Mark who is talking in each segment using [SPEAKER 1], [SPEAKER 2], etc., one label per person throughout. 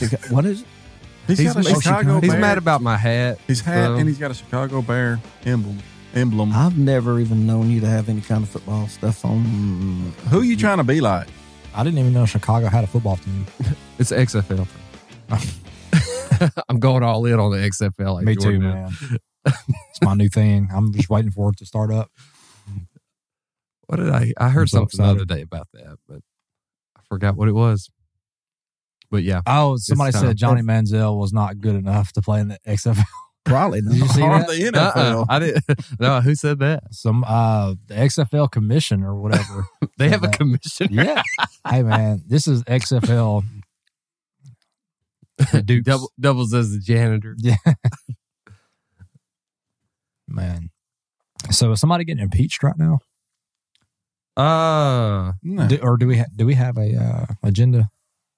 [SPEAKER 1] got, what is?
[SPEAKER 2] he's,
[SPEAKER 3] got a
[SPEAKER 4] oh,
[SPEAKER 2] he's-
[SPEAKER 3] Chicago
[SPEAKER 2] he's
[SPEAKER 3] Bear.
[SPEAKER 2] mad about my hat.
[SPEAKER 3] His hat
[SPEAKER 2] so-
[SPEAKER 3] and he's got a Chicago Bear emblem. Emblem.
[SPEAKER 1] I've never even known you to have any kind of football stuff on.
[SPEAKER 3] Who you trying to be like?
[SPEAKER 4] I didn't even know Chicago had a football team.
[SPEAKER 2] It's XFL. I'm going all in on the XFL. like
[SPEAKER 4] Me
[SPEAKER 2] Jordan
[SPEAKER 4] too,
[SPEAKER 2] now.
[SPEAKER 4] man. it's my new thing. I'm just waiting for it to start up.
[SPEAKER 2] What did I? I heard
[SPEAKER 4] I'm so
[SPEAKER 2] something the other
[SPEAKER 4] excited.
[SPEAKER 2] day about that, but I forgot what it was. But yeah,
[SPEAKER 4] Oh, somebody
[SPEAKER 2] It's time.
[SPEAKER 4] said Johnny Manziel was not good enough to play in the XFL.
[SPEAKER 1] Probably
[SPEAKER 4] Did you
[SPEAKER 1] not.
[SPEAKER 4] see
[SPEAKER 3] Or
[SPEAKER 4] that?
[SPEAKER 3] the NFL.
[SPEAKER 2] Uh-uh. I didn't. No, who said that?
[SPEAKER 4] Some uh, the XFL commission or whatever.
[SPEAKER 2] They have a
[SPEAKER 4] That-
[SPEAKER 2] commission.
[SPEAKER 4] yeah. Hey man, this is XFL. The Dukes.
[SPEAKER 2] Double, doubles as the janitor.
[SPEAKER 4] man. So is somebody getting impeached right now,
[SPEAKER 2] Uh,
[SPEAKER 3] No.
[SPEAKER 4] do, or do we ha- do we have a uh, agenda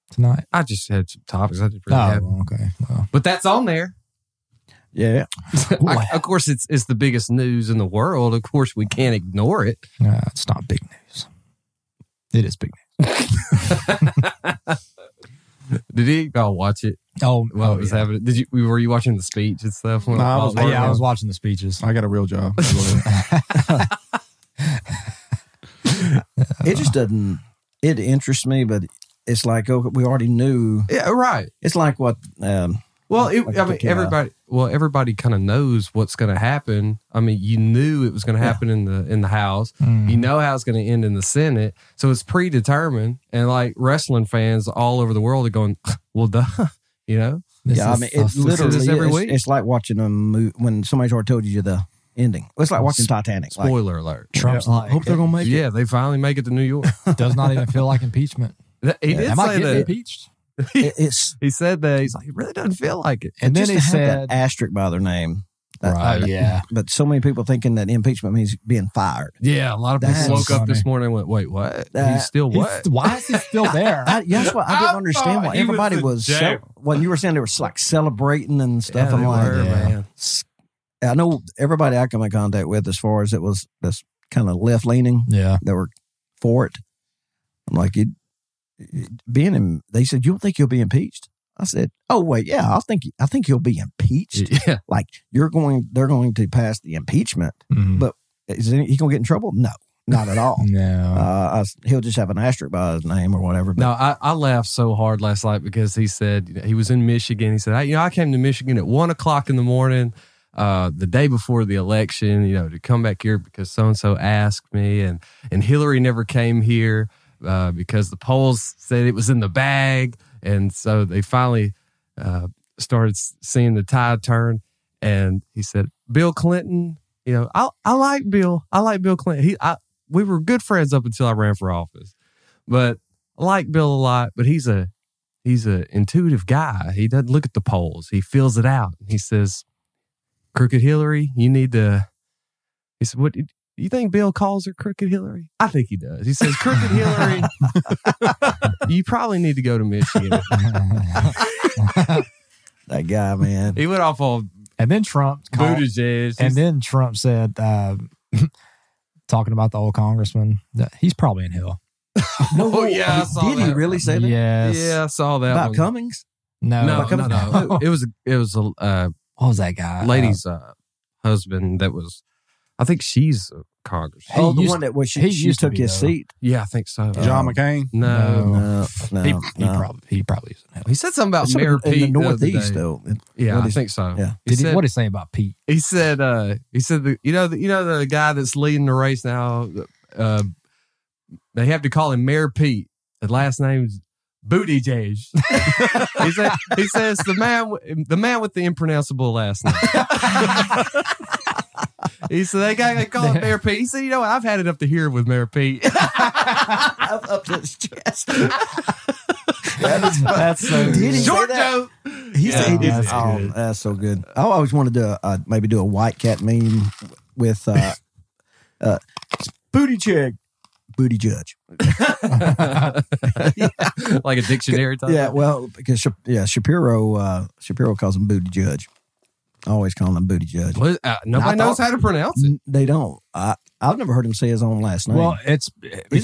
[SPEAKER 4] tonight?
[SPEAKER 2] I just had some topics I didn't really have,
[SPEAKER 4] Oh, okay. Well,
[SPEAKER 2] but that's on there.
[SPEAKER 1] Yeah.
[SPEAKER 2] I- of course, it's it's the biggest news in the world. Of course, we can't ignore it.
[SPEAKER 4] uh, it's not big news. It is big news.
[SPEAKER 2] Did you all watch it?
[SPEAKER 4] Oh,
[SPEAKER 2] Well,
[SPEAKER 4] oh,
[SPEAKER 2] it was
[SPEAKER 4] yeah.
[SPEAKER 2] happening. Did you? Were you watching the speech and stuff?
[SPEAKER 3] No, I was
[SPEAKER 2] Oh,
[SPEAKER 4] yeah, I was watching the speeches.
[SPEAKER 2] Mm.
[SPEAKER 3] I got a real job. Go ahead.
[SPEAKER 1] It just doesn't. It interests me, but it's like oh, we already knew.
[SPEAKER 2] yeah, right.
[SPEAKER 1] It's like what um,
[SPEAKER 2] Well, it,
[SPEAKER 1] Like
[SPEAKER 2] I mean,
[SPEAKER 1] the, uh,
[SPEAKER 2] everybody. Well, everybody kind of knows what's going to happen. I mean, you knew it was going to happen in the in the House.
[SPEAKER 4] Mm.
[SPEAKER 2] You know how it's going to end in the Senate. So it's predetermined. And like wrestling fans all over the world are going, well, duh. You know,
[SPEAKER 4] This
[SPEAKER 1] yeah, I
[SPEAKER 4] is
[SPEAKER 1] mean,
[SPEAKER 4] stuff-
[SPEAKER 1] it
[SPEAKER 4] this is-
[SPEAKER 1] literally
[SPEAKER 2] this every
[SPEAKER 1] is-
[SPEAKER 2] week.
[SPEAKER 1] It's like watching a movie when somebody's already told you the ending. It's like watching
[SPEAKER 2] Sp-
[SPEAKER 1] Titanic. Like,
[SPEAKER 2] spoiler alert.
[SPEAKER 4] Trump's like,
[SPEAKER 1] hope they're gonna make it.
[SPEAKER 2] Yeah, they finally make it to New York.
[SPEAKER 4] does not even feel like impeachment.
[SPEAKER 2] He did
[SPEAKER 1] Yeah.
[SPEAKER 4] Am I
[SPEAKER 2] say
[SPEAKER 4] getting
[SPEAKER 2] that.
[SPEAKER 4] impeached?
[SPEAKER 1] it. It's
[SPEAKER 2] He said that. He's like, it really doesn't feel like it.
[SPEAKER 4] And then
[SPEAKER 1] just
[SPEAKER 4] he
[SPEAKER 1] to have
[SPEAKER 4] said,
[SPEAKER 1] that asterisk by their name. That-
[SPEAKER 2] Right.
[SPEAKER 4] oh, yeah.
[SPEAKER 1] But so many people thinking that impeachment means being fired.
[SPEAKER 2] Yeah, a lot of
[SPEAKER 1] That's
[SPEAKER 2] people woke up this
[SPEAKER 4] funny.
[SPEAKER 2] morning and went, wait, what?
[SPEAKER 1] That-
[SPEAKER 2] he's still
[SPEAKER 4] He's-
[SPEAKER 2] what?
[SPEAKER 4] why is he still there?
[SPEAKER 1] I, that's what I
[SPEAKER 2] I
[SPEAKER 1] didn't understand.
[SPEAKER 2] thought
[SPEAKER 1] Why
[SPEAKER 2] he was
[SPEAKER 1] everybody
[SPEAKER 2] in
[SPEAKER 1] was,
[SPEAKER 2] jail.
[SPEAKER 1] so, when you were saying they were like celebrating and stuff.
[SPEAKER 2] Yeah,
[SPEAKER 1] I'm
[SPEAKER 2] they
[SPEAKER 1] like,
[SPEAKER 2] were,
[SPEAKER 4] yeah.
[SPEAKER 2] man.
[SPEAKER 1] s- I know everybody I come in contact with, as far as it was this kind of left leaning
[SPEAKER 4] yeah.
[SPEAKER 1] that were for it. I'm like, you being in, they said, you don't think you'll be impeached? I said, oh wait, yeah, I think I think you'll be impeached.
[SPEAKER 2] Yeah.
[SPEAKER 1] Like you're going, they're going to pass the impeachment.
[SPEAKER 2] Mm.
[SPEAKER 4] Mhm.
[SPEAKER 1] Is any, he gonna get in trouble? No, not at all.
[SPEAKER 4] No.
[SPEAKER 1] Uh, I, he'll just have an asterisk by his name or whatever. but-
[SPEAKER 2] No, I, I laughed so hard last night because he said you know, he was in Michigan. He said, I, you know, I came to Michigan at one o'clock in the morning, uh, the day before the election, you know, to come back here because so and so asked me, and and Hillary never came here uh, because the polls said it was in the bag, and so they finally uh, started s- seeing the tide turn, and he said, Bill Clinton, you know, I I like Bill, I like Bill Clinton. He, I, we were good friends up until I ran for office, but I like Bill a lot, but he's a he's a intuitive guy. He doesn't look at the polls. He feels it out. He says, "Crooked Hillary, you need to." He said, "What do you think Bill calls her Crooked Hillary?" I think he does. He says, "Crooked Hillary, you probably need to go to Michigan."
[SPEAKER 1] That guy, man.
[SPEAKER 2] He went off on
[SPEAKER 4] and then Trump called,
[SPEAKER 2] Buttigieg,
[SPEAKER 4] and then Trump said, uh, talking about the old congressman, that he's probably in hell.
[SPEAKER 1] No,
[SPEAKER 2] Oh, yeah, I saw
[SPEAKER 1] did he
[SPEAKER 2] that.
[SPEAKER 1] really say that
[SPEAKER 4] Yes.
[SPEAKER 2] yeah, I saw that
[SPEAKER 1] about
[SPEAKER 2] one.
[SPEAKER 1] Cummings?
[SPEAKER 4] No.
[SPEAKER 2] No, no,
[SPEAKER 1] Come-
[SPEAKER 2] no. It was it was a uh,
[SPEAKER 4] What was that guy?
[SPEAKER 2] lady's uh, husband that was. I think she's a congressman.
[SPEAKER 4] He
[SPEAKER 1] oh, the
[SPEAKER 4] used-
[SPEAKER 1] one that was
[SPEAKER 4] he
[SPEAKER 1] she, she
[SPEAKER 4] used to
[SPEAKER 1] took
[SPEAKER 4] be,
[SPEAKER 1] his
[SPEAKER 4] though.
[SPEAKER 1] seat.
[SPEAKER 2] Yeah, I think so. Uh,
[SPEAKER 3] John McCain.
[SPEAKER 2] no.
[SPEAKER 4] No.
[SPEAKER 1] No, no,
[SPEAKER 4] Uh, he, he
[SPEAKER 1] no.
[SPEAKER 4] probably he probably is in hell.
[SPEAKER 2] He said something about
[SPEAKER 1] It's
[SPEAKER 2] Mayor
[SPEAKER 1] in
[SPEAKER 2] Pete
[SPEAKER 1] the
[SPEAKER 2] other
[SPEAKER 1] Northeast,
[SPEAKER 2] day. Oh.
[SPEAKER 1] though.
[SPEAKER 2] Yeah,
[SPEAKER 1] What
[SPEAKER 2] I
[SPEAKER 1] is-
[SPEAKER 2] think so.
[SPEAKER 1] yeah.
[SPEAKER 2] He
[SPEAKER 4] Did he,
[SPEAKER 2] said,
[SPEAKER 4] what did he say about Pete?
[SPEAKER 2] he said, uh, he said, the, you know, the, you know, the guy that's leading the race now, uh, they have to call him Mayor Pete. The last name's Booty Jage. he, said, he says the man, w- the man with the impronounceable last name. he said they got they call him Mayor Pete. He said, you know what? I've had it up to here with Mayor Pete.
[SPEAKER 1] Up, up to his chest. That's funny.
[SPEAKER 4] That's so
[SPEAKER 1] Did he?
[SPEAKER 2] Short
[SPEAKER 1] say that?
[SPEAKER 2] joke.
[SPEAKER 1] He
[SPEAKER 2] Yeah,
[SPEAKER 1] said he did.
[SPEAKER 4] that's
[SPEAKER 1] oh,
[SPEAKER 4] good.
[SPEAKER 1] that's so good. I always wanted to uh, maybe do a white cat meme with uh, uh, booty check, booty judge.
[SPEAKER 2] like a dictionary type.
[SPEAKER 1] Yeah, well, because Sha- yeah, Shapiro uh, Shapiro calls him booty judge. I always call him booty judge.
[SPEAKER 2] What, uh, nobody
[SPEAKER 1] I
[SPEAKER 2] knows
[SPEAKER 1] thought-
[SPEAKER 2] how to pronounce it.
[SPEAKER 1] N- They don't. I I've never heard him say his own last name.
[SPEAKER 4] Well, it's
[SPEAKER 1] is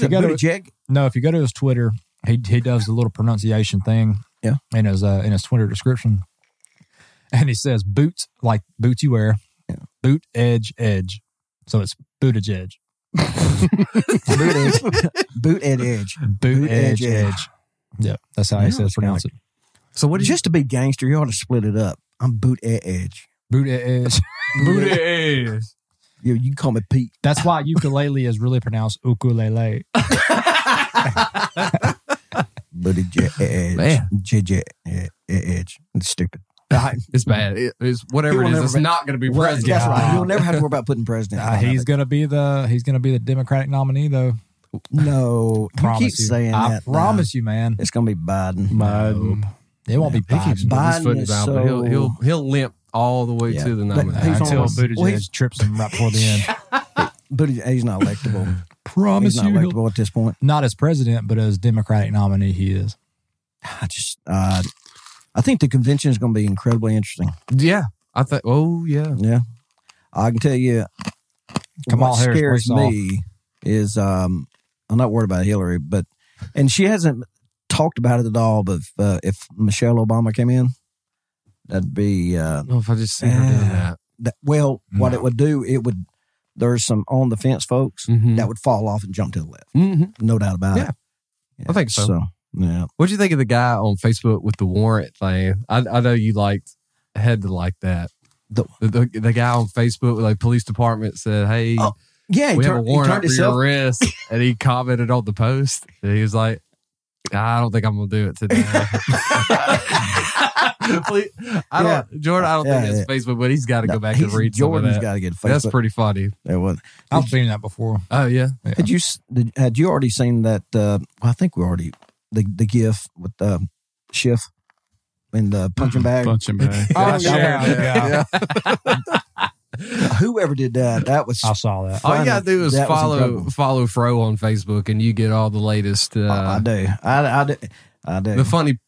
[SPEAKER 4] if you
[SPEAKER 1] it
[SPEAKER 4] go
[SPEAKER 1] booty
[SPEAKER 4] to
[SPEAKER 1] check?
[SPEAKER 4] no, if you go to his Twitter, he he does the little pronunciation thing,
[SPEAKER 1] Yeah.
[SPEAKER 4] in his uh, in his Twitter description, and he says boots like boots you wear,
[SPEAKER 1] Yeah.
[SPEAKER 4] boot edge edge. So it's bootage edge,
[SPEAKER 1] boot edge, boot at edge.
[SPEAKER 4] boot, edge, edge Yeah, that's how
[SPEAKER 1] Yeah,
[SPEAKER 4] he says
[SPEAKER 1] that's
[SPEAKER 4] pronounce it.
[SPEAKER 2] So what did you
[SPEAKER 1] Just to be gangster, you ought to split it up. I'm boot at edge.
[SPEAKER 4] Boot ed- edge.
[SPEAKER 2] boot is?
[SPEAKER 1] You, you can call me Pete.
[SPEAKER 4] That's why ukulele is really pronounced ukulele.
[SPEAKER 1] Boot at E edge.
[SPEAKER 2] Man.
[SPEAKER 1] JJ at E edge. It's stupid.
[SPEAKER 2] It's bad. It- it's whatever it
[SPEAKER 1] He will
[SPEAKER 2] is.
[SPEAKER 1] never
[SPEAKER 2] It's
[SPEAKER 1] be-
[SPEAKER 2] not going to be
[SPEAKER 1] Right,
[SPEAKER 2] president.
[SPEAKER 1] That's right.
[SPEAKER 4] Yeah.
[SPEAKER 1] You'll never have to worry about putting president.
[SPEAKER 4] Uh,
[SPEAKER 1] in
[SPEAKER 4] he's
[SPEAKER 1] it.
[SPEAKER 4] gonna be the he's gonna be the Democratic nominee though.
[SPEAKER 1] no. You
[SPEAKER 4] Promise
[SPEAKER 1] keep
[SPEAKER 4] you.
[SPEAKER 1] saying
[SPEAKER 4] I
[SPEAKER 1] that. now.
[SPEAKER 4] promise you, man.
[SPEAKER 1] It's gonna be Biden.
[SPEAKER 3] Biden.
[SPEAKER 4] It won't be
[SPEAKER 2] He keeps putting his
[SPEAKER 4] Biden.
[SPEAKER 1] Biden
[SPEAKER 2] foot
[SPEAKER 1] is
[SPEAKER 2] down, but he'll
[SPEAKER 1] so-
[SPEAKER 2] he'll he'll limp all the way
[SPEAKER 1] Yeah.
[SPEAKER 2] to the
[SPEAKER 1] Let-
[SPEAKER 2] nomination.
[SPEAKER 1] he's on
[SPEAKER 4] until
[SPEAKER 1] almost-
[SPEAKER 4] Buttigieg
[SPEAKER 1] well, he's-
[SPEAKER 4] trips him right before the end.
[SPEAKER 1] But he- he's not electable.
[SPEAKER 4] Promise
[SPEAKER 1] he's not
[SPEAKER 4] you, he'll-
[SPEAKER 1] electable at this point.
[SPEAKER 4] not as president, but as Democratic nominee, he is.
[SPEAKER 1] I just, uh, I think the convention is going to be incredibly interesting.
[SPEAKER 2] Yeah, I think. Oh yeah,
[SPEAKER 1] Yeah, I can tell you.
[SPEAKER 4] Kamala
[SPEAKER 1] what
[SPEAKER 4] Harris
[SPEAKER 1] scares
[SPEAKER 4] breaks off.
[SPEAKER 1] me is um, I'm not worried about Hillary, but and she hasn't talked about it at all. But if, uh, if Michelle Obama came in, that'd be uh,
[SPEAKER 2] I don't know if I just see her doing that.
[SPEAKER 1] that. Well, what
[SPEAKER 4] No.
[SPEAKER 2] Mm.
[SPEAKER 1] it would do, it would. There's some on the fence folks
[SPEAKER 2] Mhm.
[SPEAKER 1] that would fall off and jump to the left.
[SPEAKER 2] Mhm.
[SPEAKER 1] No doubt about
[SPEAKER 2] Yeah.
[SPEAKER 1] it.
[SPEAKER 2] I think so.
[SPEAKER 1] yeah,
[SPEAKER 2] What'd you think of the guy on Facebook with the warrant thing? I, I know you liked had to like that. The,
[SPEAKER 1] The-
[SPEAKER 2] the, the guy on Facebook, like police department, said, "Hey,
[SPEAKER 1] Oh, yeah. He,
[SPEAKER 2] we have a
[SPEAKER 1] turned, he
[SPEAKER 2] warrant out
[SPEAKER 1] turned
[SPEAKER 2] for
[SPEAKER 1] himself.
[SPEAKER 2] your arrest," and he commented on the post. And he was like, "I don't think I'm gonna do it today." Please- I don't, Jordan. I don't
[SPEAKER 1] Yeah,
[SPEAKER 2] think that's Facebook, but he's got to
[SPEAKER 1] No,
[SPEAKER 2] go back and
[SPEAKER 1] he's-
[SPEAKER 2] read some of
[SPEAKER 1] Jordan's
[SPEAKER 2] that.
[SPEAKER 1] got to get
[SPEAKER 2] That's
[SPEAKER 1] Facebook.
[SPEAKER 2] pretty funny.
[SPEAKER 1] There was.
[SPEAKER 4] I've seen that before.
[SPEAKER 2] Oh yeah,
[SPEAKER 1] Had you s- did, had you already seen that? Uh, well, I think we already the the GIF with the shift in the punching bag.
[SPEAKER 3] Punching bag.
[SPEAKER 4] Oh,
[SPEAKER 3] Sure,
[SPEAKER 4] yeah.
[SPEAKER 3] yeah.
[SPEAKER 4] Yeah.
[SPEAKER 1] Whoever did that, that was
[SPEAKER 4] I saw that.
[SPEAKER 2] all
[SPEAKER 1] Fun.
[SPEAKER 2] you gotta do is
[SPEAKER 1] That was
[SPEAKER 2] follow
[SPEAKER 1] incredible.
[SPEAKER 2] follow Fro on Facebook, and you get all the latest. Uh,
[SPEAKER 1] I, I do. I, I do. I do.
[SPEAKER 2] the funny,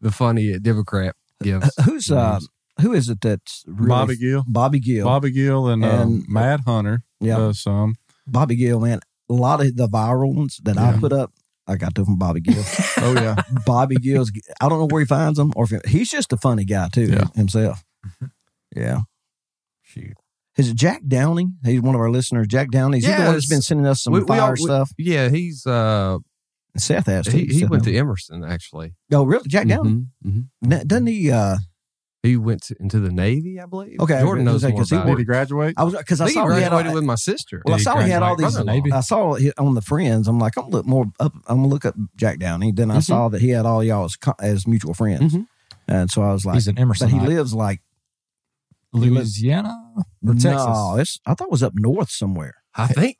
[SPEAKER 2] the funny Democrat gives.
[SPEAKER 1] Who's uh, who is it that's really
[SPEAKER 3] Bobby Gill.
[SPEAKER 1] Bobby Gill?
[SPEAKER 3] Bobby Gill and, um,
[SPEAKER 1] And-
[SPEAKER 3] Mad Hunter.
[SPEAKER 1] yeah,
[SPEAKER 3] Uh, some.
[SPEAKER 1] Bobby Gill, man. A lot of the viral ones that I
[SPEAKER 3] Yeah.
[SPEAKER 1] put up, I got to from Bobby Gill.
[SPEAKER 3] Oh, yeah.
[SPEAKER 1] Bobby Gill's. I don't know where he finds them, or if he- he's just a funny guy too
[SPEAKER 3] Yeah.
[SPEAKER 1] himself.
[SPEAKER 2] Mm-hmm.
[SPEAKER 1] Yeah. Shoot. Is it Jack Downing? He's one of our listeners. Jack Downing. Is he the one
[SPEAKER 2] Yes.
[SPEAKER 1] that's been sending us some
[SPEAKER 2] We- we
[SPEAKER 1] fire
[SPEAKER 2] all- we-
[SPEAKER 1] stuff?
[SPEAKER 2] yeah, he's uh,
[SPEAKER 1] Seth asked.
[SPEAKER 2] he,
[SPEAKER 1] too.
[SPEAKER 2] he
[SPEAKER 1] Seth
[SPEAKER 2] went to
[SPEAKER 1] Downing.
[SPEAKER 2] Emerson actually.
[SPEAKER 1] Oh, really? Jack Downing?
[SPEAKER 2] Mhm, mhm.
[SPEAKER 1] N- Doesn't he? Uh,
[SPEAKER 2] He went to, into the Navy, I believe.
[SPEAKER 1] Okay, I
[SPEAKER 2] Jordan knows
[SPEAKER 1] was
[SPEAKER 2] more
[SPEAKER 1] gonna
[SPEAKER 2] about.
[SPEAKER 1] say, 'cause he
[SPEAKER 3] Did
[SPEAKER 2] it.
[SPEAKER 3] he graduate?
[SPEAKER 1] I was because
[SPEAKER 2] I
[SPEAKER 1] I
[SPEAKER 2] think he
[SPEAKER 1] saw he had.
[SPEAKER 2] graduated
[SPEAKER 1] all-
[SPEAKER 2] with my sister.
[SPEAKER 1] Well, I
[SPEAKER 4] Did he
[SPEAKER 1] saw he had all
[SPEAKER 4] graduate
[SPEAKER 1] these.
[SPEAKER 4] from the Navy?
[SPEAKER 1] I saw it on the Friends. I'm like, I'm gonna look more up. I'm gonna look up Jack Downing. Then I
[SPEAKER 2] Mhm.
[SPEAKER 1] saw that he had all y'all as, co- as mutual friends,
[SPEAKER 2] Mhm.
[SPEAKER 1] and so I was like,
[SPEAKER 4] He's an Emerson.
[SPEAKER 1] but he lives like
[SPEAKER 4] Louisiana
[SPEAKER 1] Oh,
[SPEAKER 4] or Texas.
[SPEAKER 1] No, it's, I thought it was up north somewhere.
[SPEAKER 2] I think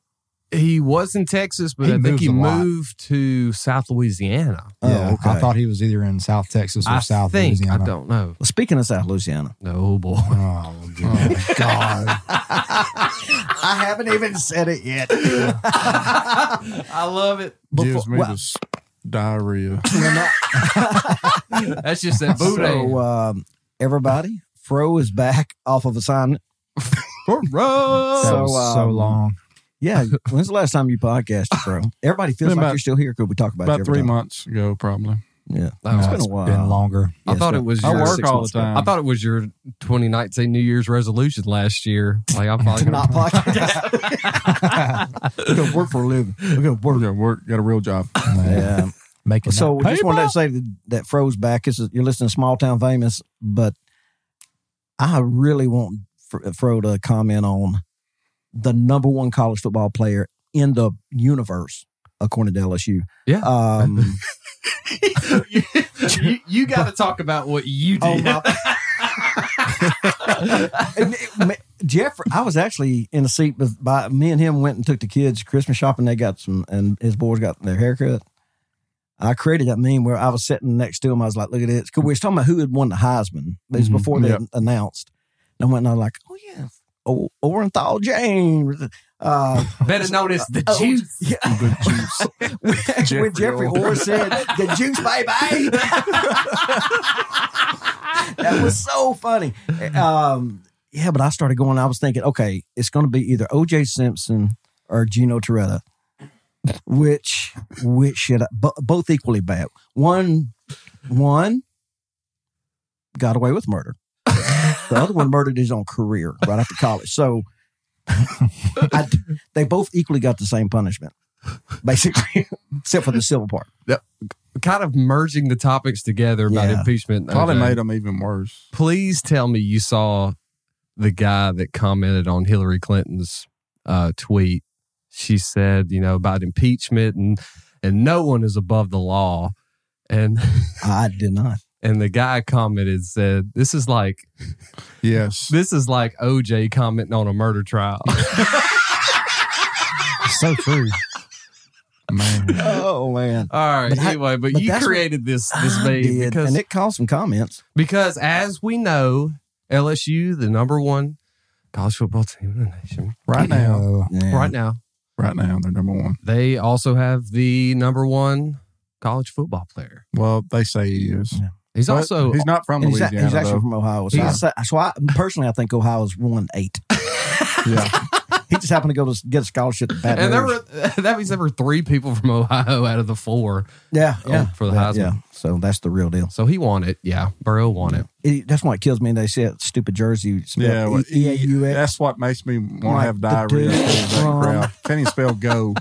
[SPEAKER 2] he was in Texas, but
[SPEAKER 4] He
[SPEAKER 2] I think
[SPEAKER 4] moves
[SPEAKER 2] he
[SPEAKER 4] a lot.
[SPEAKER 2] moved to South Louisiana.
[SPEAKER 4] yeah,
[SPEAKER 1] Oh, okay.
[SPEAKER 4] I thought he was either in South Texas or
[SPEAKER 2] I
[SPEAKER 4] South
[SPEAKER 2] think
[SPEAKER 4] Louisiana.
[SPEAKER 2] I don't know.
[SPEAKER 1] Well, speaking of South Louisiana,
[SPEAKER 2] No boy.
[SPEAKER 4] Oh, God. God.
[SPEAKER 1] I haven't even said it yet.
[SPEAKER 2] I love it.
[SPEAKER 3] Gives
[SPEAKER 1] Before-
[SPEAKER 3] me
[SPEAKER 1] well-
[SPEAKER 3] this diarrhea.
[SPEAKER 2] That's just that boot.
[SPEAKER 1] so, um, everybody, Fro is back off of assignment.
[SPEAKER 4] That
[SPEAKER 1] So,
[SPEAKER 4] was so
[SPEAKER 1] um,
[SPEAKER 4] long.
[SPEAKER 1] Yeah, when's the last time you podcasted, Fro? Everybody feels
[SPEAKER 3] Been
[SPEAKER 1] like
[SPEAKER 3] about-
[SPEAKER 1] you're still here because we talk about, you
[SPEAKER 3] About
[SPEAKER 1] every
[SPEAKER 3] three
[SPEAKER 1] time.
[SPEAKER 3] months ago, probably.
[SPEAKER 1] Yeah,
[SPEAKER 2] Oh,
[SPEAKER 1] it's
[SPEAKER 4] No,
[SPEAKER 1] been a while.
[SPEAKER 4] Been longer.
[SPEAKER 1] Yeah,
[SPEAKER 2] I
[SPEAKER 1] it's
[SPEAKER 2] thought
[SPEAKER 1] been-
[SPEAKER 2] it was.
[SPEAKER 3] I
[SPEAKER 2] your-
[SPEAKER 3] work
[SPEAKER 1] six
[SPEAKER 3] all the
[SPEAKER 1] months ago.
[SPEAKER 3] time.
[SPEAKER 2] I thought it was your 2019 New Year's resolution last year. Like I'm probably
[SPEAKER 1] to
[SPEAKER 2] gonna,
[SPEAKER 1] not podcast. We're gonna work for a living. We're gonna work.
[SPEAKER 3] We're gonna work. Got a real job.
[SPEAKER 1] Yeah.
[SPEAKER 4] Making
[SPEAKER 1] So
[SPEAKER 4] that
[SPEAKER 1] we just
[SPEAKER 4] paper.
[SPEAKER 1] wanted to say that, that froze back. This is, you're listening to Small Town Famous, but I really want Fro- Fro to comment on the number one college football player in the universe, according to LSU.
[SPEAKER 2] Yeah.
[SPEAKER 1] Um,
[SPEAKER 2] you, got to talk about what you
[SPEAKER 1] oh my. And it- ma- Jeff, I was actually in a seat with, by me and him went and took the kids Christmas shopping. They got some, and his boys got their haircut. I created that meme where I was sitting next to him. I was like, "Look at this!" Because we was talking about who had won the Heisman. It was
[SPEAKER 4] Mhm.
[SPEAKER 1] before they
[SPEAKER 3] Yep.
[SPEAKER 1] announced. And I went and I was like, "Oh yeah, oh, Orenthal James." Uh,
[SPEAKER 2] Better known as the
[SPEAKER 1] oh,
[SPEAKER 2] juice.
[SPEAKER 1] yeah.
[SPEAKER 3] Good juice. Jeffrey
[SPEAKER 1] when Jeffrey
[SPEAKER 3] Orr.
[SPEAKER 1] Orr said the juice, baby. that was so funny. Um, yeah, but I started going. I was thinking, okay, it's going to be either O.J. Simpson or Gino Toretta. Which which should I, bo- both equally bad? One one got away with murder. the other one murdered his own career right after college. So I, they both equally got the same punishment, basically, except for the civil part.
[SPEAKER 2] Kind of merging the topics together about
[SPEAKER 1] Yeah.
[SPEAKER 2] impeachment.
[SPEAKER 3] Probably
[SPEAKER 2] OJ.
[SPEAKER 3] made them even worse.
[SPEAKER 2] Please tell me you saw the guy that commented on Hillary Clinton's uh, tweet. She said, you know, about impeachment and and no one is above the law. And
[SPEAKER 1] I did not.
[SPEAKER 2] and the guy commented said, "This is like
[SPEAKER 3] Yes.
[SPEAKER 2] this is like OJ commenting on a murder trial."
[SPEAKER 4] so true.
[SPEAKER 3] Man.
[SPEAKER 1] Oh man.
[SPEAKER 2] All right.
[SPEAKER 1] But I-
[SPEAKER 2] anyway, but,
[SPEAKER 1] but
[SPEAKER 2] you
[SPEAKER 1] that's what
[SPEAKER 2] created this this
[SPEAKER 1] I
[SPEAKER 2] meme
[SPEAKER 1] did,
[SPEAKER 2] because
[SPEAKER 1] and it caused some comments.
[SPEAKER 2] because as we know, LSU the number one college football team in the nation
[SPEAKER 3] Right now.
[SPEAKER 4] No.
[SPEAKER 2] right now.
[SPEAKER 3] Right now, they're number one.
[SPEAKER 2] They also have the number one college football player.
[SPEAKER 3] Well, they say he is.
[SPEAKER 2] He's
[SPEAKER 3] But
[SPEAKER 2] also
[SPEAKER 3] he's not from
[SPEAKER 1] And he's, a-
[SPEAKER 3] Louisiana.
[SPEAKER 1] he's actually
[SPEAKER 3] though.
[SPEAKER 1] from Ohio. So, I,
[SPEAKER 2] He's-
[SPEAKER 1] say- so I, personally, I think Ohio's one eight.
[SPEAKER 3] yeah.
[SPEAKER 1] He just happened to go to get a scholarship to Baton
[SPEAKER 2] and there
[SPEAKER 1] Rouge.
[SPEAKER 2] were that means there were three people from Ohio out of the four.
[SPEAKER 1] yeah,
[SPEAKER 2] Oh,
[SPEAKER 1] yeah,
[SPEAKER 2] for the
[SPEAKER 1] yeah,
[SPEAKER 2] Heisman.
[SPEAKER 1] yeah. So that's the real deal.
[SPEAKER 2] So he won it. Yeah. Burrow won it.
[SPEAKER 1] It- that's why it kills me. They said stupid jersey. spelled
[SPEAKER 3] Yeah, well,
[SPEAKER 1] E- EAUX.
[SPEAKER 3] That's what makes me want to
[SPEAKER 1] Like
[SPEAKER 3] have
[SPEAKER 1] the
[SPEAKER 3] diarrhea.
[SPEAKER 1] dude
[SPEAKER 3] after that
[SPEAKER 1] from-
[SPEAKER 3] crowd. Can't even spell go.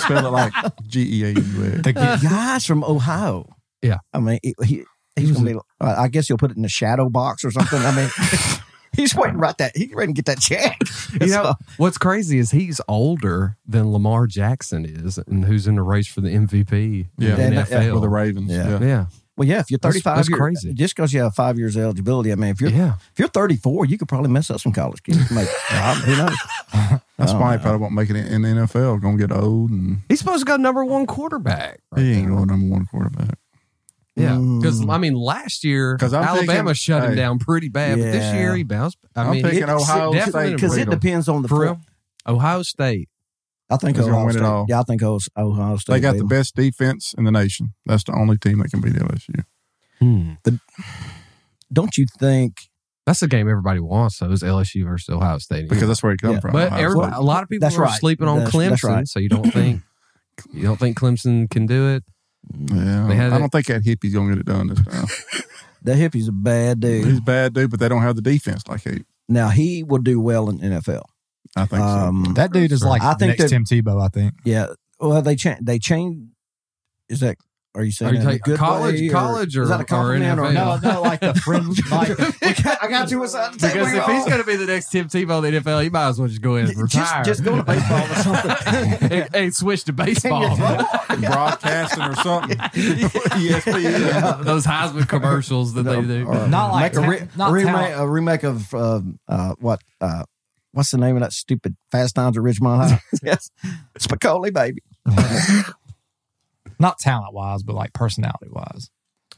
[SPEAKER 3] spell it like G E A U X.
[SPEAKER 4] The,
[SPEAKER 1] The guy's from Ohio.
[SPEAKER 2] Yeah.
[SPEAKER 1] I mean, he, he- he's gonna be. uh, I I guess you'll put it in a shadow box or something. I mean, he's waiting to write that. He can ready to get that check.
[SPEAKER 2] You know,
[SPEAKER 1] So,
[SPEAKER 2] what's crazy is he's older than Lamar Jackson is, and who's in the race for the MVP.
[SPEAKER 3] Yeah.
[SPEAKER 2] in the
[SPEAKER 1] Yeah,
[SPEAKER 2] NFL.
[SPEAKER 3] With the Ravens.
[SPEAKER 1] Yeah.
[SPEAKER 3] Yeah.
[SPEAKER 2] yeah,
[SPEAKER 1] well, yeah. If you're
[SPEAKER 2] That's-
[SPEAKER 1] 35,
[SPEAKER 2] that's
[SPEAKER 1] you're-
[SPEAKER 2] crazy.
[SPEAKER 1] Just because you have five years eligibility, I mean, if you're
[SPEAKER 2] yeah.
[SPEAKER 1] if you're 34, you could probably mess up some college kids. Like, who knows?
[SPEAKER 3] That's
[SPEAKER 1] Oh,
[SPEAKER 3] why he
[SPEAKER 1] no.
[SPEAKER 3] probably won't make it in in the NFL. Gonna get old and
[SPEAKER 2] He's supposed to go number one quarterback.
[SPEAKER 3] he ain't going number one quarterback.
[SPEAKER 2] Yeah,
[SPEAKER 1] Mm.
[SPEAKER 2] because I mean, last year
[SPEAKER 3] 'Cause I'm
[SPEAKER 2] Alabama
[SPEAKER 3] thinking-
[SPEAKER 2] shut him
[SPEAKER 3] hey.
[SPEAKER 2] down pretty bad, but this
[SPEAKER 1] Yeah.
[SPEAKER 2] year he bounced. I
[SPEAKER 3] I'm
[SPEAKER 2] mean,
[SPEAKER 3] thinking
[SPEAKER 2] it-
[SPEAKER 3] Ohio
[SPEAKER 2] definitely
[SPEAKER 3] State
[SPEAKER 2] in
[SPEAKER 1] Because
[SPEAKER 2] the
[SPEAKER 1] it
[SPEAKER 3] Freedom.
[SPEAKER 1] depends on the
[SPEAKER 2] for
[SPEAKER 1] fo-
[SPEAKER 2] real. Ohio State.
[SPEAKER 1] I think
[SPEAKER 3] He's gonna
[SPEAKER 1] Ohio
[SPEAKER 3] win it
[SPEAKER 1] State.
[SPEAKER 3] all.
[SPEAKER 1] Yeah, I think Ohio Ohio State.
[SPEAKER 3] They got the
[SPEAKER 1] baby.
[SPEAKER 3] best defense in the nation. That's the only team that can beat LSU. Hmm.
[SPEAKER 1] Don't you think?
[SPEAKER 2] That's the game everybody wants. Though is LSU versus Ohio State.
[SPEAKER 3] Because that's where he comes
[SPEAKER 1] Yeah.
[SPEAKER 3] from.
[SPEAKER 2] but
[SPEAKER 3] Ohio
[SPEAKER 2] everybody,
[SPEAKER 3] State.
[SPEAKER 2] a lot of people
[SPEAKER 1] That's
[SPEAKER 2] are
[SPEAKER 1] right.
[SPEAKER 2] sleeping on
[SPEAKER 1] That's-
[SPEAKER 2] Clemson,
[SPEAKER 1] that's right.
[SPEAKER 2] so you don't think you don't think Clemson can do it.
[SPEAKER 3] yeah,
[SPEAKER 2] They had
[SPEAKER 3] I
[SPEAKER 2] it-
[SPEAKER 3] don't think that hippie's gonna get it done this time.
[SPEAKER 1] The hippie's a bad dude.
[SPEAKER 2] Mm-hmm.
[SPEAKER 3] He's a bad dude, but they don't have the defense like he.
[SPEAKER 1] Now he will do well in NFL.
[SPEAKER 3] I think
[SPEAKER 1] Um,
[SPEAKER 4] that dude is like
[SPEAKER 1] I think
[SPEAKER 4] next Tim
[SPEAKER 1] that-
[SPEAKER 4] Tebow. I think
[SPEAKER 1] Yeah. Well, they change. They change. Is that? Are you saying
[SPEAKER 2] Are you
[SPEAKER 1] that in a
[SPEAKER 2] talking
[SPEAKER 1] good
[SPEAKER 2] college-
[SPEAKER 1] way,
[SPEAKER 2] college or-
[SPEAKER 1] is that
[SPEAKER 2] or
[SPEAKER 1] a compliment or,
[SPEAKER 2] NFL?
[SPEAKER 1] no?
[SPEAKER 2] No,
[SPEAKER 4] no, like the friend, like
[SPEAKER 1] I got you. Because
[SPEAKER 2] Because if he's going to be the next Tim Tebow in the NFL, he might as well just go ahead and retire.
[SPEAKER 1] just, just go to baseball or something.
[SPEAKER 2] and, and switch to baseball.
[SPEAKER 3] so. broadcasting or something. ESPN.
[SPEAKER 2] Those Heisman commercials that they do.
[SPEAKER 1] or
[SPEAKER 4] Not like
[SPEAKER 1] make a,
[SPEAKER 4] ta-
[SPEAKER 1] re-
[SPEAKER 4] not
[SPEAKER 1] remake,
[SPEAKER 4] talent.
[SPEAKER 1] a remake of um, uh, what? Uh, what's the name of that stupid Fast Times at Ridgemont High? yes, Spicoli, baby.
[SPEAKER 4] not talent wise, but like personality wise.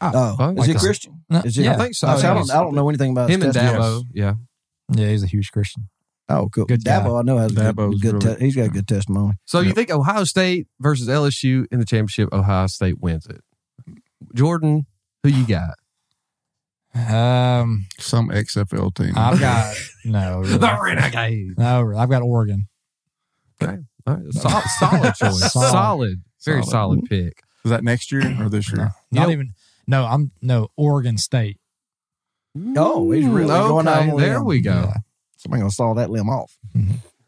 [SPEAKER 1] Oh,
[SPEAKER 2] fuck.
[SPEAKER 1] is
[SPEAKER 2] Like
[SPEAKER 1] he
[SPEAKER 2] a-
[SPEAKER 1] Christian? Is he?
[SPEAKER 4] yeah,
[SPEAKER 2] I think so.
[SPEAKER 1] Oh, see, I, don't, I don't know anything about
[SPEAKER 2] Him
[SPEAKER 1] his
[SPEAKER 2] and
[SPEAKER 1] testimony.
[SPEAKER 2] Dabo. Yeah.
[SPEAKER 4] yeah, he's a huge Christian.
[SPEAKER 1] Oh, cool.
[SPEAKER 4] Good guy.
[SPEAKER 1] Dabo, I know has a
[SPEAKER 3] Dabo's
[SPEAKER 1] good. good
[SPEAKER 3] really-
[SPEAKER 1] te- he's got a good testimony.
[SPEAKER 2] So you
[SPEAKER 3] Yep.
[SPEAKER 2] think Ohio State versus LSU in the championship? Ohio State wins it. Jordan, who you got?
[SPEAKER 4] Um,
[SPEAKER 3] Some XFL team.
[SPEAKER 4] I've got no, really.
[SPEAKER 2] Renegade.
[SPEAKER 4] no, I've got Oregon.
[SPEAKER 2] All right. Sol- solid choice.
[SPEAKER 4] Solid.
[SPEAKER 2] solid. Very solid,
[SPEAKER 3] Solid.
[SPEAKER 1] Mm-hmm.
[SPEAKER 2] pick.
[SPEAKER 3] Is that next year or this year?
[SPEAKER 4] Not
[SPEAKER 2] know-
[SPEAKER 4] even no. I'm no Oregon State.
[SPEAKER 1] Oh, he's really
[SPEAKER 2] Mm,
[SPEAKER 1] going
[SPEAKER 2] okay,
[SPEAKER 1] all in.
[SPEAKER 2] There we go.
[SPEAKER 4] Yeah.
[SPEAKER 1] Somebody gonna saw that limb off.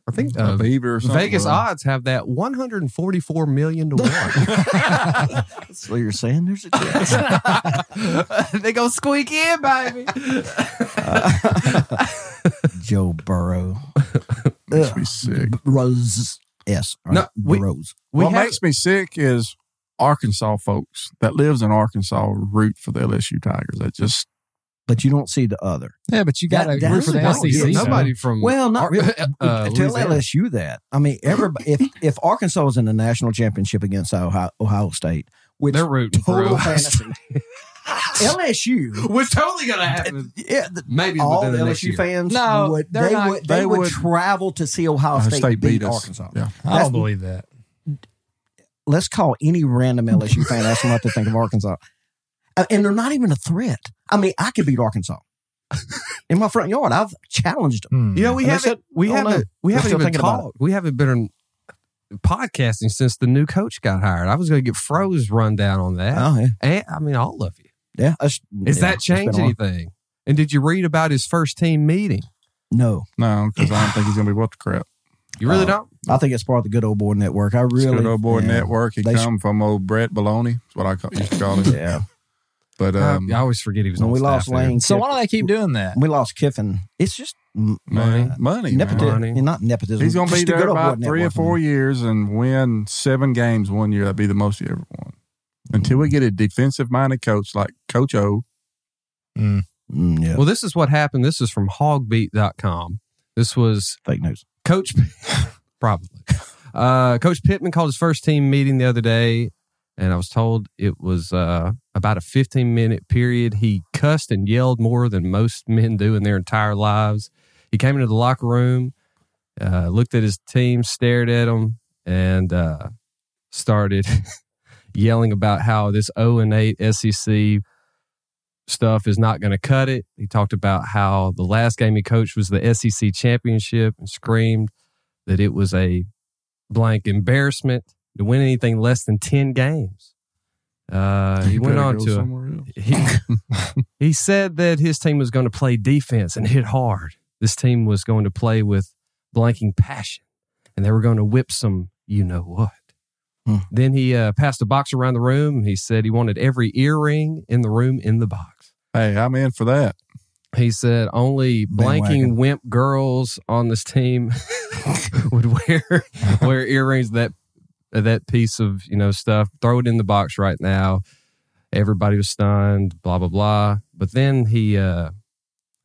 [SPEAKER 2] I think
[SPEAKER 3] A
[SPEAKER 2] uh,
[SPEAKER 3] beaver or something?
[SPEAKER 2] Vegas
[SPEAKER 3] Well,
[SPEAKER 2] odds have that 144 million to one.
[SPEAKER 1] So you're saying there's a chance.
[SPEAKER 2] they gonna squeak in, baby.
[SPEAKER 1] Joe Burrow.
[SPEAKER 3] Makes
[SPEAKER 1] Ugh.
[SPEAKER 3] me sick.
[SPEAKER 1] Rose. Yes. all
[SPEAKER 2] No,
[SPEAKER 1] right,
[SPEAKER 2] we-
[SPEAKER 1] Rose.
[SPEAKER 2] We
[SPEAKER 3] what
[SPEAKER 2] have-
[SPEAKER 3] makes me sick is Arkansas folks that lives in Arkansas root for the LSU Tigers. That just
[SPEAKER 1] But you don't see the other.
[SPEAKER 4] Yeah, but you
[SPEAKER 1] That-
[SPEAKER 4] got to
[SPEAKER 1] that
[SPEAKER 4] root for the
[SPEAKER 1] doesn't
[SPEAKER 4] SEC.
[SPEAKER 1] get
[SPEAKER 4] though.
[SPEAKER 2] nobody from
[SPEAKER 1] Well, not
[SPEAKER 2] Ar-
[SPEAKER 1] really.
[SPEAKER 2] uh,
[SPEAKER 1] Tell
[SPEAKER 2] Louisiana.
[SPEAKER 1] LSU that. I mean, everybody. if if Arkansas was in the national championship against Ohio, Ohio State, which
[SPEAKER 2] They're rooting for
[SPEAKER 1] total
[SPEAKER 2] Ohio
[SPEAKER 1] fantasy. LSU.
[SPEAKER 2] was totally gonna happen.
[SPEAKER 1] Yeah, the,
[SPEAKER 2] Maybe
[SPEAKER 1] all
[SPEAKER 2] within
[SPEAKER 1] the
[SPEAKER 2] the next
[SPEAKER 1] LSU
[SPEAKER 2] year.
[SPEAKER 1] fans
[SPEAKER 4] No,
[SPEAKER 1] would
[SPEAKER 4] they're
[SPEAKER 1] they
[SPEAKER 4] not-
[SPEAKER 1] would they,
[SPEAKER 3] they
[SPEAKER 1] would,
[SPEAKER 3] would-
[SPEAKER 1] travel to see Ohio
[SPEAKER 3] Ohio
[SPEAKER 1] State,
[SPEAKER 3] State
[SPEAKER 1] beat,
[SPEAKER 3] beat us.
[SPEAKER 1] Arkansas.
[SPEAKER 3] Yeah.
[SPEAKER 4] I
[SPEAKER 1] That's-
[SPEAKER 4] don't believe that.
[SPEAKER 1] Let's call any random LSU fan ask them what they think of Arkansas, Uh, and they're not even a threat. I mean, I could beat Arkansas in my front yard. I've challenged them.
[SPEAKER 4] Hmm.
[SPEAKER 2] You know, we
[SPEAKER 1] And they
[SPEAKER 2] haven't Oh,
[SPEAKER 1] said-
[SPEAKER 2] we
[SPEAKER 1] I don't
[SPEAKER 2] haven't
[SPEAKER 1] know.
[SPEAKER 2] we
[SPEAKER 1] We're
[SPEAKER 2] haven't
[SPEAKER 1] still
[SPEAKER 2] even
[SPEAKER 1] thinking about
[SPEAKER 2] talked. We haven't been in podcasting since the new coach got hired. I was gonna get Froze rundown on that,
[SPEAKER 1] Oh, yeah.
[SPEAKER 2] and I mean all of you.
[SPEAKER 1] Yeah. that's-
[SPEAKER 2] Is
[SPEAKER 1] yeah,
[SPEAKER 2] that
[SPEAKER 1] it's been a
[SPEAKER 2] change
[SPEAKER 1] while.
[SPEAKER 2] anything? And did you read about his first team meeting?
[SPEAKER 1] No.
[SPEAKER 3] No, because I don't think he's going to be what the crap.
[SPEAKER 2] You really
[SPEAKER 1] Uh,
[SPEAKER 2] don't?
[SPEAKER 1] I think it's part of the good old boy network. I
[SPEAKER 3] Really?
[SPEAKER 1] really
[SPEAKER 3] Good old boy
[SPEAKER 1] yeah.
[SPEAKER 3] network. He
[SPEAKER 1] They
[SPEAKER 3] come from old Brett Baloney. That's what I ca- used to call him.
[SPEAKER 1] Yeah.
[SPEAKER 3] But um,
[SPEAKER 2] I, I always forget he was
[SPEAKER 1] when
[SPEAKER 2] on
[SPEAKER 1] we
[SPEAKER 2] staff
[SPEAKER 1] lost
[SPEAKER 2] there.
[SPEAKER 1] Lane,
[SPEAKER 4] So
[SPEAKER 1] Kiffin-
[SPEAKER 4] why do they keep doing that?
[SPEAKER 1] we lost Kiffin. It's just mm,
[SPEAKER 3] money,
[SPEAKER 2] Money.
[SPEAKER 3] money, man.
[SPEAKER 1] nepotism,
[SPEAKER 2] Money.
[SPEAKER 1] and not nepotism.
[SPEAKER 3] He's going to be
[SPEAKER 1] Just the
[SPEAKER 3] there
[SPEAKER 1] good old
[SPEAKER 3] about
[SPEAKER 1] boy
[SPEAKER 3] three or
[SPEAKER 1] network.
[SPEAKER 3] four years and win seven games one year. That'd be the most he ever won. Until we get a defensive minded coach like Coach O.
[SPEAKER 1] Mm, yeah,
[SPEAKER 2] Well, this is what happened. This is from hogbeat.com. This was
[SPEAKER 1] fake news.
[SPEAKER 2] Coach, probably. Uh, Coach Pittman called his first team meeting the other day, and I was told it was uh, about a 15 minute period. He cussed and yelled more than most men do in their entire lives. He came into the locker room, uh, looked at his team, stared at them, and uh, started yelling about how this 0 and 8 SEC stuff is not going to cut it. He talked about how the last game he coached was the SEC championship and screamed that it was a blank embarrassment to win anything less than 10 games. Uh, he went
[SPEAKER 3] better
[SPEAKER 2] on
[SPEAKER 3] go
[SPEAKER 2] to
[SPEAKER 3] somewhere else.
[SPEAKER 2] he, he said that his team was going to play defense and hit hard. This team was going to play with blanking passion, and they were going to whip some you know what.
[SPEAKER 1] Hmm.
[SPEAKER 2] Then he uh, passed a box around the room. He said he wanted every earring in the room in the box.
[SPEAKER 3] Hey, I'm in for that.
[SPEAKER 2] He said only blanking
[SPEAKER 1] Bandwagon.
[SPEAKER 2] wimp girls on this team would wear wear earrings that that piece of you know stuff. Throw it in the box right now. Everybody was stunned. Blah blah blah. But then he uh,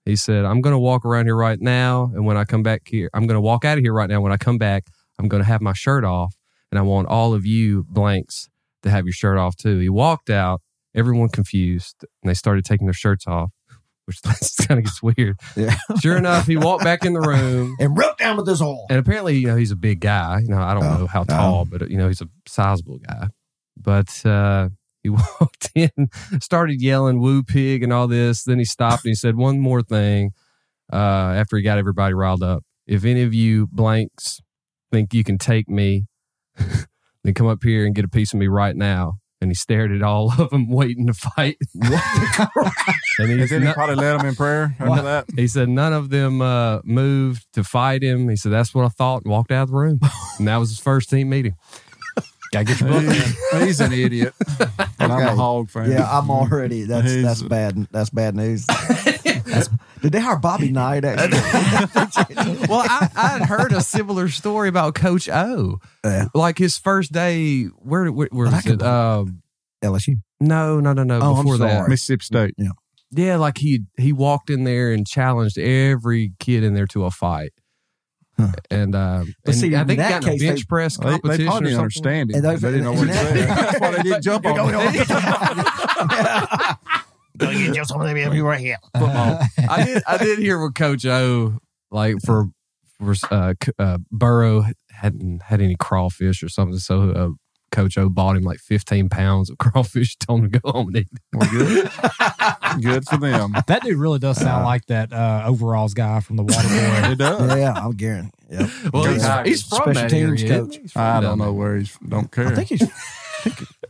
[SPEAKER 2] he said, "I'm going to walk around here right now, and when I come back here, I'm going to walk out of here right now. When I come back, I'm going to have my shirt off, and I want all of you blanks to have your shirt off too." He walked out. Everyone confused, and they started taking their shirts off, which kind of gets weird.
[SPEAKER 1] Yeah.
[SPEAKER 2] Sure enough, he walked back in the room.
[SPEAKER 1] And rub down with this all.
[SPEAKER 2] And apparently, you know, he's a big guy. You know, I don't
[SPEAKER 1] Oh,
[SPEAKER 2] know how tall, but you know, he's a sizable guy. But uh, he walked in, started yelling "woo pig" and all this. Then he stopped and he said one more thing. Uh, after he got everybody riled up, if any of you blanks think you can take me, then come up here and get a piece of me right now. And he stared at all of them, waiting to fight. and
[SPEAKER 3] And
[SPEAKER 2] he's
[SPEAKER 3] then he
[SPEAKER 2] not-
[SPEAKER 3] probably led him in prayer
[SPEAKER 2] What?
[SPEAKER 3] under that.
[SPEAKER 2] he said none of them uh, moved to fight him. He said that's what I thought and walked out of the room. And that was his first team meeting.
[SPEAKER 4] Gotta get your book.
[SPEAKER 3] He- He's an idiot. And I'm a
[SPEAKER 1] Okay.
[SPEAKER 3] hog fan.
[SPEAKER 1] Yeah, I'm already. That's
[SPEAKER 3] He's-
[SPEAKER 1] that's bad. That's bad news. That's- did they hire Bobby Knight? Actually,
[SPEAKER 2] well, I, I'd heard a similar story about Coach O.
[SPEAKER 1] Yeah.
[SPEAKER 2] Like his first day, where where, where
[SPEAKER 1] I
[SPEAKER 2] was
[SPEAKER 1] can
[SPEAKER 2] it?
[SPEAKER 1] believe
[SPEAKER 2] Um,
[SPEAKER 1] LSU.
[SPEAKER 2] no, no, no, no.
[SPEAKER 1] Oh, I'm
[SPEAKER 2] before that,
[SPEAKER 1] sorry.
[SPEAKER 3] Mississippi State.
[SPEAKER 2] yeah, like he he walked in there and challenged every kid in there to a fight.
[SPEAKER 1] Huh.
[SPEAKER 2] And, uh, and
[SPEAKER 1] But see,
[SPEAKER 2] I
[SPEAKER 1] in
[SPEAKER 2] think he
[SPEAKER 1] that
[SPEAKER 2] got in a
[SPEAKER 1] case,
[SPEAKER 2] bench
[SPEAKER 1] they-
[SPEAKER 2] press
[SPEAKER 3] They,
[SPEAKER 2] competition.
[SPEAKER 3] they
[SPEAKER 2] or
[SPEAKER 3] probably didn't
[SPEAKER 2] something.
[SPEAKER 3] understand him.
[SPEAKER 1] And
[SPEAKER 3] They
[SPEAKER 1] those-
[SPEAKER 3] didn't know what
[SPEAKER 1] and
[SPEAKER 3] to
[SPEAKER 1] that-
[SPEAKER 3] say. That's why they didn't jump on him.
[SPEAKER 1] Go get you some of them right here.
[SPEAKER 2] football. I did. I did hear what Coach O like for for uh, C- uh, Burrow hadn't had any crawfish or something, so uh, Coach O bought him like fifteen pounds of crawfish, told him to go home and eat.
[SPEAKER 3] Well, good. good for them.
[SPEAKER 4] That dude really does sound like that uh, overalls guy from the Water Boy.
[SPEAKER 3] It does.
[SPEAKER 1] Yeah, I'm guaranteed. Yep.
[SPEAKER 2] Well,
[SPEAKER 3] Go
[SPEAKER 2] he's,
[SPEAKER 3] Tigers.
[SPEAKER 2] he's from
[SPEAKER 1] Special
[SPEAKER 2] that area,
[SPEAKER 1] teams
[SPEAKER 2] isn't he?
[SPEAKER 1] coach.
[SPEAKER 2] He's from
[SPEAKER 3] I
[SPEAKER 2] down
[SPEAKER 3] don't know
[SPEAKER 2] there.
[SPEAKER 3] where he's. Don't care.
[SPEAKER 1] I think he's.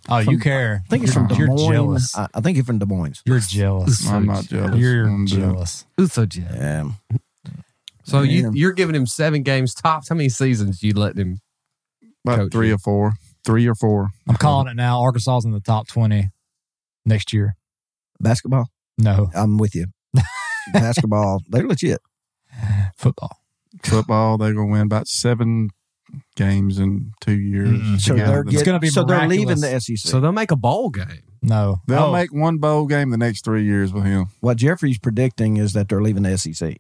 [SPEAKER 1] I
[SPEAKER 4] Oh, you care?
[SPEAKER 1] think he's from Des
[SPEAKER 4] You're
[SPEAKER 1] Moines. Uh,
[SPEAKER 4] jealous.
[SPEAKER 1] I, I think he's from Des Moines.
[SPEAKER 4] You're jealous.
[SPEAKER 3] I'm not jealous.
[SPEAKER 4] You're
[SPEAKER 3] I'm jealous.
[SPEAKER 4] jealous.
[SPEAKER 2] Ooh, so jealous.
[SPEAKER 1] Yeah.
[SPEAKER 2] So you
[SPEAKER 1] Man.
[SPEAKER 2] you're giving him seven games tops. How many seasons you letting him?
[SPEAKER 3] About
[SPEAKER 2] Coach.
[SPEAKER 3] three or four. Three or four.
[SPEAKER 4] I'm calling it now. Arkansas's in the top twenty next year.
[SPEAKER 1] Basketball.
[SPEAKER 4] No
[SPEAKER 1] I'm with you. Basketball. They're legit.
[SPEAKER 4] football.
[SPEAKER 3] Football, they're going to win about seven games in two years.
[SPEAKER 4] Mm.
[SPEAKER 1] So
[SPEAKER 3] Yeah,
[SPEAKER 1] they're
[SPEAKER 3] the-
[SPEAKER 1] getting,
[SPEAKER 4] gonna be
[SPEAKER 1] so they're leaving the E
[SPEAKER 4] miraculous.
[SPEAKER 1] SEC.
[SPEAKER 2] So they'll make a bowl game.
[SPEAKER 4] No.
[SPEAKER 3] They'll
[SPEAKER 4] Oh,
[SPEAKER 3] make one bowl game the next three years with him.
[SPEAKER 1] what Jeffrey's predicting is that they're leaving the SEC.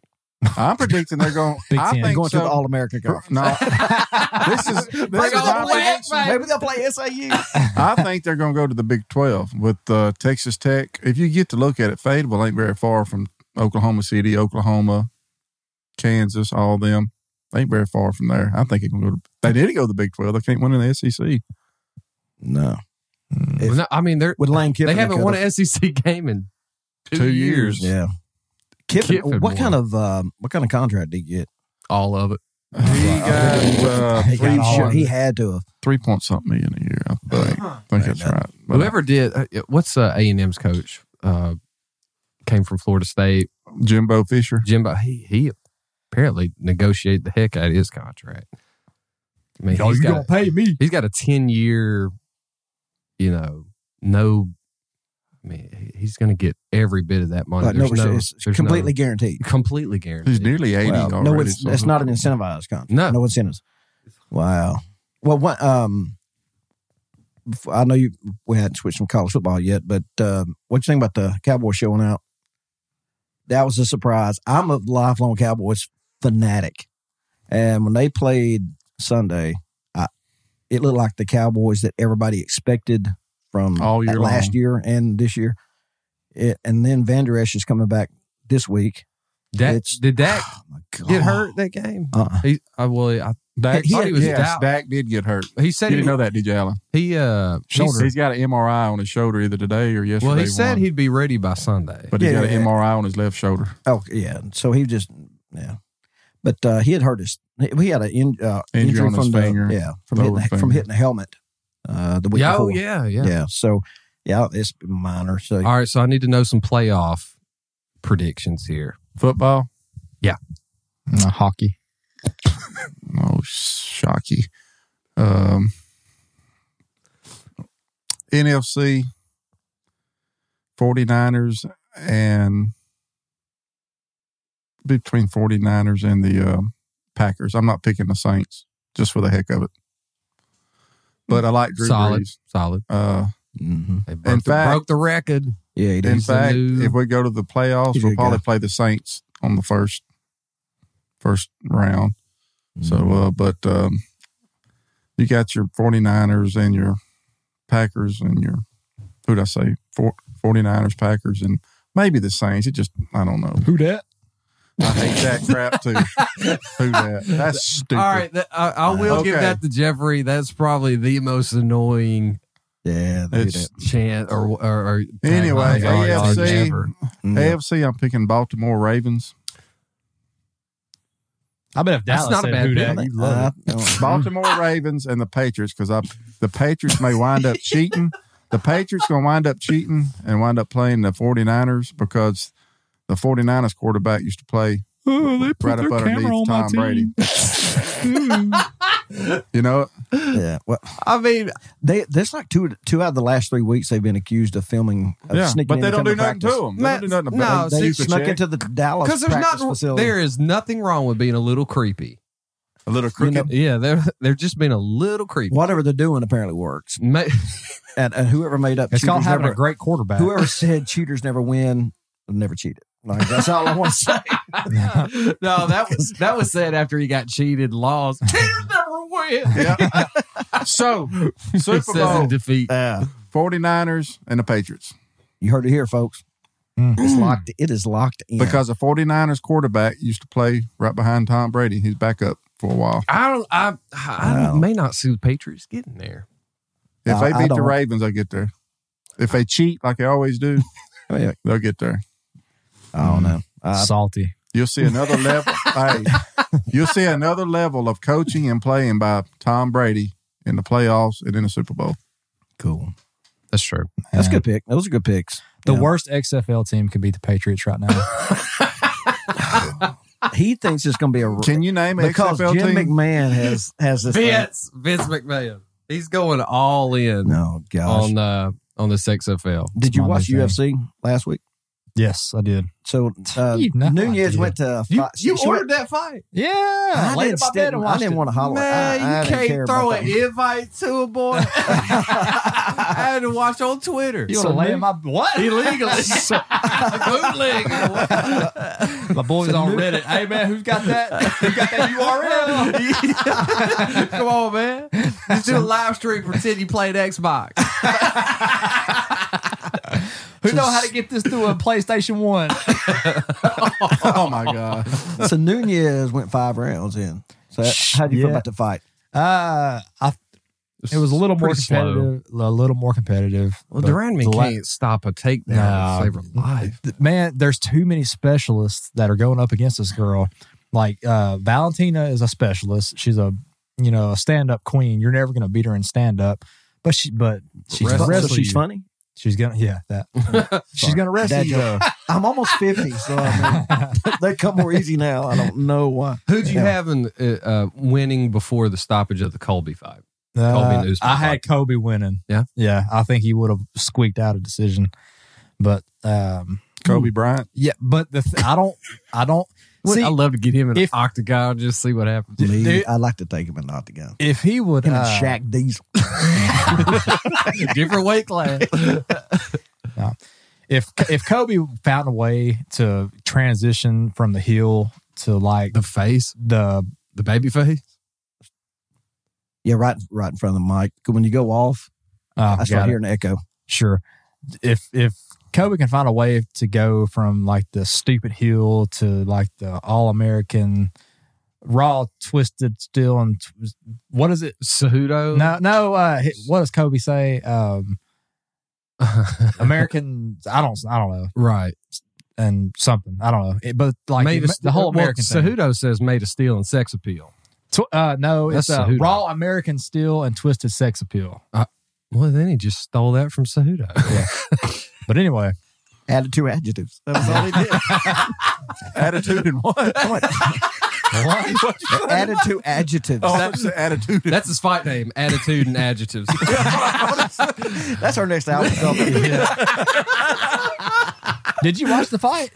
[SPEAKER 3] I'm predicting they're going.
[SPEAKER 4] Big
[SPEAKER 3] I
[SPEAKER 4] Ten.
[SPEAKER 3] think
[SPEAKER 1] Going to
[SPEAKER 3] so.
[SPEAKER 1] the All American Conference.
[SPEAKER 3] no,
[SPEAKER 4] Oh.
[SPEAKER 3] this is this
[SPEAKER 2] Bring
[SPEAKER 3] is my
[SPEAKER 2] on the
[SPEAKER 3] prediction.
[SPEAKER 2] wet, baby.
[SPEAKER 1] Maybe they'll play SAU.
[SPEAKER 3] I think they're going to go to the Big 12 with uh, Texas Tech. If you get to look at it, Fayetteville ain't very far from Oklahoma City, Oklahoma, Kansas, all of them. They ain't very far from there. I think it can go to, they did go to the Big 12. They can't win in the E SEC.
[SPEAKER 1] no. If-
[SPEAKER 2] No, I mean, they're
[SPEAKER 1] With Lane Kiffin.
[SPEAKER 2] they haven't
[SPEAKER 1] could've-
[SPEAKER 2] won an SEC game in two,
[SPEAKER 3] Two
[SPEAKER 2] years.
[SPEAKER 3] years.
[SPEAKER 1] Yeah. Kiffin,
[SPEAKER 2] Kiffin
[SPEAKER 1] what
[SPEAKER 2] won.
[SPEAKER 1] kind of um, what kind of contract did he get?
[SPEAKER 2] All of it.
[SPEAKER 3] He got uh,
[SPEAKER 4] He got
[SPEAKER 3] three,
[SPEAKER 4] all-
[SPEAKER 1] Sure,
[SPEAKER 4] of
[SPEAKER 1] he
[SPEAKER 4] it.
[SPEAKER 1] had to have.
[SPEAKER 3] three point something million a year. I think, I think that's right. But
[SPEAKER 2] Whoever did, uh, what's uh, A and M's coach? uh, came from Florida State.
[SPEAKER 3] Jimbo Fisher.
[SPEAKER 2] Jimbo, he, he apparently negotiated the heck out of his contract. I mean,
[SPEAKER 3] Oh,
[SPEAKER 2] he's got,
[SPEAKER 4] pay me.
[SPEAKER 2] he's got a 10 year, you know, no, I mean, he- he's going to get every bit of that money.
[SPEAKER 1] Like, no,
[SPEAKER 2] there's no,
[SPEAKER 1] it's
[SPEAKER 2] there's
[SPEAKER 1] completely guaranteed.
[SPEAKER 2] no, completely guaranteed.
[SPEAKER 3] He's nearly 80
[SPEAKER 1] Wow.
[SPEAKER 3] already.
[SPEAKER 1] No, it's,
[SPEAKER 3] so-
[SPEAKER 1] it's not an incentivized contract.
[SPEAKER 2] No.
[SPEAKER 1] no incentives. Wow. Well, what? Um, before, I know you. We hadn't switched from college football yet, but um, what you think about the Cowboys showing out? That was a surprise. I'm a lifelong Cowboys fanatic, and when they played Sunday, I, it looked like the Cowboys that everybody expected from
[SPEAKER 3] All year
[SPEAKER 1] that last
[SPEAKER 3] long.
[SPEAKER 1] year and this year. It, and then Van Der Esch is coming back this week.
[SPEAKER 2] Dak-
[SPEAKER 1] it's-
[SPEAKER 2] did Dak
[SPEAKER 1] Oh my God.
[SPEAKER 2] get hurt that game?
[SPEAKER 1] Uh-uh.
[SPEAKER 2] He, I, well, I
[SPEAKER 3] Dak,
[SPEAKER 2] He- he had-
[SPEAKER 3] yes,
[SPEAKER 2] yeah.
[SPEAKER 3] Dak did get hurt.
[SPEAKER 2] He
[SPEAKER 3] You
[SPEAKER 2] said he,
[SPEAKER 3] didn't know that, did you, Alan?
[SPEAKER 2] he uh
[SPEAKER 3] He's-
[SPEAKER 2] shoulder.
[SPEAKER 3] he's got an MRI on his shoulder either today or yesterday.
[SPEAKER 2] well, he said
[SPEAKER 3] one.
[SPEAKER 2] he'd be ready by Sunday.
[SPEAKER 3] but he's
[SPEAKER 1] Yeah,
[SPEAKER 3] got an
[SPEAKER 1] yeah.
[SPEAKER 3] MRI on his left shoulder.
[SPEAKER 1] Oh yeah, so he just yeah, but uh, he had hurt his. He had an in, uh,
[SPEAKER 3] Injury
[SPEAKER 1] injury,
[SPEAKER 3] on
[SPEAKER 1] from
[SPEAKER 3] his
[SPEAKER 1] the,
[SPEAKER 3] finger,
[SPEAKER 1] yeah from
[SPEAKER 3] lower
[SPEAKER 1] hitting the, from
[SPEAKER 3] finger.
[SPEAKER 1] hitting the helmet uh, the week
[SPEAKER 2] yeah, oh,
[SPEAKER 1] before.
[SPEAKER 2] yeah, yeah,
[SPEAKER 1] yeah. So yeah, it's minor. So
[SPEAKER 2] All right, so I need to know some playoff predictions here.
[SPEAKER 3] Football?
[SPEAKER 4] hockey.
[SPEAKER 3] Oh, shocky. Um, NFC, 49ers, and between 49ers and the um Packers. I'm not picking the Saints just for the heck of it. But I like Drew
[SPEAKER 2] Solid.
[SPEAKER 3] Brees.
[SPEAKER 2] Solid.
[SPEAKER 3] Uh,
[SPEAKER 1] mhm.
[SPEAKER 2] They broke, the,
[SPEAKER 3] fact-
[SPEAKER 2] broke the record.
[SPEAKER 1] yeah, he
[SPEAKER 3] In
[SPEAKER 1] did.
[SPEAKER 2] He's the
[SPEAKER 3] fact,
[SPEAKER 2] new-
[SPEAKER 3] if we go to the playoffs,
[SPEAKER 1] He's
[SPEAKER 3] we'll
[SPEAKER 1] a
[SPEAKER 3] probably
[SPEAKER 1] guy.
[SPEAKER 3] play the Saints on the first first round.
[SPEAKER 1] Mm-hmm.
[SPEAKER 2] Mm-hmm.
[SPEAKER 3] So, uh, but um, you got your 49ers and your Packers and your, who'd I say? Four, 49ers, Packers, and maybe the Saints. It just, I don't know.
[SPEAKER 4] Who that?
[SPEAKER 3] I hate that crap too. Who that? That's stupid.
[SPEAKER 2] All right, that, I, I will give
[SPEAKER 3] Okay.
[SPEAKER 2] that to Jeffrey. That's probably the most annoying
[SPEAKER 1] yeah, they did
[SPEAKER 3] It's-
[SPEAKER 2] chant or or, or
[SPEAKER 3] Anyway,
[SPEAKER 2] tagline or
[SPEAKER 3] AFC.
[SPEAKER 2] ever.
[SPEAKER 1] that. Yeah.
[SPEAKER 3] AFC, I'm picking Baltimore Ravens.
[SPEAKER 4] I bet if
[SPEAKER 2] That's
[SPEAKER 4] Dallas
[SPEAKER 2] not a
[SPEAKER 4] said
[SPEAKER 2] bad
[SPEAKER 4] who
[SPEAKER 2] pick.
[SPEAKER 4] that,
[SPEAKER 2] I
[SPEAKER 4] you'd love
[SPEAKER 1] Uh, I-
[SPEAKER 3] Baltimore Ravens and the Patriots because I the Patriots may wind up cheating. The Patriots going to wind up cheating and wind up playing the 49ers because the 49ers quarterback used to play
[SPEAKER 4] Oh, they
[SPEAKER 3] right up underneath Tom Brady. you know, it?
[SPEAKER 1] yeah, well,
[SPEAKER 2] I mean,
[SPEAKER 1] they that's like two two out of the last three weeks they've been accused of filming, of
[SPEAKER 3] yeah,
[SPEAKER 1] sneaking
[SPEAKER 3] but they
[SPEAKER 1] in
[SPEAKER 3] don't do
[SPEAKER 1] into
[SPEAKER 3] nothing to
[SPEAKER 1] practice.
[SPEAKER 3] them. They
[SPEAKER 2] Man,
[SPEAKER 3] don't do nothing to
[SPEAKER 2] no,
[SPEAKER 3] them.
[SPEAKER 2] Oh,
[SPEAKER 1] They
[SPEAKER 3] You could
[SPEAKER 1] snuck
[SPEAKER 3] check.
[SPEAKER 1] into the Dallas
[SPEAKER 2] because there's
[SPEAKER 1] practice
[SPEAKER 2] not
[SPEAKER 1] facility.
[SPEAKER 2] there is nothing wrong with being a little creepy.
[SPEAKER 3] a little crooked.
[SPEAKER 1] know-
[SPEAKER 2] Yeah, they're they're just being a little creepy.
[SPEAKER 1] Whatever they're doing apparently works,
[SPEAKER 2] Ma-
[SPEAKER 1] and, and whoever made up
[SPEAKER 4] It's called
[SPEAKER 1] cheaters
[SPEAKER 4] having
[SPEAKER 1] never-
[SPEAKER 4] a great quarterback.
[SPEAKER 1] Whoever said cheaters never win, never cheated. Like that's all I want to say.
[SPEAKER 2] no, that was that was said after he got cheated, lost. Cheaters never win.
[SPEAKER 3] Yeah. so,
[SPEAKER 2] It
[SPEAKER 3] Super
[SPEAKER 2] says
[SPEAKER 3] Bowl
[SPEAKER 2] in defeat.
[SPEAKER 1] Yeah.
[SPEAKER 3] 49ers and the Patriots
[SPEAKER 1] You heard it here, folks.
[SPEAKER 4] Mm.
[SPEAKER 1] It's locked. It is locked in.
[SPEAKER 3] because the 49ers quarterback used to play right behind Tom Brady. He's back up for a while.
[SPEAKER 2] I don't. I, I
[SPEAKER 1] Wow.
[SPEAKER 2] may not see the Patriots getting there.
[SPEAKER 3] If
[SPEAKER 1] Uh,
[SPEAKER 3] they
[SPEAKER 1] I
[SPEAKER 3] beat the
[SPEAKER 1] don't-
[SPEAKER 3] Ravens, they'll get there. If they cheat like they always do,
[SPEAKER 1] I, mean,
[SPEAKER 3] they'll get there.
[SPEAKER 1] I don't know. Uh, I,
[SPEAKER 4] Salty.
[SPEAKER 3] You'll see another level. hey, you'll see another level of coaching and playing by Tom Brady in the playoffs and in the Super Bowl.
[SPEAKER 1] cool.
[SPEAKER 2] That's true.
[SPEAKER 1] That's a
[SPEAKER 4] Yeah.
[SPEAKER 1] good pick. Those are good picks.
[SPEAKER 4] The
[SPEAKER 1] Yeah.
[SPEAKER 4] worst XFL team could be the Patriots right now.
[SPEAKER 1] He thinks it's going to be a
[SPEAKER 3] Can you name an
[SPEAKER 1] because
[SPEAKER 3] XFL
[SPEAKER 1] Jim
[SPEAKER 3] team?
[SPEAKER 1] McMahon has has this. thing-
[SPEAKER 2] Vince Vince McMahon. He's going all in
[SPEAKER 1] No gosh.
[SPEAKER 2] on uh on this XFL.
[SPEAKER 1] Did you
[SPEAKER 4] my
[SPEAKER 1] watch
[SPEAKER 4] thing.
[SPEAKER 1] UFC last week?
[SPEAKER 4] yes, I did.
[SPEAKER 1] So uh,
[SPEAKER 4] You know I
[SPEAKER 1] Nunez
[SPEAKER 4] did.
[SPEAKER 1] went to.
[SPEAKER 2] You,
[SPEAKER 1] Fox-
[SPEAKER 2] you
[SPEAKER 1] she went-
[SPEAKER 2] ordered that fight.
[SPEAKER 4] Yeah,
[SPEAKER 1] I
[SPEAKER 4] laid
[SPEAKER 1] didn't,
[SPEAKER 4] in my bed
[SPEAKER 1] didn't-
[SPEAKER 4] and
[SPEAKER 1] I
[SPEAKER 4] watched
[SPEAKER 1] didn't
[SPEAKER 4] it.
[SPEAKER 1] want to holler.
[SPEAKER 2] Man,
[SPEAKER 1] I, I
[SPEAKER 2] you
[SPEAKER 1] didn't care
[SPEAKER 2] can't throw
[SPEAKER 1] about
[SPEAKER 2] an
[SPEAKER 1] that.
[SPEAKER 2] invite to a boy. I had to watch on Twitter.
[SPEAKER 4] You want to lay in my what?
[SPEAKER 2] Illegally. Bootleg.
[SPEAKER 4] My boys on Reddit. Hey man, who's got that? Who got that URL?
[SPEAKER 2] Come on, man. Just do a live stream, pretend you played Xbox.
[SPEAKER 4] Who know how to get this through a PlayStation One?
[SPEAKER 3] oh my God!
[SPEAKER 1] so Nunez went five rounds in. So how do you feel
[SPEAKER 4] Yeah.
[SPEAKER 1] about the fight?
[SPEAKER 4] Uh, I, it was a little more
[SPEAKER 2] Pretty slow.
[SPEAKER 4] competitive. A little more competitive.
[SPEAKER 2] Well,
[SPEAKER 4] but
[SPEAKER 2] Duran
[SPEAKER 4] the la-
[SPEAKER 2] can't stop a takedown
[SPEAKER 4] Nah.
[SPEAKER 2] to save her life.
[SPEAKER 4] th- man, there's too many specialists that are going up against this girl. Like uh, Valentina is a specialist. She's a you know a stand up queen. You're never going to beat her in stand up, but she but she's
[SPEAKER 2] Wrestling.
[SPEAKER 1] So
[SPEAKER 4] wrestling.
[SPEAKER 1] she's funny.
[SPEAKER 4] She's gonna, yeah, that she's gonna rescue
[SPEAKER 1] Dad
[SPEAKER 4] you. though.
[SPEAKER 1] I'm almost 50, so I mean, they come more easy now. I don't know why.
[SPEAKER 2] Who'd you
[SPEAKER 1] Yeah.
[SPEAKER 2] have in uh, uh, winning before the stoppage of the Colby fight? Kobe
[SPEAKER 4] Uh,
[SPEAKER 2] Newsom.
[SPEAKER 4] I had Kobe winning.
[SPEAKER 2] Yeah?
[SPEAKER 4] yeah. I think he would have squeaked out a decision, but um,
[SPEAKER 3] Kobe Bryant.
[SPEAKER 4] yeah. But the th- I don't, I don't
[SPEAKER 2] Wouldn't
[SPEAKER 4] see
[SPEAKER 2] I love to get him in
[SPEAKER 4] if-
[SPEAKER 2] an octagon, just see what happens.
[SPEAKER 1] Me,
[SPEAKER 4] Dude.
[SPEAKER 1] I like to take him and not together.
[SPEAKER 4] if he would.
[SPEAKER 1] Him
[SPEAKER 4] uh,
[SPEAKER 1] and Shaq Diesel.
[SPEAKER 2] Different weight class.
[SPEAKER 4] if if Kobe found a way to transition from the heel to like the,
[SPEAKER 2] the face, the baby face.
[SPEAKER 1] Yeah, right, right in front of the mic. When you go off,
[SPEAKER 4] uh,
[SPEAKER 1] I
[SPEAKER 4] got
[SPEAKER 1] start
[SPEAKER 4] it.
[SPEAKER 1] hearing an echo.
[SPEAKER 4] sure if if Kobe can find a way to go from like the stupid heel to like the all American raw twisted still and tw- what is it
[SPEAKER 2] Cejudo.
[SPEAKER 4] no no uh hi- what does Kobe say um American I don't I don't know
[SPEAKER 2] right.
[SPEAKER 4] and something I don't know It- but like
[SPEAKER 2] made
[SPEAKER 4] the,
[SPEAKER 2] of-
[SPEAKER 4] whole
[SPEAKER 2] well,
[SPEAKER 4] American thing.
[SPEAKER 2] Cejudo says made of steel and sex appeal.
[SPEAKER 4] Tw- uh no it's
[SPEAKER 2] That's
[SPEAKER 4] uh,
[SPEAKER 2] Cejudo.
[SPEAKER 4] raw American steel and twisted sex appeal
[SPEAKER 2] Well, then he just stole that from Cejudo.
[SPEAKER 4] but anyway
[SPEAKER 1] Added two adjectives. That was all he did.
[SPEAKER 3] Attitude and what?
[SPEAKER 1] Come on. Added two adjectives.
[SPEAKER 3] Oh, I said attitude. and-
[SPEAKER 2] That's his fight name: attitude and adjectives.
[SPEAKER 1] That's our next album. cover.
[SPEAKER 4] did you watch the fight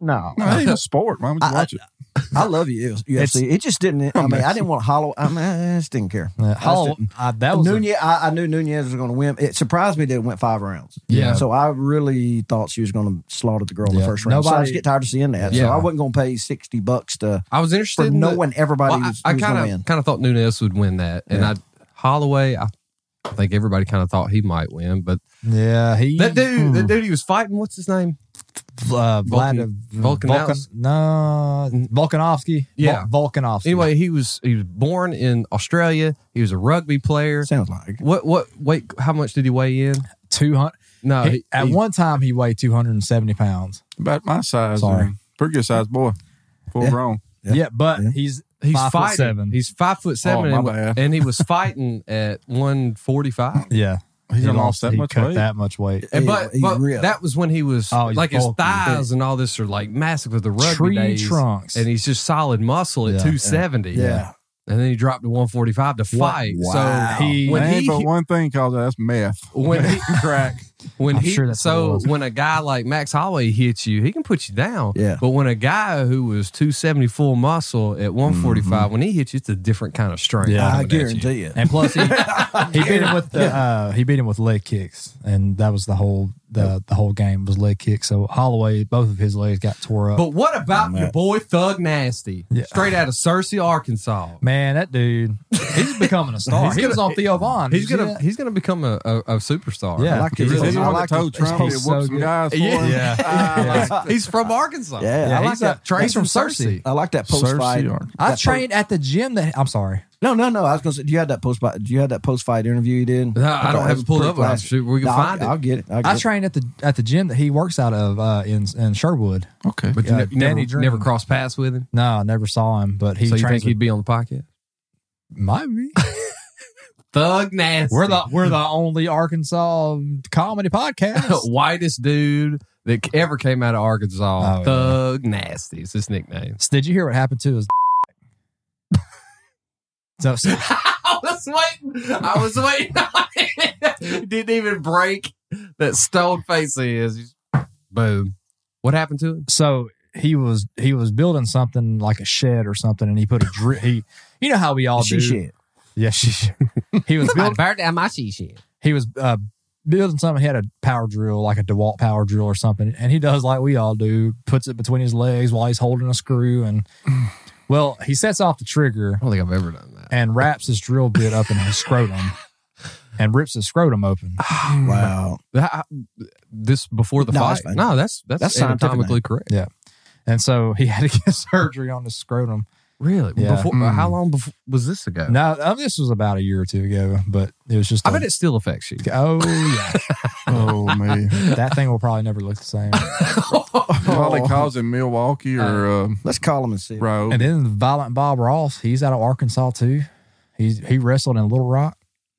[SPEAKER 1] No,
[SPEAKER 3] No, it ain't a sport. Why would you
[SPEAKER 1] I-
[SPEAKER 3] watch it?
[SPEAKER 1] I love you. UFC. It just didn't. I mean, I didn't want to hollow. I, mean, I just didn't care.
[SPEAKER 4] uh, Hall, uh, that was a-
[SPEAKER 1] Nunez, I, I knew Nunez was going to win. It surprised me that it went five rounds.
[SPEAKER 2] Yeah.
[SPEAKER 1] So I really thought she was going to slaughter the girl in
[SPEAKER 4] Yeah.
[SPEAKER 1] the first round. so I
[SPEAKER 4] Nobody-
[SPEAKER 1] just get tired of seeing that. So
[SPEAKER 2] Yeah.
[SPEAKER 1] I wasn't going to pay sixty bucks to
[SPEAKER 2] I was
[SPEAKER 1] for
[SPEAKER 2] interested in the-
[SPEAKER 1] knowing everybody
[SPEAKER 2] Well,
[SPEAKER 1] was,
[SPEAKER 2] I, I
[SPEAKER 1] was going
[SPEAKER 2] kind
[SPEAKER 1] to
[SPEAKER 2] of
[SPEAKER 1] win.
[SPEAKER 2] kind of thought Nunes would win that, and
[SPEAKER 1] Yeah.
[SPEAKER 2] I Holloway. I think everybody kind of thought he might win, but
[SPEAKER 4] yeah he
[SPEAKER 2] that dude,
[SPEAKER 4] Hmm.
[SPEAKER 2] that dude he was fighting. What's his name?
[SPEAKER 4] uh, Vlad,
[SPEAKER 2] Vulcan-
[SPEAKER 4] Vulcan,
[SPEAKER 2] Volkanovs-
[SPEAKER 4] no, Volkanovsky.
[SPEAKER 2] Yeah.
[SPEAKER 4] Vol- Volkanovsky.
[SPEAKER 2] Anyway, he was he was born in Australia. He was a rugby player.
[SPEAKER 1] Sounds like
[SPEAKER 2] What what wait? How much did he weigh in?
[SPEAKER 4] two hundred.
[SPEAKER 2] No, uh, he-
[SPEAKER 4] at
[SPEAKER 2] he-
[SPEAKER 4] one time, he weighed two hundred and seventy pounds.
[SPEAKER 3] About my size.
[SPEAKER 4] Sorry.
[SPEAKER 3] man. Pretty good size boy. Full
[SPEAKER 1] Yeah.
[SPEAKER 3] grown.
[SPEAKER 1] Yeah.
[SPEAKER 4] Yeah, but
[SPEAKER 1] Yeah.
[SPEAKER 4] he's
[SPEAKER 2] he's
[SPEAKER 4] five foot
[SPEAKER 2] fighting.
[SPEAKER 4] seven.
[SPEAKER 2] He's five foot seven,
[SPEAKER 3] Oh, my
[SPEAKER 2] and,
[SPEAKER 3] bad.
[SPEAKER 2] and he was fighting at one forty five.
[SPEAKER 4] yeah,
[SPEAKER 3] He done lost that
[SPEAKER 4] he
[SPEAKER 3] much
[SPEAKER 4] cut
[SPEAKER 3] weight.
[SPEAKER 4] that much weight.
[SPEAKER 2] And
[SPEAKER 1] Yeah,
[SPEAKER 2] but,
[SPEAKER 1] he
[SPEAKER 2] but
[SPEAKER 1] ripped.
[SPEAKER 2] that was when he was
[SPEAKER 4] Oh, he's
[SPEAKER 2] like his
[SPEAKER 4] bulking.
[SPEAKER 2] thighs and all this are like massive with the rugby
[SPEAKER 4] Tree
[SPEAKER 2] days,
[SPEAKER 4] trunks.
[SPEAKER 2] and he's just solid muscle at
[SPEAKER 4] Yeah, yeah,
[SPEAKER 2] two seventy.
[SPEAKER 1] yeah.
[SPEAKER 2] and then he dropped to 145 to fight.
[SPEAKER 1] Wow.
[SPEAKER 2] So
[SPEAKER 4] He-
[SPEAKER 2] when
[SPEAKER 3] Man,
[SPEAKER 2] he
[SPEAKER 3] but one thing calls that that's meth.
[SPEAKER 2] when he
[SPEAKER 3] Crack.
[SPEAKER 2] when
[SPEAKER 4] I'm
[SPEAKER 2] he
[SPEAKER 4] sure that's what it
[SPEAKER 2] so
[SPEAKER 4] was.
[SPEAKER 2] when a guy like Max Holloway hits you, he can put you down.
[SPEAKER 1] Yeah.
[SPEAKER 2] But when a guy who was 274 muscle at 145, when he hits you, it's a different kind of strength.
[SPEAKER 4] Mm-hmm. Yeah.
[SPEAKER 1] I
[SPEAKER 2] coming at you.
[SPEAKER 1] guarantee it.
[SPEAKER 4] And plus, he, he beat him with the uh, he beat him with leg kicks, and that was the whole the the whole game was leg kicks. So Holloway, both of his legs got tore up.
[SPEAKER 2] But what about your
[SPEAKER 1] that.
[SPEAKER 2] boy Thug Nasty,
[SPEAKER 4] Yeah.
[SPEAKER 2] straight out of Searcy, Arkansas?
[SPEAKER 4] Man, that dude, he's becoming a star.
[SPEAKER 2] He's
[SPEAKER 4] he was
[SPEAKER 2] gonna-
[SPEAKER 4] on Theo Vaughn.
[SPEAKER 2] He's
[SPEAKER 4] Did you
[SPEAKER 2] gonna
[SPEAKER 4] see that?
[SPEAKER 2] he's gonna become a, a, a superstar.
[SPEAKER 4] Yeah. I
[SPEAKER 1] like
[SPEAKER 2] He
[SPEAKER 1] it.
[SPEAKER 3] Is he
[SPEAKER 2] really
[SPEAKER 3] the
[SPEAKER 1] I
[SPEAKER 3] one
[SPEAKER 1] like
[SPEAKER 3] that told
[SPEAKER 1] his- his
[SPEAKER 3] Trump he
[SPEAKER 4] post
[SPEAKER 3] whooped
[SPEAKER 4] so
[SPEAKER 3] some
[SPEAKER 4] good.
[SPEAKER 3] guys for
[SPEAKER 2] Yeah.
[SPEAKER 3] him?
[SPEAKER 4] Yeah.
[SPEAKER 3] Ah,
[SPEAKER 2] is. He's from Arkansas.
[SPEAKER 1] Yeah,
[SPEAKER 4] Yeah,
[SPEAKER 1] I like
[SPEAKER 4] he's
[SPEAKER 1] that.
[SPEAKER 4] a-
[SPEAKER 2] Trained
[SPEAKER 4] he's from
[SPEAKER 2] from Searcy.
[SPEAKER 4] Searcy.
[SPEAKER 1] I like that post fight.
[SPEAKER 3] Cersei or-
[SPEAKER 4] I trained at the gym. That I'm sorry.
[SPEAKER 1] No, no, no. I was gonna say, do you have that post? Do you have that post fight interview you did?
[SPEAKER 2] No, I don't have it pulled up.
[SPEAKER 1] Pretty classic.
[SPEAKER 2] Shoot, we can
[SPEAKER 1] No,
[SPEAKER 2] find
[SPEAKER 1] I'll,
[SPEAKER 2] it.
[SPEAKER 1] I'll get it. I'll get
[SPEAKER 4] I
[SPEAKER 1] it.
[SPEAKER 4] trained at the at the gym that he works out of uh, in in Sherwood.
[SPEAKER 3] Okay.
[SPEAKER 2] But you
[SPEAKER 4] Yeah,
[SPEAKER 2] ne- you never,
[SPEAKER 4] Danny Dream.
[SPEAKER 2] never crossed paths with him.
[SPEAKER 4] No, I never saw him, but he
[SPEAKER 2] so you
[SPEAKER 4] trains
[SPEAKER 2] think he'd
[SPEAKER 4] with-
[SPEAKER 2] be on the podcast?
[SPEAKER 4] might be.
[SPEAKER 2] Thug Nasty.
[SPEAKER 4] we're the we're the only Arkansas comedy podcast.
[SPEAKER 2] whitest dude that c- ever came out of Arkansas.
[SPEAKER 4] Oh,
[SPEAKER 2] Thug Nasty is his nickname.
[SPEAKER 4] Did you hear what happened to his? so, so-
[SPEAKER 2] I was waiting. I was waiting. on it. Didn't even break that stone face he is. Boom. What happened to him?
[SPEAKER 4] so he was he was building something like a shed or something, and he put a dri- he. You know how we all
[SPEAKER 1] She
[SPEAKER 4] do.
[SPEAKER 1] shit.
[SPEAKER 4] Yeah, she. He was building.
[SPEAKER 2] burned down my shit.
[SPEAKER 4] he was uh, building something. He had a power drill, like a DeWalt power drill or something, and he does like we all do, puts it between his legs while he's holding a screw, and well, he sets off the trigger
[SPEAKER 2] I don't think I've ever done that.
[SPEAKER 4] and wraps his drill bit up in his scrotum and rips his scrotum open.
[SPEAKER 1] Wow.
[SPEAKER 2] That- this before the
[SPEAKER 1] No, that's
[SPEAKER 2] fight.
[SPEAKER 1] fine.
[SPEAKER 2] no, that's that's,
[SPEAKER 1] That's scientific,
[SPEAKER 2] anatomically correct.
[SPEAKER 4] And so he had to get surgery on his scrotum.
[SPEAKER 2] Really?
[SPEAKER 4] Yeah.
[SPEAKER 2] Before
[SPEAKER 1] Hmm.
[SPEAKER 3] Mm.
[SPEAKER 2] how long before, was this ago?
[SPEAKER 4] Now uh, this was about a year or two ago, but it was just.
[SPEAKER 2] I
[SPEAKER 4] a-
[SPEAKER 2] bet it still affects you.
[SPEAKER 4] Oh yeah,
[SPEAKER 3] Oh man.
[SPEAKER 4] that thing will probably never look the same.
[SPEAKER 3] Probably calls in Milwaukee or Oh. uh,
[SPEAKER 1] Let's call him and see.
[SPEAKER 3] Road.
[SPEAKER 4] And then Violent Bob Ross, he's out of Arkansas too. He's he wrestled in Little Rock,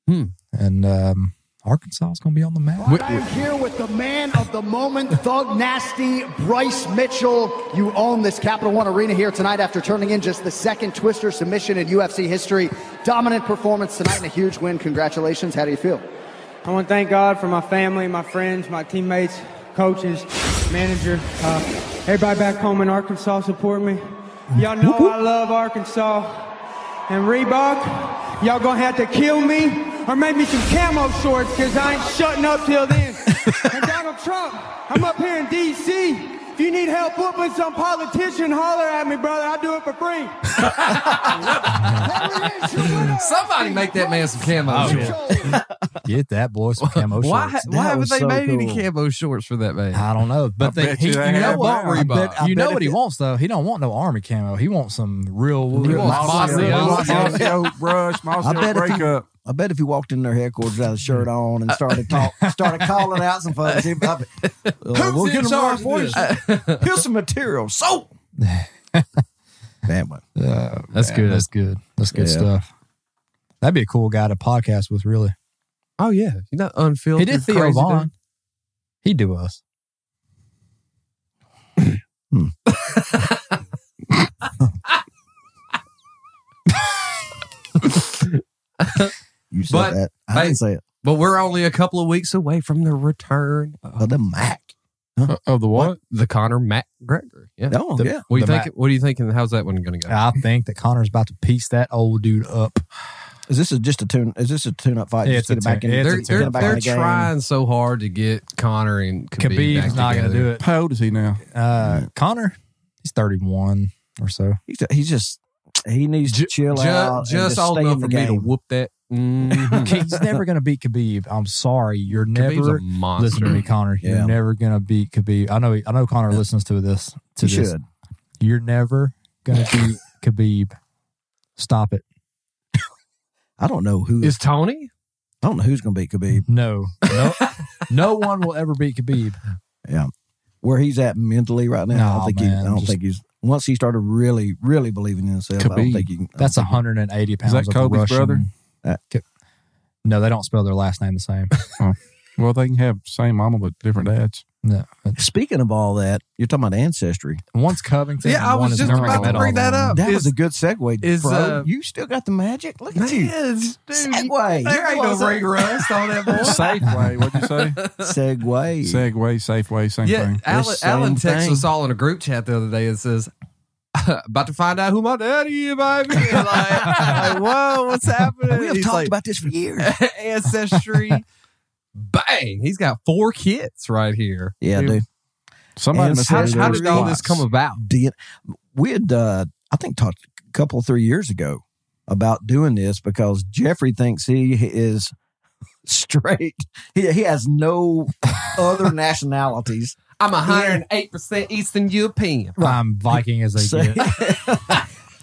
[SPEAKER 2] Hmm.
[SPEAKER 4] and um, Arkansas is going to be on the map.
[SPEAKER 5] I am here with the man of the moment, Thug Nasty, Bryce Mitchell. You own this Capital One Arena here tonight after turning in just the second twister submission in UFC history. Dominant performance tonight and a huge win. Congratulations. How do you feel?
[SPEAKER 6] I want to thank God for my family, my friends, my teammates, coaches, manager, uh, everybody back home in Arkansas supporting me. Y'all know I love Arkansas and Reebok. Y'all gonna have to kill me or make me some camo shorts because I ain't shutting up till then. and Donald Trump, I'm up here in D.C. If you need help whooping some politician, holler at me, brother. I'll do it for free. There it is, your winner,
[SPEAKER 2] Somebody make that man some camo
[SPEAKER 1] Oh,
[SPEAKER 2] shorts.
[SPEAKER 4] Get that boy some camo
[SPEAKER 2] Why,
[SPEAKER 4] shorts.
[SPEAKER 2] why haven't
[SPEAKER 1] was
[SPEAKER 2] they
[SPEAKER 1] so
[SPEAKER 2] made any
[SPEAKER 1] cool.
[SPEAKER 2] camo shorts for that man?
[SPEAKER 4] I don't know, but they,
[SPEAKER 3] bet
[SPEAKER 4] he,
[SPEAKER 3] you
[SPEAKER 4] you
[SPEAKER 3] they have
[SPEAKER 4] know what?
[SPEAKER 2] now. I
[SPEAKER 1] bet- I
[SPEAKER 4] you know
[SPEAKER 1] bet
[SPEAKER 4] what he
[SPEAKER 1] if it-
[SPEAKER 4] wants though. He don't want no army camo. He wants some real.
[SPEAKER 2] He
[SPEAKER 4] real
[SPEAKER 2] wants Mossy
[SPEAKER 4] real-
[SPEAKER 2] Oak.
[SPEAKER 3] Mossy Oak brush,
[SPEAKER 1] I
[SPEAKER 3] Mossy Oak
[SPEAKER 1] bet if you-
[SPEAKER 3] breakup.
[SPEAKER 1] I bet if he walked in their headquarters without a shirt on and started talk, started calling out some folks, he, I, bet- uh, we'll
[SPEAKER 2] in
[SPEAKER 1] get him
[SPEAKER 2] charge
[SPEAKER 1] right
[SPEAKER 2] of
[SPEAKER 1] for you. Here's some material. So that one.
[SPEAKER 2] That's good.
[SPEAKER 4] That's good. That's good
[SPEAKER 1] Yeah.
[SPEAKER 4] stuff. That'd be a cool guy to podcast with. Really,
[SPEAKER 2] oh yeah, you're not unfiltered.
[SPEAKER 4] he did Theo
[SPEAKER 2] crazy
[SPEAKER 4] Vaughn. He do us.
[SPEAKER 1] You said
[SPEAKER 2] But-
[SPEAKER 1] that. I
[SPEAKER 2] hey.
[SPEAKER 1] didn't say it.
[SPEAKER 2] dude. But we're only a couple of weeks away from the return
[SPEAKER 1] Oh, the Mac.
[SPEAKER 3] Of the what?
[SPEAKER 2] the Connor McGregor. Yeah.
[SPEAKER 1] Oh,
[SPEAKER 2] The-
[SPEAKER 1] yeah.
[SPEAKER 2] What do you
[SPEAKER 4] The
[SPEAKER 2] think? What do you thinking? How's that one going to go?
[SPEAKER 4] I think that Connor's about to piece that old dude up.
[SPEAKER 1] Is this a, just a tune? Is this a tune-up fight?
[SPEAKER 4] Yeah,
[SPEAKER 1] just
[SPEAKER 4] it's a
[SPEAKER 1] get it back
[SPEAKER 4] tune- it's
[SPEAKER 1] in.
[SPEAKER 4] a
[SPEAKER 2] they're
[SPEAKER 1] get it
[SPEAKER 2] they're,
[SPEAKER 1] back in
[SPEAKER 2] they're
[SPEAKER 1] the game?
[SPEAKER 2] trying so hard to get Connor and Khabib.
[SPEAKER 4] Khabib's
[SPEAKER 2] back
[SPEAKER 4] not going to
[SPEAKER 2] together.
[SPEAKER 4] do it.
[SPEAKER 3] How old is he now?
[SPEAKER 4] Uh, Connor, he's thirty-one or so.
[SPEAKER 1] He's, he's just he needs to chill
[SPEAKER 2] Ju-
[SPEAKER 1] out.
[SPEAKER 2] Just,
[SPEAKER 1] and just
[SPEAKER 2] all
[SPEAKER 1] stay
[SPEAKER 2] enough
[SPEAKER 1] in
[SPEAKER 2] for
[SPEAKER 1] the
[SPEAKER 2] me to
[SPEAKER 1] game.
[SPEAKER 2] whoop that. Mhm.
[SPEAKER 4] He's never going to beat Khabib. I'm sorry, you're
[SPEAKER 2] Khabib's
[SPEAKER 4] never
[SPEAKER 2] a monster.
[SPEAKER 4] Listen to me, Connor.
[SPEAKER 1] Yeah.
[SPEAKER 4] You're never gonna beat Khabib. I know. I know. Connor listens to this. To
[SPEAKER 1] He
[SPEAKER 4] this.
[SPEAKER 1] should.
[SPEAKER 4] You're never gonna beat Khabib. Stop it.
[SPEAKER 1] I don't know who.
[SPEAKER 2] Is Tony?
[SPEAKER 1] I don't know who's going to beat Khabib.
[SPEAKER 4] No. No. no one will ever beat Khabib.
[SPEAKER 1] Where he's at mentally right now, I
[SPEAKER 4] Nah,
[SPEAKER 1] don't think. he,
[SPEAKER 4] man,
[SPEAKER 1] I don't
[SPEAKER 4] just-
[SPEAKER 1] think he's. Once he started really, really believing in himself, I don't
[SPEAKER 3] Khabib.
[SPEAKER 1] think he. uh, can-
[SPEAKER 4] That's 180 pounds.
[SPEAKER 3] that
[SPEAKER 4] of
[SPEAKER 3] Kobe's
[SPEAKER 4] Russian-
[SPEAKER 3] brother?
[SPEAKER 1] Uh,
[SPEAKER 4] K- no, they don't spell their last name the same.
[SPEAKER 3] Well, they can have same mama but different dads.
[SPEAKER 4] No. But
[SPEAKER 1] Speaking of all that, you're talking about ancestry.
[SPEAKER 4] One's Covington.
[SPEAKER 2] Yeah,
[SPEAKER 4] and
[SPEAKER 2] I
[SPEAKER 4] one
[SPEAKER 2] was
[SPEAKER 4] is
[SPEAKER 2] just
[SPEAKER 4] Norman.
[SPEAKER 2] about to
[SPEAKER 4] That all
[SPEAKER 2] bring that
[SPEAKER 4] along.
[SPEAKER 2] up.
[SPEAKER 1] That
[SPEAKER 2] Uh, Is-
[SPEAKER 1] was a good segue.
[SPEAKER 2] is,
[SPEAKER 1] bro,
[SPEAKER 2] uh,
[SPEAKER 1] you still got the magic. Look at you.
[SPEAKER 2] Yes, dude.
[SPEAKER 1] Segway.
[SPEAKER 2] There ain't no ring rust on that boy.
[SPEAKER 3] Safeway, what'd you say?
[SPEAKER 1] Segway.
[SPEAKER 3] Segway, Safeway, same
[SPEAKER 2] Yeah,
[SPEAKER 3] thing.
[SPEAKER 2] Alan,
[SPEAKER 1] It's
[SPEAKER 2] Alan
[SPEAKER 1] same
[SPEAKER 2] texts
[SPEAKER 1] thing.
[SPEAKER 2] us all in a group chat the other day and says, "About to find out who my daddy is, baby." Like, like, whoa, what's happening?
[SPEAKER 1] we have
[SPEAKER 2] He's
[SPEAKER 1] talked
[SPEAKER 2] like,
[SPEAKER 1] about this for years.
[SPEAKER 2] ancestry. Bang! He's got four kids right here.
[SPEAKER 1] Yeah, dude.
[SPEAKER 3] Somebody
[SPEAKER 1] And
[SPEAKER 3] must
[SPEAKER 2] How,
[SPEAKER 1] Says
[SPEAKER 2] how
[SPEAKER 1] there's
[SPEAKER 2] did all this
[SPEAKER 1] twice.
[SPEAKER 2] come about?
[SPEAKER 1] did we had uh, I think talked a couple three years ago about doing this because Jeffrey thinks he is straight. He, he has no other nationalities.
[SPEAKER 2] I'm a hundred and eight percent Eastern European.
[SPEAKER 4] I'm Viking as
[SPEAKER 1] So-
[SPEAKER 4] they get.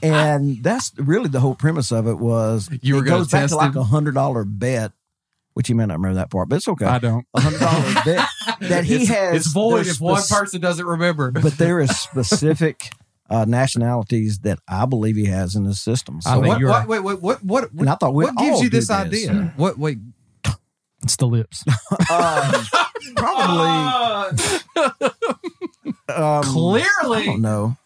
[SPEAKER 1] and that's really the whole premise of it was
[SPEAKER 2] You were
[SPEAKER 1] it
[SPEAKER 2] gonna
[SPEAKER 1] goes back
[SPEAKER 2] test
[SPEAKER 1] to like
[SPEAKER 2] him?
[SPEAKER 1] a hundred dollar bet, which you may not remember that part, but it's
[SPEAKER 3] I
[SPEAKER 1] okay.
[SPEAKER 3] don't.
[SPEAKER 1] A hundred dollar bet that he
[SPEAKER 2] it's,
[SPEAKER 1] has
[SPEAKER 2] It's void
[SPEAKER 1] the
[SPEAKER 2] if one
[SPEAKER 1] spec-
[SPEAKER 2] person doesn't remember.
[SPEAKER 1] but there is specific uh, nationalities that I believe he has in his system. So
[SPEAKER 4] I think
[SPEAKER 2] what,
[SPEAKER 4] you're
[SPEAKER 2] what, wait, wait, what, what,
[SPEAKER 1] And I
[SPEAKER 2] what,
[SPEAKER 1] thought we'd
[SPEAKER 2] gives you
[SPEAKER 1] all do
[SPEAKER 2] this,
[SPEAKER 1] this.
[SPEAKER 2] idea? What, wait,
[SPEAKER 4] It's the lips.
[SPEAKER 1] um, probably
[SPEAKER 2] Uh,
[SPEAKER 1] um, I
[SPEAKER 2] clearly,
[SPEAKER 1] don't know.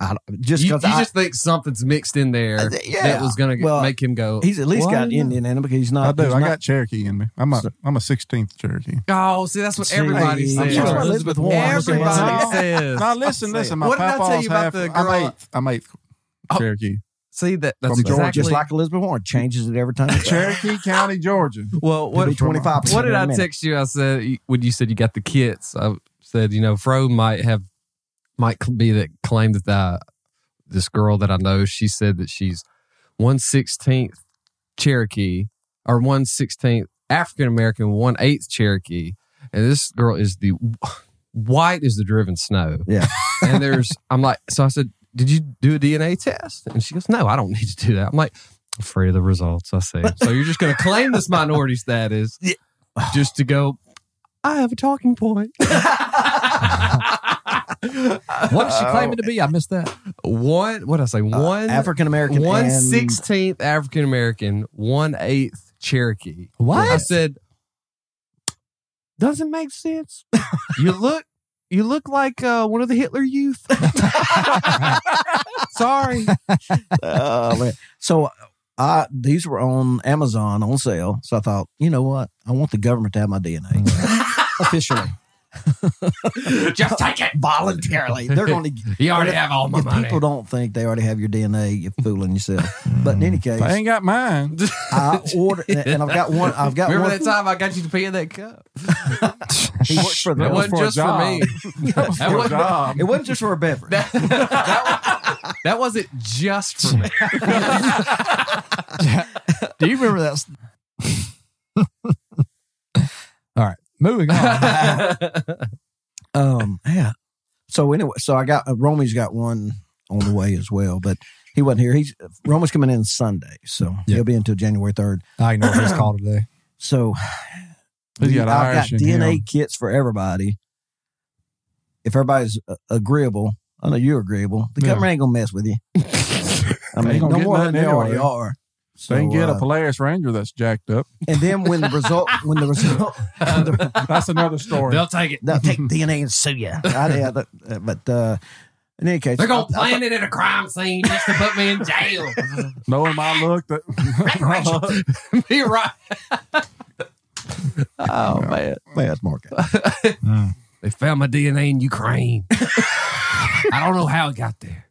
[SPEAKER 1] I don't, just
[SPEAKER 2] you, you
[SPEAKER 1] because I
[SPEAKER 2] just think something's mixed in there
[SPEAKER 1] Uh, th- yeah.
[SPEAKER 2] that was going to
[SPEAKER 1] Well,
[SPEAKER 2] make him go.
[SPEAKER 1] he's at least
[SPEAKER 4] Well,
[SPEAKER 1] got
[SPEAKER 4] yeah.
[SPEAKER 1] Indian in him because he's not.
[SPEAKER 3] I do.
[SPEAKER 1] Uh, he's
[SPEAKER 3] I
[SPEAKER 1] not-
[SPEAKER 3] got Cherokee in me. I'm a I'm a sixteenth Cherokee.
[SPEAKER 2] Oh, see, that's what
[SPEAKER 1] See,
[SPEAKER 2] everybody
[SPEAKER 1] hey,
[SPEAKER 2] says.
[SPEAKER 1] I'm sorry, Elizabeth Warren.
[SPEAKER 2] Everybody
[SPEAKER 3] No.
[SPEAKER 2] says.
[SPEAKER 3] Now listen, listen. My
[SPEAKER 2] What did I tell
[SPEAKER 3] papa's
[SPEAKER 2] you about
[SPEAKER 3] half-
[SPEAKER 2] the
[SPEAKER 3] I'm
[SPEAKER 2] girl-
[SPEAKER 3] eighth. I'm eighth
[SPEAKER 2] Oh.
[SPEAKER 3] Cherokee.
[SPEAKER 2] See that? That's
[SPEAKER 3] From Georgia,
[SPEAKER 1] George,
[SPEAKER 2] exactly.
[SPEAKER 1] just like Elizabeth Warren, changes it every time.
[SPEAKER 3] Cherokee County, Georgia.
[SPEAKER 2] well,
[SPEAKER 1] Could be
[SPEAKER 2] what,
[SPEAKER 1] twenty five.
[SPEAKER 2] what did I text you? I said when you said you got the kits. I said you know Fro might have might cl- be that claim that uh, this girl that I know she said that she's one sixteenth Cherokee or one sixteenth African American, one eighth Cherokee, and this girl is the white as the driven snow.
[SPEAKER 1] Yeah.
[SPEAKER 2] and there's I'm like so I said. Did you do a DNA test? And she goes, No, I don't need to do that. I'm like, afraid of the results. I say. So you're just going to claim this minority status
[SPEAKER 1] Yeah.
[SPEAKER 2] just to go. I have a talking point.
[SPEAKER 4] What is she claiming to be? I missed that.
[SPEAKER 2] one, what I say? One
[SPEAKER 1] Uh, African American,
[SPEAKER 2] one
[SPEAKER 1] and-
[SPEAKER 2] sixteenth African American, one eighth Cherokee.
[SPEAKER 4] What?
[SPEAKER 2] I said doesn't make sense. you look you look like uh, one of the Hitler Youth. Sorry.
[SPEAKER 1] Oh, man. So I these were on Amazon on sale. So I thought, you know what? I want the government to have my DNA officially. Just take it voluntarily. They're going to.
[SPEAKER 2] You already have all my
[SPEAKER 1] If
[SPEAKER 2] money.
[SPEAKER 1] people don't think they already have your DNA, you're fooling yourself. But in any case,
[SPEAKER 3] I ain't got mine.
[SPEAKER 1] I ordered, and I've got one. I've got
[SPEAKER 2] Remember
[SPEAKER 1] one.
[SPEAKER 2] that time I got you to pee in that cup?
[SPEAKER 1] He worked for
[SPEAKER 2] That
[SPEAKER 1] them.
[SPEAKER 2] wasn't
[SPEAKER 3] for a
[SPEAKER 2] just for me. That
[SPEAKER 3] Your
[SPEAKER 2] wasn't,
[SPEAKER 3] job.
[SPEAKER 1] It wasn't just for a beverage.
[SPEAKER 2] that, that was- that wasn't just for me.
[SPEAKER 4] Do you remember that? All right, moving on.
[SPEAKER 1] Um, yeah. So anyway, so I got uh, Romy's got one on the way as well, but he wasn't here. He's Romy's coming in Sunday, so he'll be until January third.
[SPEAKER 4] I know what it's called today.
[SPEAKER 1] So
[SPEAKER 3] He's got
[SPEAKER 1] I've got
[SPEAKER 3] Irish in
[SPEAKER 1] DNA
[SPEAKER 3] him.
[SPEAKER 1] kits for everybody. If everybody's uh, agreeable, I know you're agreeable. The
[SPEAKER 3] Yeah.
[SPEAKER 1] government ain't gonna mess with you. I mean,
[SPEAKER 3] ain't gonna
[SPEAKER 1] no
[SPEAKER 3] get
[SPEAKER 1] more than
[SPEAKER 3] nothing
[SPEAKER 1] they already
[SPEAKER 3] anyway.
[SPEAKER 1] are. So,
[SPEAKER 3] They can get a
[SPEAKER 1] uh,
[SPEAKER 3] Polaris Ranger that's jacked up.
[SPEAKER 1] and then when the result, when the result,
[SPEAKER 3] That's another story.
[SPEAKER 2] They'll take it.
[SPEAKER 1] they'll take DNA and sue you. I, yeah, that- uh, but uh, in any case,
[SPEAKER 2] They're gonna
[SPEAKER 1] I- I-
[SPEAKER 2] plan it at a crime scene just to put me in jail.
[SPEAKER 3] Knowing my look, that
[SPEAKER 2] Be right.
[SPEAKER 1] oh man, that's market.
[SPEAKER 2] They found my DNA in Ukraine. I don't know how it got there.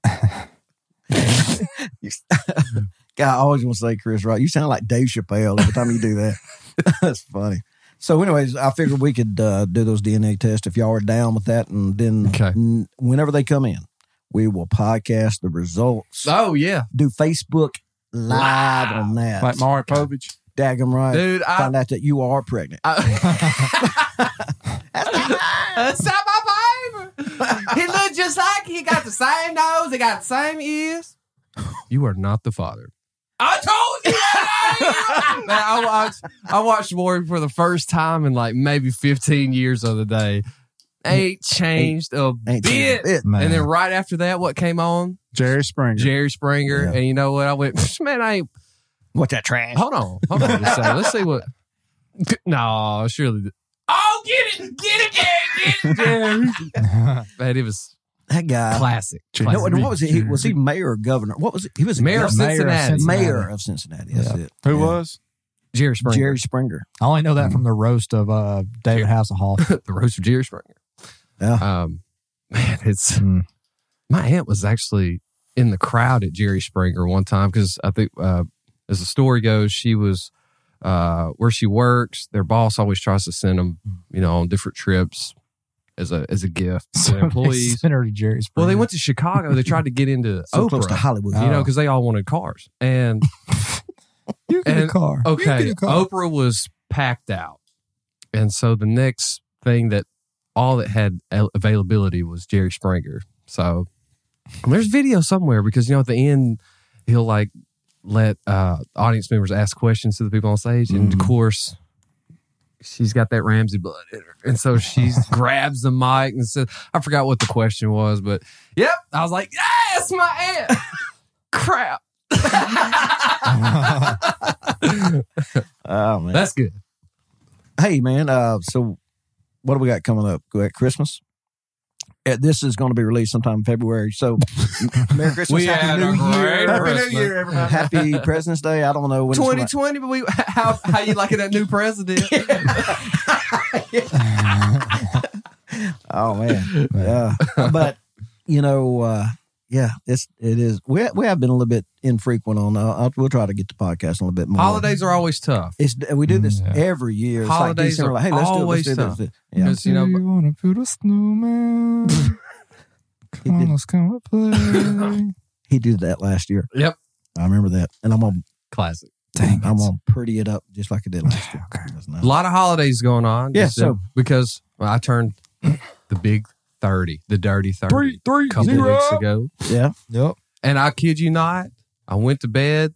[SPEAKER 1] God, I always want to say Chris Rock. You sound like Dave Chappelle every time you do that. That's funny. So, anyways, I figured we could uh, do those DNA tests if y'all are down with that, and then
[SPEAKER 2] Okay.
[SPEAKER 1] n- whenever they come in, we will podcast the results.
[SPEAKER 2] Oh yeah,
[SPEAKER 1] Do Facebook live on that.
[SPEAKER 3] like Mari Povich.
[SPEAKER 1] Daggum right,
[SPEAKER 2] dude. I,
[SPEAKER 1] Find out that you are pregnant.
[SPEAKER 2] I- that's not my behavior. He looked just like he got the same nose. He got the same ears. You are not the father. I told you. I am! Man, I watched I watched Warrior for the first time in like maybe 15 years the other day. Ain't changed a
[SPEAKER 1] Ain't
[SPEAKER 2] bit.
[SPEAKER 1] it.
[SPEAKER 4] Man.
[SPEAKER 2] And then right after that, what came on?
[SPEAKER 3] Jerry Springer.
[SPEAKER 2] Jerry Springer.
[SPEAKER 1] Yeah.
[SPEAKER 2] And you know what? I went, "Psh, man, I ain't.
[SPEAKER 1] What that trash?
[SPEAKER 2] Hold on. Hold on. Just say, let's see what. No, surely. th- Oh, get it. Get it, Jerry. Get it, Jerry. man, it was
[SPEAKER 1] That
[SPEAKER 2] Uh,
[SPEAKER 1] guy.
[SPEAKER 2] classic.
[SPEAKER 3] Jerry.
[SPEAKER 1] No,
[SPEAKER 2] classic.
[SPEAKER 1] and what was he? he- Was he mayor or governor? What was it? He was a
[SPEAKER 2] Mayor of
[SPEAKER 1] governor.
[SPEAKER 4] Mayor of
[SPEAKER 2] Cincinnati.
[SPEAKER 4] Cincinnati.
[SPEAKER 1] Mayor of Cincinnati. That's it.
[SPEAKER 3] Who
[SPEAKER 1] Yeah.
[SPEAKER 3] was?
[SPEAKER 2] Jerry Springer.
[SPEAKER 1] Jerry Springer.
[SPEAKER 4] I only know that from the roast of uh, David Hasselhoff.
[SPEAKER 2] the roast of Jerry Springer.
[SPEAKER 1] Yeah. Hmm.
[SPEAKER 2] Um, man, it's
[SPEAKER 4] Mm.
[SPEAKER 2] my aunt was actually in the crowd at Jerry Springer one time because I think, uh, as the story goes, she was uh, where she works. Their boss always tries to send them, you know, on different trips as a as a gift to
[SPEAKER 4] So
[SPEAKER 2] their employees.
[SPEAKER 4] Senator Jerry Springer.
[SPEAKER 2] Well, they went to Chicago. They tried to get into
[SPEAKER 1] So
[SPEAKER 2] Oprah,
[SPEAKER 1] close to Hollywood.
[SPEAKER 2] you know,
[SPEAKER 4] Oh.
[SPEAKER 2] because they all wanted cars. And
[SPEAKER 4] You get a
[SPEAKER 2] and-
[SPEAKER 4] car. You
[SPEAKER 2] Okay.
[SPEAKER 4] get a car.
[SPEAKER 2] Oprah was packed out. And so the next thing that all that had a- availability was Jerry Springer. So and there's video somewhere because, you know, at the end, he'll like let uh, audience members ask questions to the people on stage. And of course, she's got that Ramsey blood in her. And so she grabs the mic and says, I forgot what the question was, but yep. I was like, yes, my aunt. Crap.
[SPEAKER 1] Oh man.
[SPEAKER 2] That's good.
[SPEAKER 1] hey man uh so what do we got coming up Go at christmas Uh, this is going to be released sometime in february so merry christmas happy new year
[SPEAKER 3] Happy New Year, everybody.
[SPEAKER 1] happy president's day i don't know when it's gonna-
[SPEAKER 2] 2020, but we how how you liking that new president?
[SPEAKER 1] oh man yeah but you know uh yeah it's it is we, we have been a little bit infrequent on uh, I'll, we'll try to get the podcast a little bit more
[SPEAKER 2] Holidays are always tough
[SPEAKER 1] it's we do this
[SPEAKER 4] Yeah.
[SPEAKER 1] every year it's like
[SPEAKER 2] Holidays
[SPEAKER 1] December,
[SPEAKER 2] are
[SPEAKER 1] like, hey let's do it
[SPEAKER 2] always
[SPEAKER 1] let's do this,
[SPEAKER 2] tough.
[SPEAKER 1] this yeah
[SPEAKER 2] because you know
[SPEAKER 4] you wanna build a snowman?
[SPEAKER 1] He
[SPEAKER 4] come on,
[SPEAKER 1] did-
[SPEAKER 4] let's come and play.
[SPEAKER 1] he did that last year
[SPEAKER 2] Yep.
[SPEAKER 1] i remember that and i'm gonna
[SPEAKER 2] classic.
[SPEAKER 4] Dang,
[SPEAKER 1] i'm
[SPEAKER 4] it.
[SPEAKER 1] gonna pretty it up just like i did last year
[SPEAKER 4] Okay.
[SPEAKER 1] That's nice.
[SPEAKER 2] A lot of holidays going on.
[SPEAKER 1] Yeah,
[SPEAKER 2] Just,
[SPEAKER 1] so-
[SPEAKER 2] uh, because well, I turned the big thirty, the dirty thirty,
[SPEAKER 3] Three, three,
[SPEAKER 2] a couple
[SPEAKER 3] zero.
[SPEAKER 2] weeks ago,
[SPEAKER 1] yeah
[SPEAKER 4] Yep.
[SPEAKER 2] and I kid you not, I went to bed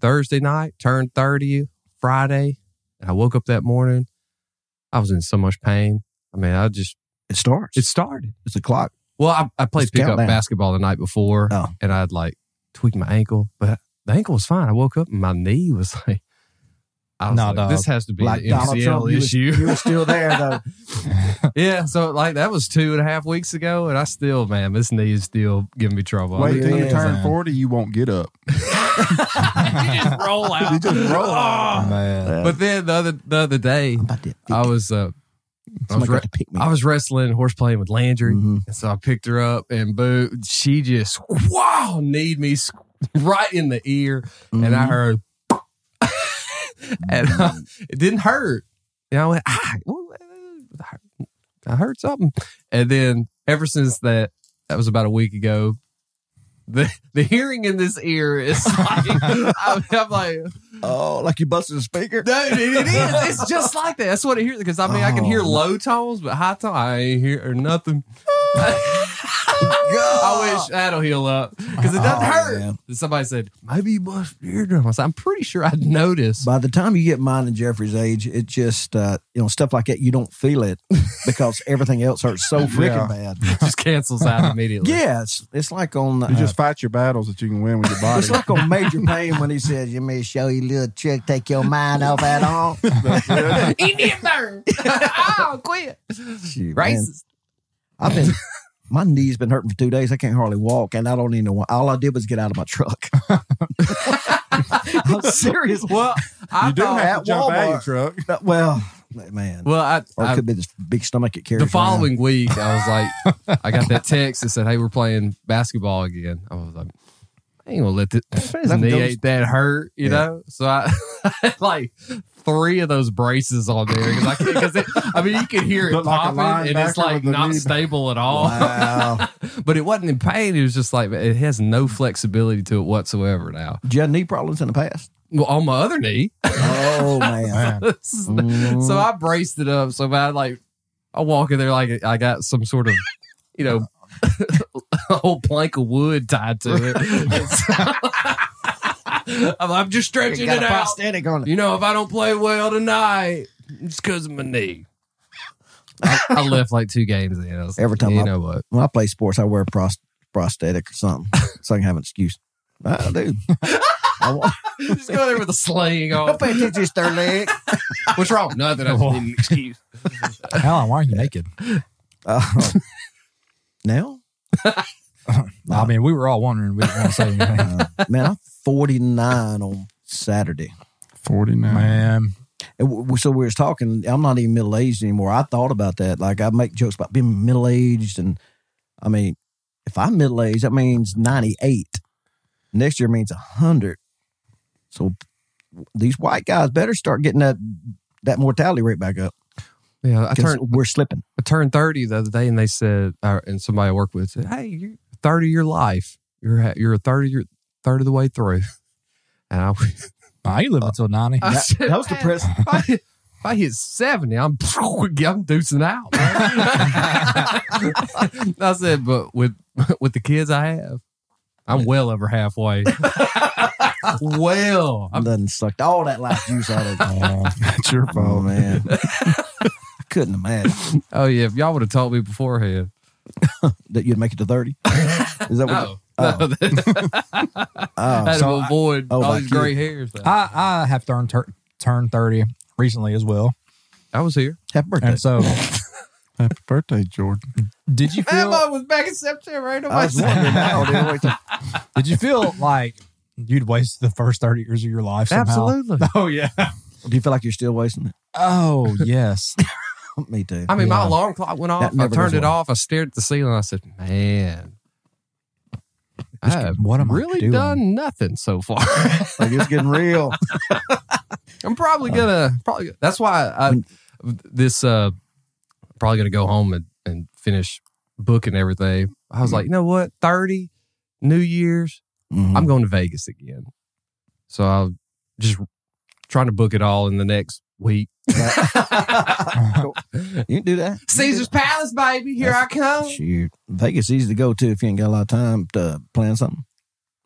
[SPEAKER 2] Thursday night, turned thirty Friday, and I woke up that morning. I was in so much pain. I mean, I just
[SPEAKER 1] It starts.
[SPEAKER 2] it started.
[SPEAKER 1] it's a clock.
[SPEAKER 2] Well, I, I played
[SPEAKER 1] It's
[SPEAKER 2] pickup
[SPEAKER 1] countdown.
[SPEAKER 2] basketball the night before,
[SPEAKER 1] Oh.
[SPEAKER 2] and I'd like tweaked my ankle, but the ankle was fine. I woke up and my knee was like I was
[SPEAKER 4] Nah,
[SPEAKER 2] like,
[SPEAKER 4] dog.
[SPEAKER 2] this has to be
[SPEAKER 1] Like
[SPEAKER 2] an
[SPEAKER 1] Donald
[SPEAKER 2] MCL
[SPEAKER 1] Trump, you was-
[SPEAKER 2] issue.
[SPEAKER 1] you were still there though.
[SPEAKER 2] yeah, so like that was two and a half weeks ago, and I still, man, this knee is still giving me trouble.
[SPEAKER 3] Wait till you
[SPEAKER 1] yeah,
[SPEAKER 3] turn
[SPEAKER 4] man.
[SPEAKER 3] 40, you won't get up.
[SPEAKER 2] roll out.
[SPEAKER 3] You just roll out.
[SPEAKER 4] Man.
[SPEAKER 2] But then the other the other day,
[SPEAKER 1] About that thick.
[SPEAKER 2] I was uh, I was,
[SPEAKER 1] Somebody
[SPEAKER 2] re-
[SPEAKER 1] got to pick me.
[SPEAKER 2] I was wrestling horse playing with Landry,
[SPEAKER 1] Mhm.
[SPEAKER 2] and so I picked her up, and boo, she just wow kneed me s- right in the ear, and I heard, and uh, it didn't hurt. And I went, ah, ooh, uh, I heard something, and then ever since that, that was about a week ago. The, the hearing in this ear is like I'm, I'm like
[SPEAKER 1] oh, like you busted a speaker.
[SPEAKER 2] no, it, it is. It's just like that. That's what I hear. Because I mean, I can hear
[SPEAKER 1] Oh.
[SPEAKER 2] low tones, but high tone, I ain't hear or nothing. I wish that'll heal up because it doesn't
[SPEAKER 1] Oh,
[SPEAKER 2] hurt.
[SPEAKER 1] yeah.
[SPEAKER 2] And Somebody said maybe you bust your eardrum. I said, I'm pretty sure I'd notice.
[SPEAKER 1] By the time you get mine and Jeffrey's age, it just uh, you know stuff like that. You don't feel it because everything else hurts so freaking bad.
[SPEAKER 2] It just cancels out immediately.
[SPEAKER 1] Yeah, it's, it's like on
[SPEAKER 3] You
[SPEAKER 1] uh,
[SPEAKER 3] just fight your battles that you can win with your body.
[SPEAKER 1] It's like on Major Payne when he says, "You may show you a little trick, take your mind off at all."
[SPEAKER 2] Eat it there. oh, quit.
[SPEAKER 1] Shoot, man.
[SPEAKER 2] Racist.
[SPEAKER 1] I've been my knee's been hurting for two days. I can't hardly walk, and I don't even know why. All I did was get out of my truck. I'm serious.
[SPEAKER 2] Well, I
[SPEAKER 3] you do
[SPEAKER 2] thought-
[SPEAKER 3] have
[SPEAKER 1] at
[SPEAKER 3] to jump out your truck.
[SPEAKER 1] Walmart. But- Well, man.
[SPEAKER 2] Well, I,
[SPEAKER 1] or it
[SPEAKER 2] I
[SPEAKER 1] could be this big stomach it carries.
[SPEAKER 2] the
[SPEAKER 1] around.
[SPEAKER 2] following week, I was like, I got that text that said, "Hey, we're playing basketball again." I was like, "I ain't gonna let this his
[SPEAKER 1] him
[SPEAKER 2] knee
[SPEAKER 1] go.
[SPEAKER 2] ain't that hurt," you
[SPEAKER 1] Yeah.
[SPEAKER 2] know. So I had like three of those braces on there because I because I mean you could hear it
[SPEAKER 3] Looked like a
[SPEAKER 2] popping and
[SPEAKER 3] linebacker
[SPEAKER 2] it's like
[SPEAKER 3] with a
[SPEAKER 2] not
[SPEAKER 3] knee-
[SPEAKER 2] stable at all.
[SPEAKER 1] Wow.
[SPEAKER 2] but it wasn't in pain. It was just like it has no flexibility to it whatsoever now.
[SPEAKER 1] Did you have knee problems in the past?
[SPEAKER 2] Well, on my other knee,
[SPEAKER 1] Oh man.
[SPEAKER 4] Man.
[SPEAKER 1] Mm-hmm.
[SPEAKER 2] so I braced it up so bad. Like I walk in there like I got some sort of, you know, a whole plank of wood tied to it. I'm, I'm just stretching
[SPEAKER 1] got
[SPEAKER 2] it
[SPEAKER 1] a
[SPEAKER 2] out.
[SPEAKER 1] prosthetic on it.
[SPEAKER 2] You know, if I don't play well tonight, it's because of my knee. I, I left like two games in. I was
[SPEAKER 1] Every
[SPEAKER 2] like,
[SPEAKER 1] time
[SPEAKER 2] you
[SPEAKER 1] I-
[SPEAKER 2] know what?
[SPEAKER 1] When I play sports, I wear a pros- prosthetic or something so I can have an excuse. I do. I wa-
[SPEAKER 2] Just go there with a sling on.
[SPEAKER 1] Don't pay attention to his third leg.
[SPEAKER 2] What's wrong? Nothing. I just need an excuse.
[SPEAKER 4] Alan, why are you naked?
[SPEAKER 1] Uh, now,
[SPEAKER 4] I mean, we were all wondering. We didn't want to say anything.
[SPEAKER 1] uh, man, I'm 49 on Saturday.
[SPEAKER 3] 49.
[SPEAKER 4] Man,
[SPEAKER 1] And w- w- so we was talking. I'm not even middle aged anymore. I thought about that. Like I make jokes about being middle aged, and I mean, if I'm middle aged, that means 98. Next year means 100. So these white guys better start getting that that mortality rate back up
[SPEAKER 2] Yeah, I
[SPEAKER 1] because
[SPEAKER 2] turned
[SPEAKER 1] we're slipping.
[SPEAKER 2] I turned 30 the other day and they said, uh, and somebody I work with said, Hey, you're 30 of your life. You're, ha- you're a third of, your, third of the way through. And I,
[SPEAKER 4] oh, you live until ninety.
[SPEAKER 2] I
[SPEAKER 1] That,
[SPEAKER 2] said,
[SPEAKER 1] that was
[SPEAKER 2] "Man,
[SPEAKER 1] depressing.
[SPEAKER 2] If I, hit- if I hit 70, I'm, I'm deucing out. man." I said, but with, with the kids I have, I'm well over halfway. well, I'm,
[SPEAKER 1] Doesn't suck all that life juice out of it.
[SPEAKER 3] That's your fault.
[SPEAKER 1] Oh man, couldn't imagine.
[SPEAKER 2] oh yeah, if y'all would have told me beforehand.
[SPEAKER 1] that you'd make it to 30? Is that what
[SPEAKER 2] No,
[SPEAKER 1] Oh.
[SPEAKER 2] no, that-
[SPEAKER 1] Oh,
[SPEAKER 2] I had
[SPEAKER 4] So
[SPEAKER 2] to
[SPEAKER 4] I-
[SPEAKER 2] avoid
[SPEAKER 1] oh,
[SPEAKER 2] all
[SPEAKER 1] my
[SPEAKER 2] these
[SPEAKER 1] kid.
[SPEAKER 2] gray hairs.
[SPEAKER 4] I, I have turned tur- turned thirty recently as well,
[SPEAKER 2] I was here.
[SPEAKER 1] happy birthday.
[SPEAKER 4] and so
[SPEAKER 3] Happy birthday, Jordan.
[SPEAKER 4] did you feel?
[SPEAKER 2] was back in September. Ain't
[SPEAKER 1] I was wondering how they always
[SPEAKER 4] Did you feel like you'd waste the first thirty years of your life? Somehow?
[SPEAKER 2] Absolutely.
[SPEAKER 4] Oh yeah.
[SPEAKER 1] Do you feel like you're still wasting it? Oh,
[SPEAKER 4] Oh yes.
[SPEAKER 1] Me too.
[SPEAKER 2] I mean, my
[SPEAKER 4] Yeah.
[SPEAKER 2] alarm clock went off.
[SPEAKER 1] That
[SPEAKER 2] I
[SPEAKER 1] never
[SPEAKER 2] turned
[SPEAKER 1] goes
[SPEAKER 2] it
[SPEAKER 1] well.
[SPEAKER 2] off. I stared at the ceiling. I said, "Man, I've
[SPEAKER 4] what am I
[SPEAKER 2] really
[SPEAKER 4] doing?
[SPEAKER 2] done nothing so far.
[SPEAKER 1] like it's getting real.
[SPEAKER 2] I'm probably gonna probably. That's why I this uh probably gonna go home and and finish booking everything. I was like, you know what, thirty, New Year's,
[SPEAKER 1] Mm-hmm.
[SPEAKER 2] I'm going to Vegas again. So I'm just trying to book it all in the next week.
[SPEAKER 1] you can do that.
[SPEAKER 2] Caesar's Palace, baby. Here I come.
[SPEAKER 1] Shoot. Vegas easy to go to if you ain't got a lot of time to plan something.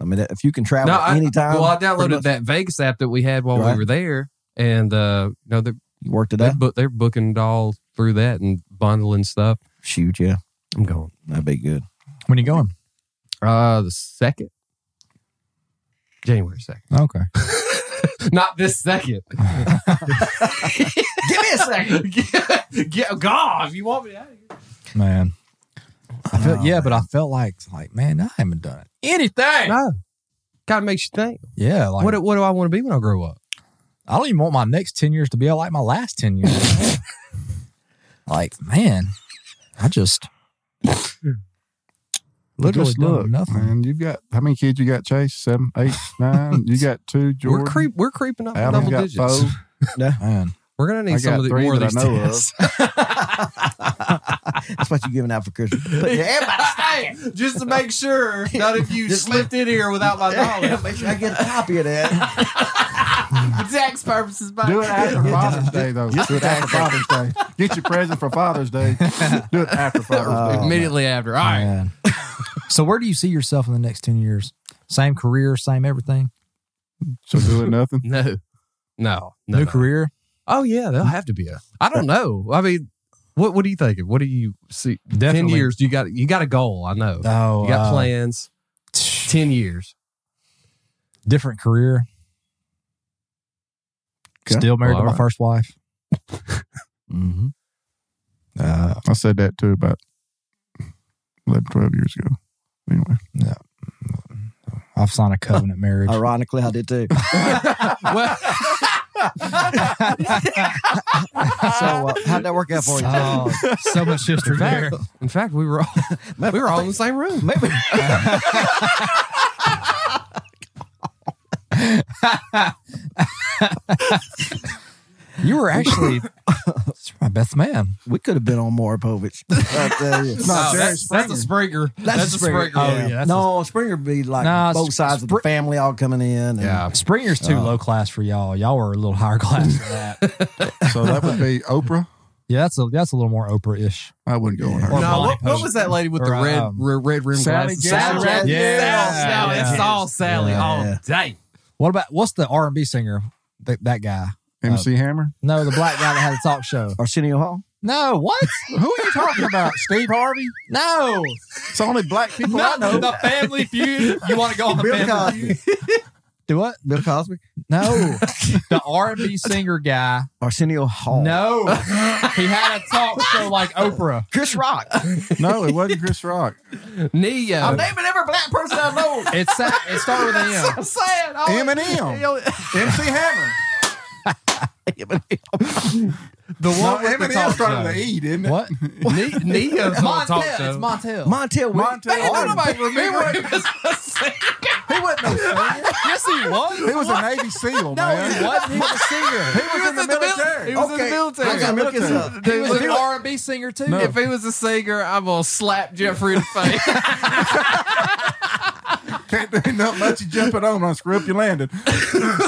[SPEAKER 1] I mean, that- if you can travel
[SPEAKER 2] No, I,
[SPEAKER 1] anytime.
[SPEAKER 2] well, I
[SPEAKER 1] pretty
[SPEAKER 2] downloaded
[SPEAKER 1] much,
[SPEAKER 2] that Vegas app that we had while
[SPEAKER 1] Right.
[SPEAKER 2] we were there, and uh, you know they're
[SPEAKER 1] You worked it
[SPEAKER 2] they're,
[SPEAKER 1] out.
[SPEAKER 2] bu- they're booking it all through that and bundling stuff.
[SPEAKER 1] Shoot, yeah.
[SPEAKER 2] I'm going
[SPEAKER 1] That'd be good.
[SPEAKER 4] When you going?
[SPEAKER 2] uh the second January second.
[SPEAKER 4] Okay.
[SPEAKER 2] Not this second.
[SPEAKER 1] Give me a second.
[SPEAKER 2] Get, get, God, if you want me out of here.
[SPEAKER 4] man. I felt yeah, but I felt like like man, I haven't done it.
[SPEAKER 2] Anything. No. Kind of makes you think.
[SPEAKER 4] Yeah, like
[SPEAKER 2] What, what do I want to be when I grow up?
[SPEAKER 4] I don't even want my next ten years to be like my last ten years. like man, I just literally
[SPEAKER 3] Just
[SPEAKER 4] done
[SPEAKER 3] look,
[SPEAKER 4] nothing.
[SPEAKER 3] man. You've got how many kids you got? Chase seven, eight, nine. You got two. Jordan.
[SPEAKER 2] We're creep. We're creeping up to
[SPEAKER 3] Adam's
[SPEAKER 2] double
[SPEAKER 3] got
[SPEAKER 2] digits.
[SPEAKER 3] four.
[SPEAKER 4] man.
[SPEAKER 2] We're gonna
[SPEAKER 3] I
[SPEAKER 2] need some
[SPEAKER 3] got
[SPEAKER 2] of the,
[SPEAKER 3] three
[SPEAKER 2] more of
[SPEAKER 3] that
[SPEAKER 2] these
[SPEAKER 3] I know of.
[SPEAKER 2] tests.
[SPEAKER 1] That's what you're giving out for Christmas. But yeah, everybody,
[SPEAKER 2] Hey, just to make sure, not if you slipped in here without my
[SPEAKER 1] yeah,
[SPEAKER 2] knowledge.
[SPEAKER 1] make sure I get a copy of that.
[SPEAKER 2] For tax purposes, but
[SPEAKER 3] Do it after Father's Day, though. Do it after Father's Day. Get your present for Father's Day. Do it after Father's Day.
[SPEAKER 2] immediately after. All right.
[SPEAKER 4] Man. so where do you see yourself in the next ten years? Same career, same everything.
[SPEAKER 3] So doing nothing.
[SPEAKER 2] No, no, no,
[SPEAKER 4] New
[SPEAKER 2] no.
[SPEAKER 4] career.
[SPEAKER 2] Oh yeah, they'll have to be a. I don't know. I mean, what what are you thinking? What do you see? Ten
[SPEAKER 4] Definitely.
[SPEAKER 2] years. You got you got a goal. I know.
[SPEAKER 4] Oh,
[SPEAKER 2] you got
[SPEAKER 4] uh,
[SPEAKER 2] plans. Ten years.
[SPEAKER 4] different career.
[SPEAKER 3] Okay.
[SPEAKER 4] Still married
[SPEAKER 2] Well,
[SPEAKER 4] to my
[SPEAKER 2] alright.
[SPEAKER 4] first wife.
[SPEAKER 1] Mm-hmm.
[SPEAKER 4] Uh,
[SPEAKER 3] I said that too about 11, 12 years ago. Anyway,
[SPEAKER 4] I've signed a covenant marriage.
[SPEAKER 1] Ironically, I did too.
[SPEAKER 2] well,
[SPEAKER 1] So uh, how'd that work out for you?
[SPEAKER 4] Oh, so much history there.
[SPEAKER 2] in fact, we were all, we were all in the same room.
[SPEAKER 1] Maybe.
[SPEAKER 4] You were actually my best man.
[SPEAKER 1] we could have been on Maury Povich. I tell you.
[SPEAKER 3] No, Jerry
[SPEAKER 2] that's, that's a Springer. That's, a Springer.
[SPEAKER 4] Oh,
[SPEAKER 1] Oh,
[SPEAKER 4] yeah. that's
[SPEAKER 1] no, Springer would be like
[SPEAKER 4] Nah,
[SPEAKER 1] both sides of the family all coming in. and-
[SPEAKER 2] yeah.
[SPEAKER 4] Springer's too low class for y'all. Y'all were a little higher class than that.
[SPEAKER 3] so that would be Oprah.
[SPEAKER 4] yeah, that's a that's a little more Oprah ish.
[SPEAKER 3] I wouldn't go on her.
[SPEAKER 2] No,
[SPEAKER 4] Or Bonnie
[SPEAKER 2] what, what
[SPEAKER 4] Post.
[SPEAKER 2] was that lady with the
[SPEAKER 4] Or,
[SPEAKER 2] red,
[SPEAKER 4] um,
[SPEAKER 2] red red rim
[SPEAKER 3] Sally
[SPEAKER 2] glasses?
[SPEAKER 3] Jessel.
[SPEAKER 2] Sally,
[SPEAKER 4] Yeah.
[SPEAKER 2] Sally,
[SPEAKER 4] Yeah.
[SPEAKER 2] It's all Sally
[SPEAKER 1] Yeah.
[SPEAKER 2] all day.
[SPEAKER 4] What about what's the R and B singer? That, that guy?
[SPEAKER 3] MC Hammer.
[SPEAKER 4] No, the black guy that had a talk show.
[SPEAKER 1] Arsenio Hall.
[SPEAKER 4] No, what?
[SPEAKER 3] Who are you talking about? Steve Harvey?
[SPEAKER 4] No,
[SPEAKER 3] It's only black people I know.
[SPEAKER 4] the Family Feud. You want to go on the
[SPEAKER 1] Bill
[SPEAKER 4] Family Feud?
[SPEAKER 1] Cosby.
[SPEAKER 4] Do what?
[SPEAKER 1] Bill Cosby.
[SPEAKER 4] No, the R and B singer guy.
[SPEAKER 1] Arsenio Hall.
[SPEAKER 4] No, he had a talk show like Oprah.
[SPEAKER 1] Chris Rock.
[SPEAKER 3] No, it wasn't Chris Rock.
[SPEAKER 2] Neo.
[SPEAKER 1] I'm naming every black person I know.
[SPEAKER 4] It's sa- it started with an M.
[SPEAKER 1] I'm saying. all-
[SPEAKER 3] Eminem. MC Hammer.
[SPEAKER 4] The
[SPEAKER 3] No,
[SPEAKER 4] one with the
[SPEAKER 3] Eminem
[SPEAKER 4] talk
[SPEAKER 3] started to
[SPEAKER 4] show.
[SPEAKER 3] eat, isn't it?
[SPEAKER 4] What?
[SPEAKER 2] Ne- Neo's on a talk
[SPEAKER 4] Montel. It's
[SPEAKER 2] show.
[SPEAKER 4] Montel.
[SPEAKER 1] Montel Williams.
[SPEAKER 3] Montel Williams.
[SPEAKER 2] remember him as a singer.
[SPEAKER 3] He wasn't no singer.
[SPEAKER 4] yes, he was.
[SPEAKER 3] He was a Navy SEAL,
[SPEAKER 4] No,
[SPEAKER 3] man.
[SPEAKER 4] he wasn't. He was a singer.
[SPEAKER 3] He was in the military.
[SPEAKER 2] He was in
[SPEAKER 1] Okay,
[SPEAKER 2] the military.
[SPEAKER 1] I'm gonna look this up.
[SPEAKER 2] Dude,
[SPEAKER 4] He was
[SPEAKER 2] if he
[SPEAKER 4] an
[SPEAKER 2] was-
[SPEAKER 4] R and B singer too.
[SPEAKER 2] If he was a singer, I'm gonna slap Jeffrey in the face.
[SPEAKER 3] Can't do nothing but you jump it on on Script you landed.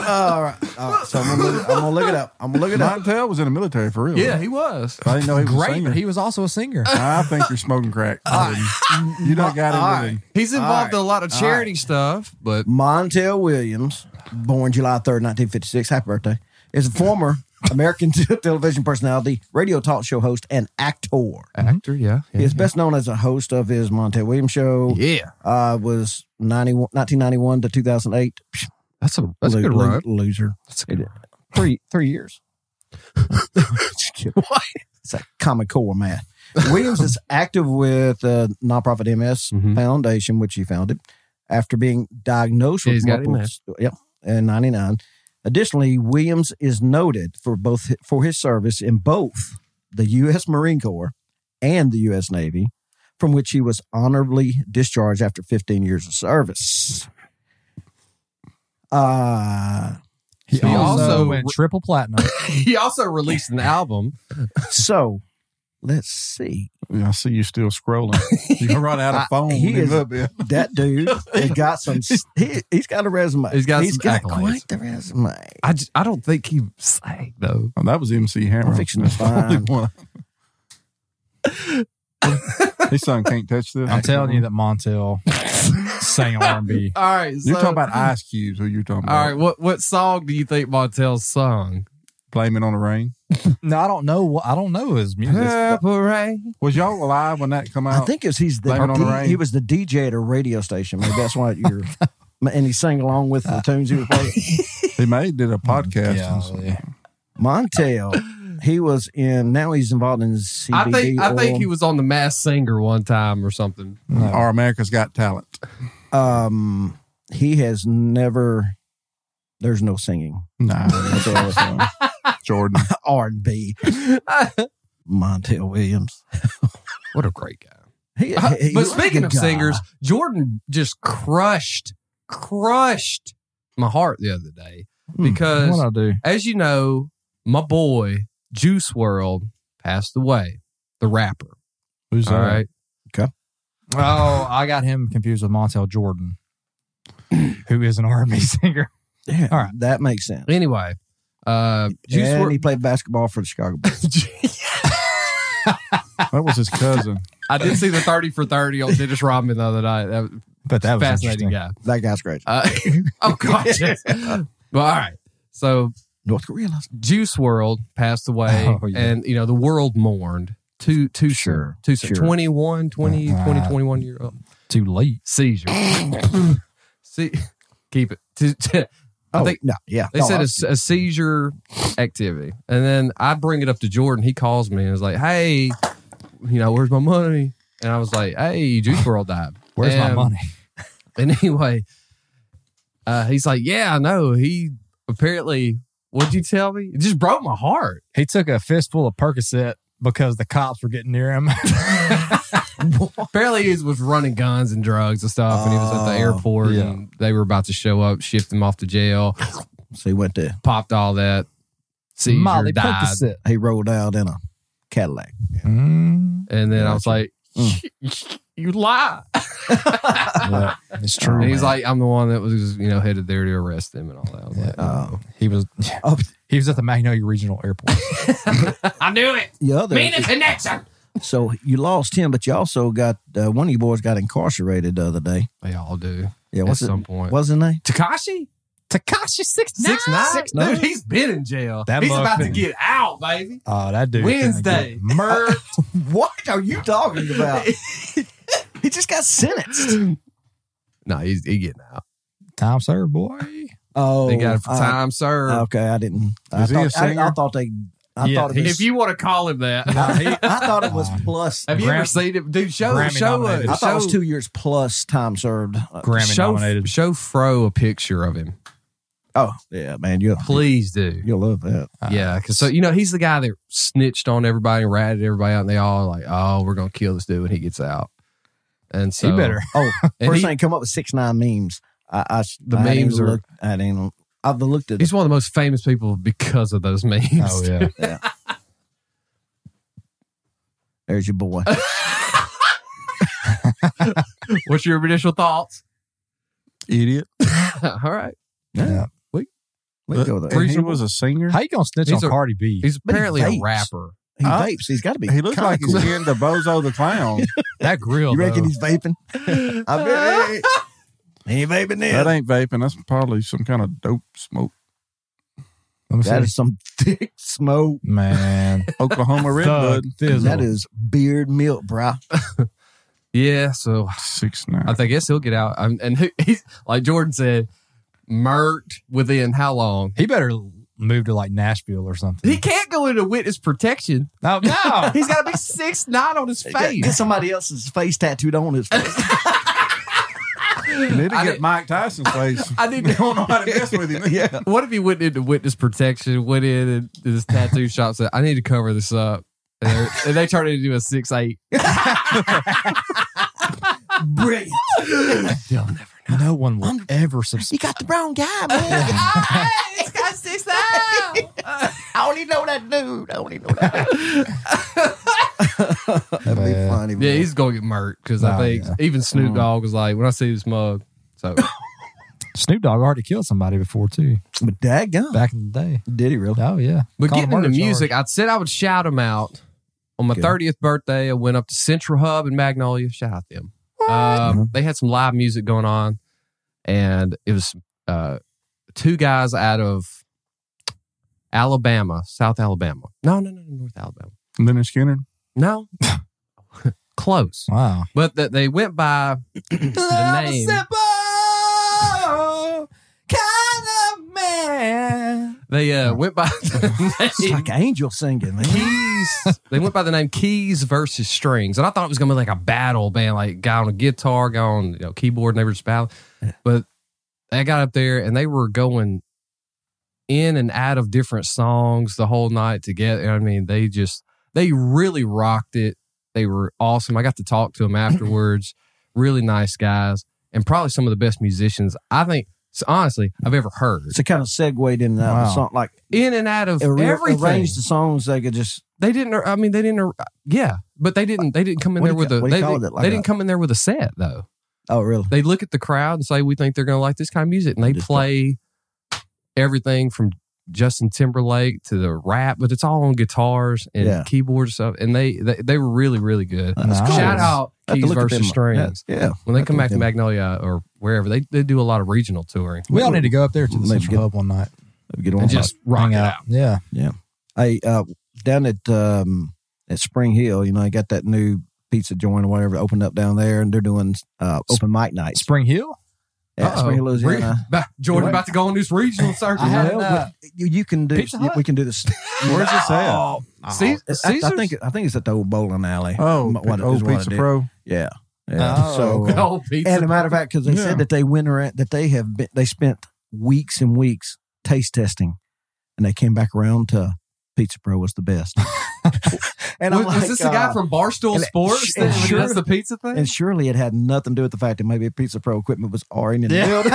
[SPEAKER 1] All right. All right. So I'm gonna, look, I'm gonna look it up. I'm gonna look it up.
[SPEAKER 3] Montel was in the military for real.
[SPEAKER 2] yeah, he was.
[SPEAKER 3] I didn't know he was a
[SPEAKER 4] Great,
[SPEAKER 3] singer.
[SPEAKER 4] but he was also a singer.
[SPEAKER 3] I think you're smoking crack. you don't got anything.
[SPEAKER 2] He's involved
[SPEAKER 1] right.
[SPEAKER 2] in a lot of charity stuff, but
[SPEAKER 1] Montel Williams, born July 3rd, 1956, happy birthday, is a former American television personality, radio talk show host, and actor.
[SPEAKER 2] actor, yeah,
[SPEAKER 1] He is best known as a host of his Montel Williams show.
[SPEAKER 2] yeah.
[SPEAKER 1] Uh, was 91, 1991 to 2008. Psh,
[SPEAKER 2] That's a that's a
[SPEAKER 1] lo-
[SPEAKER 2] good
[SPEAKER 1] lo-
[SPEAKER 2] run.
[SPEAKER 1] Loser.
[SPEAKER 2] That's a good run.
[SPEAKER 1] Three three years. Just kidding. It's like common core math. Williams is active with the nonprofit MS
[SPEAKER 2] Mhm.
[SPEAKER 1] Foundation, which he founded after being diagnosed
[SPEAKER 2] Yeah,
[SPEAKER 1] with
[SPEAKER 2] he's got it,
[SPEAKER 1] multiple.
[SPEAKER 2] man.
[SPEAKER 1] Yep, in '99. Additionally, Williams is noted for both for his service in both the U.S. Marine Corps and the U.S. Navy, from which he was honorably discharged after 15 years of service. Uh,
[SPEAKER 4] He
[SPEAKER 2] He
[SPEAKER 4] also,
[SPEAKER 2] also-
[SPEAKER 4] went triple platinum.
[SPEAKER 2] He also released an album.
[SPEAKER 1] so let's see.
[SPEAKER 3] Yeah, I see you still scrolling. You can run out
[SPEAKER 1] I-
[SPEAKER 3] of phone
[SPEAKER 1] he
[SPEAKER 3] in a
[SPEAKER 1] is-
[SPEAKER 3] little bit.
[SPEAKER 1] That dude has got some. He, he's got a resume.
[SPEAKER 2] He's got
[SPEAKER 1] He's
[SPEAKER 2] some
[SPEAKER 1] got
[SPEAKER 2] accolades.
[SPEAKER 1] quite the resume.
[SPEAKER 2] I, j- I don't think he sang though.
[SPEAKER 3] Oh, that was MC Hammer.
[SPEAKER 1] I'm fixing to
[SPEAKER 3] That's the only
[SPEAKER 1] find-
[SPEAKER 3] one. His son can't touch this.
[SPEAKER 4] I'm telling you that Montel sang R and B.
[SPEAKER 2] All right,
[SPEAKER 3] You're talking about Ice Cubes. Who you talking about?
[SPEAKER 2] All right, what what song do you think Montel sung?
[SPEAKER 3] Blaming on the rain.
[SPEAKER 4] No, I don't know. what I don't know his music.
[SPEAKER 2] Purple Rain.
[SPEAKER 3] Was y'all alive when that come
[SPEAKER 1] I
[SPEAKER 3] out?
[SPEAKER 1] think it's he's the
[SPEAKER 3] Blame it on the
[SPEAKER 1] he-
[SPEAKER 3] rain.
[SPEAKER 1] he was the DJ at a radio station. Maybe that's why you're. and he sang along with the tunes he was playing.
[SPEAKER 3] He made did a podcast. and so-
[SPEAKER 4] Golly.
[SPEAKER 1] Montel, he was in. Now he's involved in CBD.
[SPEAKER 2] I think I think
[SPEAKER 1] oil.
[SPEAKER 2] he was on the Mass Singer one time or something.
[SPEAKER 3] Our America's Got Talent.
[SPEAKER 1] Um, he has never. There's no singing.
[SPEAKER 3] Nah, that's what I was saying. Jordan.
[SPEAKER 1] R and B. Montel Williams.
[SPEAKER 2] What a great guy.
[SPEAKER 1] He,
[SPEAKER 2] Uh,
[SPEAKER 1] he- he
[SPEAKER 2] but
[SPEAKER 1] was a
[SPEAKER 2] speaking
[SPEAKER 1] good
[SPEAKER 2] of
[SPEAKER 1] guy.
[SPEAKER 2] singers, Jordan just crushed, crushed my heart the other day
[SPEAKER 1] Hmm,
[SPEAKER 2] because,
[SPEAKER 4] What'd I do?
[SPEAKER 2] as you know, my boy Juice World passed away, the rapper.
[SPEAKER 3] Who's
[SPEAKER 2] All right,
[SPEAKER 4] Oh, I got him confused with Montel Jordan, who is an R&B singer.
[SPEAKER 1] yeah,
[SPEAKER 4] All right.
[SPEAKER 1] that makes sense.
[SPEAKER 2] Anyway, uh, Juice
[SPEAKER 1] and
[SPEAKER 2] World.
[SPEAKER 1] he played basketball for the Chicago Bulls.
[SPEAKER 3] That was his cousin.
[SPEAKER 2] I did see the thirty for thirty on Dennis Rodman the other night. That was
[SPEAKER 4] But that was
[SPEAKER 2] fascinating
[SPEAKER 4] interesting.
[SPEAKER 2] guy.
[SPEAKER 1] that guy's great.
[SPEAKER 2] Uh, oh God! yes. Well, all right. So
[SPEAKER 1] North Korea lost.
[SPEAKER 2] Juice World passed away,
[SPEAKER 4] Oh, yeah.
[SPEAKER 2] and you know the world mourned. Two, two,
[SPEAKER 1] Sure,
[SPEAKER 2] two, sure.
[SPEAKER 1] sure.
[SPEAKER 2] 21, 20,
[SPEAKER 4] Uh-huh.
[SPEAKER 2] 20, 21 year old
[SPEAKER 4] Too late.
[SPEAKER 2] seizure. See, keep it. T- t- I
[SPEAKER 1] Oh,
[SPEAKER 2] think
[SPEAKER 1] no, yeah.
[SPEAKER 2] they
[SPEAKER 1] No,
[SPEAKER 2] said
[SPEAKER 1] I-
[SPEAKER 2] it's a seizure activity, and then I bring it up to Jordan. He calls me and is like, "Hey, you know, where's my money?" And I was like, "Hey, Juice World died.
[SPEAKER 4] Where's my
[SPEAKER 2] And-
[SPEAKER 4] money?
[SPEAKER 2] and anyway, uh, he's like, "Yeah, I know." He apparently, what'd you tell me? It just broke my heart.
[SPEAKER 4] He took a fistful of Percocet because the cops were getting near him.
[SPEAKER 2] apparently, he was running guns and drugs and stuff, and he was at the
[SPEAKER 1] Oh,
[SPEAKER 2] airport,
[SPEAKER 4] yeah.
[SPEAKER 2] and they were about to show up, shipped him off to jail,
[SPEAKER 1] so he went to
[SPEAKER 2] popped all that. Seizure,
[SPEAKER 4] Molly
[SPEAKER 2] died,
[SPEAKER 4] Percocet.
[SPEAKER 1] he rolled out in a Cadillac.
[SPEAKER 4] Mm,
[SPEAKER 2] and then I was like,
[SPEAKER 1] Mm.
[SPEAKER 2] "You lie."
[SPEAKER 4] yeah, it's true.
[SPEAKER 2] and he's
[SPEAKER 4] man.
[SPEAKER 2] like, "I'm the one that was, you know, headed there to arrest him and all that." I was like,
[SPEAKER 1] Um,
[SPEAKER 4] he was
[SPEAKER 1] Oh.
[SPEAKER 4] he was at the Magnolia Regional Airport.
[SPEAKER 2] "I knew it.
[SPEAKER 1] the other,
[SPEAKER 2] Mean a connection."
[SPEAKER 1] so you lost him, but you also got uh, one of you boys got incarcerated the other day.
[SPEAKER 2] They all do
[SPEAKER 1] Yeah,
[SPEAKER 2] at
[SPEAKER 1] what's it?
[SPEAKER 2] some point.
[SPEAKER 1] What's his name?
[SPEAKER 2] Takashi?
[SPEAKER 4] Takashi six
[SPEAKER 2] Six nine? Dude, he's been in jail.
[SPEAKER 4] That
[SPEAKER 2] he's about to
[SPEAKER 4] motherfucker.
[SPEAKER 2] get out, baby.
[SPEAKER 4] Oh, that dude!
[SPEAKER 2] Wednesday.
[SPEAKER 4] murder.
[SPEAKER 1] What are you talking about? he just got sentenced.
[SPEAKER 2] No, he's he getting out.
[SPEAKER 4] Time served, boy.
[SPEAKER 1] Oh,
[SPEAKER 2] they got him for
[SPEAKER 1] I-
[SPEAKER 2] time served.
[SPEAKER 1] okay, I didn't. I
[SPEAKER 3] Is he a
[SPEAKER 1] thought, I, I
[SPEAKER 3] singer?
[SPEAKER 1] thought they. I
[SPEAKER 4] Yeah,
[SPEAKER 1] thought it
[SPEAKER 4] he-
[SPEAKER 1] was.
[SPEAKER 2] if you want to call him that.
[SPEAKER 1] I, I thought it was
[SPEAKER 4] Um,
[SPEAKER 1] plus.
[SPEAKER 2] Have you ever
[SPEAKER 4] Grammy-
[SPEAKER 2] seen it? Dude, show
[SPEAKER 4] Grammy
[SPEAKER 2] show
[SPEAKER 4] nominated.
[SPEAKER 1] I
[SPEAKER 2] a,
[SPEAKER 1] thought it
[SPEAKER 2] show,
[SPEAKER 1] was two years plus time served. Uh,
[SPEAKER 4] Grammy
[SPEAKER 2] show,
[SPEAKER 4] nominated.
[SPEAKER 2] show Fro a picture of him.
[SPEAKER 1] oh yeah, man, you
[SPEAKER 2] Please do.
[SPEAKER 1] you'll love that.
[SPEAKER 4] Uh,
[SPEAKER 2] Yeah, because so you know he's the guy that snitched on everybody and ratted everybody out, and they all like, "Oh, we're gonna kill this dude when he gets out." And so
[SPEAKER 4] he better.
[SPEAKER 1] Oh,
[SPEAKER 2] and
[SPEAKER 1] first
[SPEAKER 2] he-
[SPEAKER 1] thing come up with six nine memes. I, I
[SPEAKER 2] The
[SPEAKER 1] I hadn't
[SPEAKER 2] memes
[SPEAKER 1] even
[SPEAKER 2] are-
[SPEAKER 1] looked- I didn't. I've looked at.
[SPEAKER 2] he's one of the most famous people because of those memes.
[SPEAKER 4] Oh yeah.
[SPEAKER 1] There's your boy.
[SPEAKER 2] What's your initial thoughts?
[SPEAKER 3] Idiot.
[SPEAKER 2] all right.
[SPEAKER 4] yeah.
[SPEAKER 1] Let me go there.
[SPEAKER 3] And he was a singer.
[SPEAKER 4] How you gonna snitch
[SPEAKER 2] He's
[SPEAKER 4] on
[SPEAKER 2] a-
[SPEAKER 4] Cardi B?
[SPEAKER 2] He's
[SPEAKER 1] But he
[SPEAKER 2] apparently a
[SPEAKER 1] vapes.
[SPEAKER 2] rapper.
[SPEAKER 1] He
[SPEAKER 3] Uh,
[SPEAKER 1] vapes. He's got to be.
[SPEAKER 3] He looks
[SPEAKER 1] kinda
[SPEAKER 3] like he's
[SPEAKER 1] cool.
[SPEAKER 3] in the Bozo the Clown.
[SPEAKER 4] that grill.
[SPEAKER 1] You reckon
[SPEAKER 4] though.
[SPEAKER 1] he's vaping? I bet he ain't vaping
[SPEAKER 3] That
[SPEAKER 1] then.
[SPEAKER 3] ain't vaping. That's probably some kind of dope smoke.
[SPEAKER 4] Let me
[SPEAKER 1] That
[SPEAKER 4] see.
[SPEAKER 1] is some thick smoke.
[SPEAKER 4] man.
[SPEAKER 3] Oklahoma Red Bud.
[SPEAKER 4] Thug Thizzle.
[SPEAKER 1] That is beard milk, bruh.
[SPEAKER 2] Yeah, so
[SPEAKER 3] Six
[SPEAKER 2] I
[SPEAKER 3] nine.
[SPEAKER 2] think- I guess he'll get out. Um, and who, he's like Jordan said, murked within how long?
[SPEAKER 4] He better move to like Nashville or something.
[SPEAKER 2] He can't go into witness protection.
[SPEAKER 4] no, no.
[SPEAKER 2] He's got a big six nine on his
[SPEAKER 1] Get, get
[SPEAKER 2] face.
[SPEAKER 1] somebody else's face tattooed on his face.
[SPEAKER 3] You need to
[SPEAKER 2] I
[SPEAKER 3] get
[SPEAKER 2] did-
[SPEAKER 3] Mike Tyson's face.
[SPEAKER 2] I need
[SPEAKER 3] I don't know
[SPEAKER 2] to.
[SPEAKER 3] how to mess with him.
[SPEAKER 1] yeah.
[SPEAKER 2] What if he went into witness protection? Went in and this tattoo shop said, "I need to cover this up," and, they're- and they turned it into a six eight.
[SPEAKER 1] Brilliant.
[SPEAKER 2] They'll never.
[SPEAKER 4] no one will ever
[SPEAKER 1] You
[SPEAKER 4] suspect.
[SPEAKER 1] got the wrong guy, man.
[SPEAKER 2] It's got six nine.
[SPEAKER 1] I only know that dude. I only know that. That'd be
[SPEAKER 4] Man.
[SPEAKER 1] funny.
[SPEAKER 2] Yeah,
[SPEAKER 1] man.
[SPEAKER 2] he's gonna get murked because I
[SPEAKER 4] Oh,
[SPEAKER 2] think
[SPEAKER 4] yeah.
[SPEAKER 2] even Snoop Dogg was like, "When I see this mug." So
[SPEAKER 4] Snoop Dogg already killed somebody before too,
[SPEAKER 1] but daggum.
[SPEAKER 4] back in the day.
[SPEAKER 1] Did he really?
[SPEAKER 4] Oh yeah.
[SPEAKER 2] But
[SPEAKER 4] Caught a
[SPEAKER 2] getting into
[SPEAKER 4] murder charge.
[SPEAKER 2] music, I said I would shout them out. On my
[SPEAKER 1] Okay.
[SPEAKER 2] 30th birthday, I went up to Central Hub in Magnolia. Shout out them.
[SPEAKER 4] Mm-hmm.
[SPEAKER 2] Um, they had some live music going on, and it was uh, two guys out of Alabama, South Alabama. No, no, no, no, North Alabama.
[SPEAKER 3] Leonard Skinner.
[SPEAKER 2] No, close.
[SPEAKER 4] Wow.
[SPEAKER 2] But that they went by the name. They uh, went by the
[SPEAKER 1] It's
[SPEAKER 2] name
[SPEAKER 1] like angel singing, man.
[SPEAKER 2] Keys. they went by the name Keys versus Strings, and I thought it was gonna be like a battle band, like guy on a guitar, guy on you know, keyboard, and they were just battling. But they got up there and they were going in and out of different songs the whole night together. I mean, they just they really rocked it. They were awesome. I got to talk to them afterwards. really nice guys, and probably some of the best musicians I think. Honestly, I've ever heard.
[SPEAKER 1] It's a kind of segued in that
[SPEAKER 4] Wow.
[SPEAKER 1] song, like
[SPEAKER 2] In and out of
[SPEAKER 1] arra-
[SPEAKER 2] everything.
[SPEAKER 1] arrange the songs. They could just
[SPEAKER 2] They didn't. I mean, they didn't. Yeah, but they didn't. They didn't come in
[SPEAKER 1] What
[SPEAKER 2] there
[SPEAKER 1] do you
[SPEAKER 2] with
[SPEAKER 1] ca-
[SPEAKER 2] a.
[SPEAKER 1] what do
[SPEAKER 2] They,
[SPEAKER 1] you call
[SPEAKER 2] didn't-
[SPEAKER 1] it like
[SPEAKER 2] they didn't
[SPEAKER 1] that?
[SPEAKER 2] come in there with a set though.
[SPEAKER 1] oh really?
[SPEAKER 2] They look at the crowd and say, "We think they're going to like this kind of music," and they
[SPEAKER 1] Just-
[SPEAKER 2] play everything from Justin Timberlake to the rap, but it's all on guitars and
[SPEAKER 1] Yeah.
[SPEAKER 2] keyboards and stuff. And they, they they were really really good.
[SPEAKER 1] That's
[SPEAKER 4] Nice.
[SPEAKER 1] cool.
[SPEAKER 2] Shout out
[SPEAKER 1] I have to
[SPEAKER 2] Keys
[SPEAKER 1] look at
[SPEAKER 2] versus
[SPEAKER 1] them.
[SPEAKER 2] Strings
[SPEAKER 1] Yeah, yeah.
[SPEAKER 2] when they
[SPEAKER 1] have to
[SPEAKER 2] come back
[SPEAKER 1] look at
[SPEAKER 2] to
[SPEAKER 1] them.
[SPEAKER 2] Magnolia or wherever they they do a lot of regional touring
[SPEAKER 4] We all need to go up there to the
[SPEAKER 1] Maybe
[SPEAKER 4] Central
[SPEAKER 1] get-
[SPEAKER 4] Club one night.
[SPEAKER 1] Get on
[SPEAKER 2] and
[SPEAKER 1] that.
[SPEAKER 2] just rock
[SPEAKER 4] Hang
[SPEAKER 2] it out.
[SPEAKER 4] Yeah.
[SPEAKER 1] Hey, uh, down at um, at Spring Hill, you know, they got that new pizza joint or whatever opened up down there, and they're doing uh, open mic nights
[SPEAKER 4] Spring Hill?
[SPEAKER 1] at
[SPEAKER 2] Uh-oh.
[SPEAKER 1] Spring Hill, Louisiana.
[SPEAKER 2] Re- ba- Jordan about to go on this regional circuit.
[SPEAKER 4] I had,
[SPEAKER 1] Well,
[SPEAKER 4] uh,
[SPEAKER 1] we- you, you can do.
[SPEAKER 4] Pizza Hut?
[SPEAKER 1] We can do this.
[SPEAKER 3] Where's this at?
[SPEAKER 2] Oh, Caesar-
[SPEAKER 1] It's- I, I
[SPEAKER 2] Caesar's?
[SPEAKER 1] think I think it's at the old bowling alley.
[SPEAKER 3] Oh,
[SPEAKER 1] M- what it- is
[SPEAKER 3] old
[SPEAKER 1] what it
[SPEAKER 3] Pizza
[SPEAKER 1] is.
[SPEAKER 3] Pro.
[SPEAKER 1] Yeah, yeah.
[SPEAKER 4] Oh,
[SPEAKER 1] so,
[SPEAKER 4] okay.
[SPEAKER 1] uh,
[SPEAKER 2] Oh, pizza.
[SPEAKER 1] and a matter of fact, because they
[SPEAKER 3] Yeah.
[SPEAKER 1] said that they went around, that they have been, they spent weeks and weeks taste testing, and they came back around to Pizza Pro was the best. and
[SPEAKER 2] was, was this the guy
[SPEAKER 1] uh,
[SPEAKER 2] from Barstool
[SPEAKER 1] and-
[SPEAKER 2] Sports
[SPEAKER 1] and
[SPEAKER 2] that
[SPEAKER 1] sure-
[SPEAKER 2] does the pizza thing?
[SPEAKER 1] And surely it had nothing to do with the fact that maybe Pizza Pro equipment was already in the building.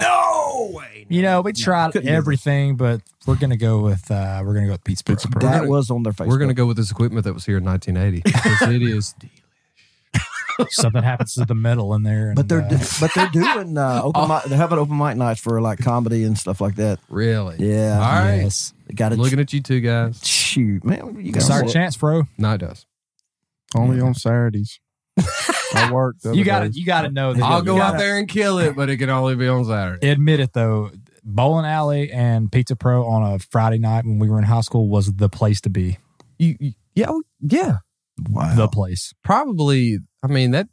[SPEAKER 2] no way.
[SPEAKER 4] You know, we tried
[SPEAKER 1] couldn't do that.
[SPEAKER 4] everything, but we're gonna go with uh we're gonna go with Pizza Pro.
[SPEAKER 3] Pizza Pro.
[SPEAKER 1] That
[SPEAKER 2] gonna-
[SPEAKER 1] was on their face.
[SPEAKER 2] We're gonna go with this equipment that was here in 1980. 'Cause it is.
[SPEAKER 4] Something happens to the metal in there.
[SPEAKER 1] But they're
[SPEAKER 4] and, uh,
[SPEAKER 1] but they're doing uh, open mic. They're having open mic nights for like comedy and stuff like that.
[SPEAKER 2] Really?
[SPEAKER 1] Yeah,
[SPEAKER 2] All right.
[SPEAKER 4] yes.
[SPEAKER 1] got to
[SPEAKER 2] Looking at you two guys.
[SPEAKER 1] shoot, man. You
[SPEAKER 4] It's
[SPEAKER 1] gotta
[SPEAKER 4] our
[SPEAKER 1] look.
[SPEAKER 4] chance, bro.
[SPEAKER 2] No, it does.
[SPEAKER 3] Only on Saturdays. I worked.
[SPEAKER 4] You gotta you gotta know that
[SPEAKER 2] I'll
[SPEAKER 4] you
[SPEAKER 2] go out
[SPEAKER 4] gotta
[SPEAKER 2] there and kill it, but it can only be on Saturday.
[SPEAKER 4] Admit it though, bowling alley and Pizza Pro on a Friday night when we were in high school was the place to be.
[SPEAKER 2] You, you- yeah,
[SPEAKER 1] oh,
[SPEAKER 2] well, yeah.
[SPEAKER 1] Wow.
[SPEAKER 4] The place.
[SPEAKER 2] Probably. I mean that.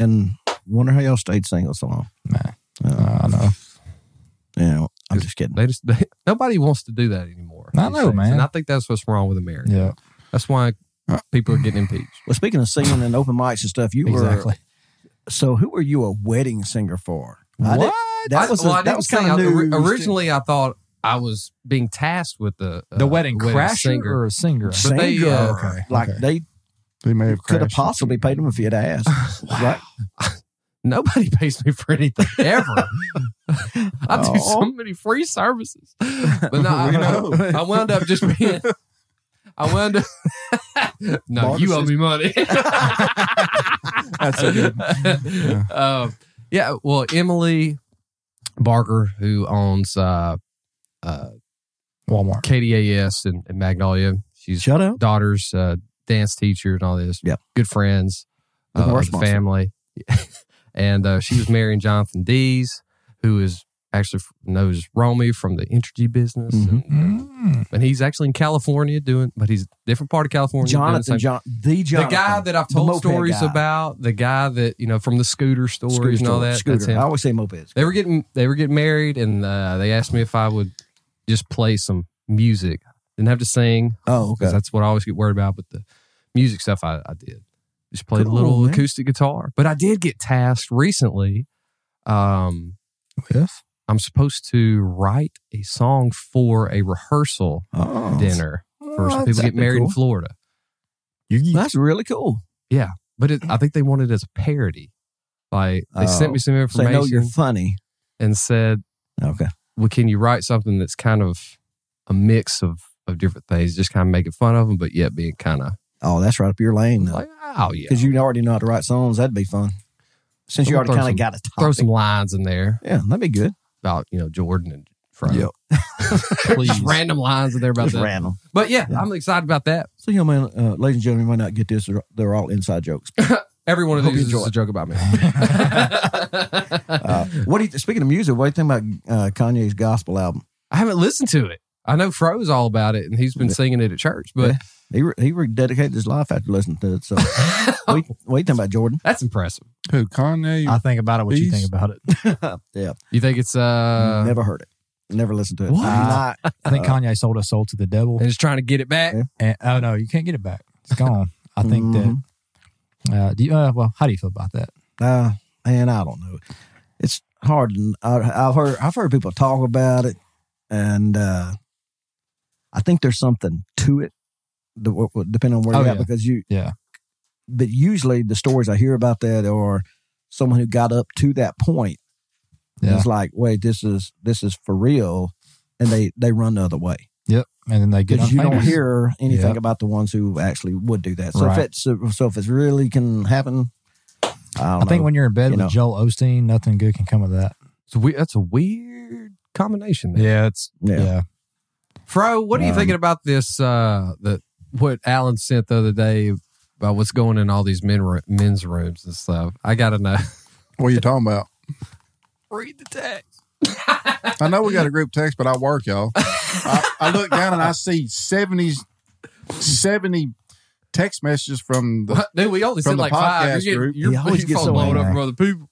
[SPEAKER 1] and wonder how y'all stayed single so long.
[SPEAKER 2] Oh.
[SPEAKER 4] Uh, I know.
[SPEAKER 1] Yeah, I'm just kidding.
[SPEAKER 2] They just they, nobody wants to do that anymore.
[SPEAKER 4] I know, man.
[SPEAKER 2] And I think that's what's wrong with America.
[SPEAKER 4] Yeah,
[SPEAKER 2] That's why people are getting impeached.
[SPEAKER 1] Well, speaking of singing and open mics and stuff, you
[SPEAKER 4] exactly.
[SPEAKER 1] were so. Who were you a wedding singer for?
[SPEAKER 2] What?
[SPEAKER 1] I didn't- that was a-
[SPEAKER 2] well, I
[SPEAKER 1] that
[SPEAKER 2] didn't
[SPEAKER 1] was
[SPEAKER 2] sing.
[SPEAKER 1] kinda
[SPEAKER 2] I- ori-
[SPEAKER 1] news to-
[SPEAKER 2] Originally, I thought I was being tasked with the uh,
[SPEAKER 4] the wedding crasher
[SPEAKER 2] singer.
[SPEAKER 4] or a singer?
[SPEAKER 2] But they,
[SPEAKER 1] Singer.
[SPEAKER 2] uh,
[SPEAKER 4] okay,
[SPEAKER 1] Like
[SPEAKER 4] okay.
[SPEAKER 1] they
[SPEAKER 3] They may have
[SPEAKER 1] could have
[SPEAKER 3] crashed.
[SPEAKER 1] possibly paid them if you had asked. Right?
[SPEAKER 2] Nobody pays me for anything ever. I do so
[SPEAKER 1] Oh.
[SPEAKER 2] many free services, but no, I,
[SPEAKER 3] We
[SPEAKER 2] I wound up just being. I wound up. no, you owe me money.
[SPEAKER 3] That's a good.
[SPEAKER 2] yeah. Um, yeah. Well, Emily Barker, who owns uh, uh,
[SPEAKER 4] Walmart.
[SPEAKER 2] KDAS and, and Magnolia, she's
[SPEAKER 1] Shut up.
[SPEAKER 2] daughter's uh, dance teacher and all this.
[SPEAKER 1] Yep.
[SPEAKER 2] Good friends,
[SPEAKER 1] Good
[SPEAKER 2] uh,
[SPEAKER 1] horse
[SPEAKER 2] the
[SPEAKER 1] monster.
[SPEAKER 2] family. and uh, she was marrying Jonathan Dees, who is actually f- knows Romy from the Entergy business.
[SPEAKER 1] Mhm.
[SPEAKER 2] And, uh, and he's actually in California doing, but he's a different part of California. doing the
[SPEAKER 1] Jonathan,
[SPEAKER 2] same-
[SPEAKER 1] John, the Jonathan,
[SPEAKER 2] the guy that I've
[SPEAKER 1] the
[SPEAKER 2] told
[SPEAKER 1] moped
[SPEAKER 2] stories
[SPEAKER 1] guy.
[SPEAKER 2] about, the guy that, you know, from the scooter stories
[SPEAKER 1] Scooter,
[SPEAKER 2] and all
[SPEAKER 1] story-
[SPEAKER 2] that.
[SPEAKER 1] Scooter.
[SPEAKER 2] That's him
[SPEAKER 1] I always say mopeds.
[SPEAKER 2] they were getting they were getting married and uh, they asked me if I would just play some music. Didn't have to sing
[SPEAKER 1] Oh,
[SPEAKER 2] because
[SPEAKER 1] okay.
[SPEAKER 2] that's what I always get worried about. But the music stuff I, I did just played a
[SPEAKER 1] Cool,
[SPEAKER 2] little
[SPEAKER 1] man.
[SPEAKER 2] acoustic guitar. But I did get tasked recently. Um,
[SPEAKER 4] With?
[SPEAKER 2] I'm supposed to write a song for a rehearsal
[SPEAKER 1] Oh,
[SPEAKER 2] dinner for some
[SPEAKER 1] What?
[SPEAKER 2] people
[SPEAKER 1] That'd
[SPEAKER 2] get
[SPEAKER 1] be
[SPEAKER 2] married in
[SPEAKER 1] cool.
[SPEAKER 2] Florida.
[SPEAKER 1] That's really cool.
[SPEAKER 2] But it, I think they wanted it as a parody. Like they sent
[SPEAKER 1] Oh.
[SPEAKER 2] me some
[SPEAKER 1] Say no, you're
[SPEAKER 2] information
[SPEAKER 1] funny.
[SPEAKER 2] and said
[SPEAKER 1] Okay.
[SPEAKER 2] well, can you write something that's kind of a mix of of different things, just kind of making fun of them, but yet being kind of
[SPEAKER 1] Oh, that's right up your lane though.
[SPEAKER 2] like, oh yeah,
[SPEAKER 1] Because you already know how to write songs. That'd be fun. Since you
[SPEAKER 2] We'll
[SPEAKER 1] already
[SPEAKER 2] throw
[SPEAKER 1] kind
[SPEAKER 2] some-
[SPEAKER 1] of got a topic.
[SPEAKER 2] throw some lines in there
[SPEAKER 1] yeah, that'd be good.
[SPEAKER 2] about you know Jordan and Fro.
[SPEAKER 1] Yep.
[SPEAKER 2] Just random lines in there about
[SPEAKER 1] Just
[SPEAKER 2] that.
[SPEAKER 1] random.
[SPEAKER 2] But yeah, I'm excited about that.
[SPEAKER 1] So, young man, uh, ladies and gentlemen, you might not get this. They're- They're all inside jokes.
[SPEAKER 2] Every one of
[SPEAKER 1] Hope you
[SPEAKER 2] these is
[SPEAKER 1] enjoy.
[SPEAKER 2] just a joke about me.
[SPEAKER 1] Uh, what do you speaking of music? What do you think about uh, Kanye's gospel album?
[SPEAKER 2] I haven't listened to it. I know Fro's all about it, and he's been singing it at church, but
[SPEAKER 1] Yeah. He re- he rededicated his life after listening to it. So, what, do you- what do you think about Jordan?
[SPEAKER 2] that's impressive.
[SPEAKER 3] Who Kanye?
[SPEAKER 4] I think about it. What you
[SPEAKER 3] Beast.
[SPEAKER 4] think about it?
[SPEAKER 1] yeah,
[SPEAKER 2] You think it's uh
[SPEAKER 1] Mm, never heard it. Never listened to it.
[SPEAKER 2] What?
[SPEAKER 1] I'm not.
[SPEAKER 4] I
[SPEAKER 2] Uh,
[SPEAKER 4] think Kanye sold us soul to the devil.
[SPEAKER 2] and just trying to get it back.
[SPEAKER 1] Yeah.
[SPEAKER 4] And, oh no, you can't get it back. It's gone. I think
[SPEAKER 2] Mm-hmm.
[SPEAKER 1] Mm-hmm.
[SPEAKER 4] that. Uh, do you, uh, well, how do you feel about that?
[SPEAKER 1] Uh, man, I don't know. It's hard. to- I, I've heard I've heard people talk about it, and uh, I think there's something to it, d- w- w- depending on where
[SPEAKER 4] Oh,
[SPEAKER 1] you're at.
[SPEAKER 4] yeah.
[SPEAKER 1] Because you,
[SPEAKER 4] Yeah.
[SPEAKER 1] but usually the stories I hear about that are someone who got up to that point. and
[SPEAKER 4] Yeah.
[SPEAKER 1] It's like, wait, this is this is for real, and they they run the other way
[SPEAKER 4] Yep. And then they get
[SPEAKER 1] because you don't
[SPEAKER 4] unfamous.
[SPEAKER 1] hear anything
[SPEAKER 4] Yeah.
[SPEAKER 1] about the ones who actually would do that. So
[SPEAKER 4] Right.
[SPEAKER 1] if it's so if it's really can happen, I,
[SPEAKER 4] I think when you're in bed
[SPEAKER 1] you
[SPEAKER 4] with
[SPEAKER 1] know.
[SPEAKER 4] Joel Osteen, nothing good can come of that.
[SPEAKER 2] So we, that's a weird combination. there.
[SPEAKER 4] Yeah, it's
[SPEAKER 1] yeah.
[SPEAKER 2] Fro, what are you
[SPEAKER 1] Um,
[SPEAKER 2] thinking about this? Uh, the what Alan sent the other day about what's going in all these men ro- men's rooms and stuff. I gotta know.
[SPEAKER 3] What are you talking about?
[SPEAKER 2] Read the text.
[SPEAKER 3] I know we got a group text, but I work, y'all. I, I look down and I see 70, 70 text messages from the,
[SPEAKER 2] What? Dude, we only
[SPEAKER 3] From
[SPEAKER 2] sent
[SPEAKER 3] the
[SPEAKER 2] like five.
[SPEAKER 3] podcast
[SPEAKER 2] You're,
[SPEAKER 3] group.
[SPEAKER 2] getting- your
[SPEAKER 1] He always
[SPEAKER 2] your
[SPEAKER 1] gets
[SPEAKER 2] phone
[SPEAKER 1] so
[SPEAKER 2] blowing up from
[SPEAKER 1] angry.
[SPEAKER 2] other people.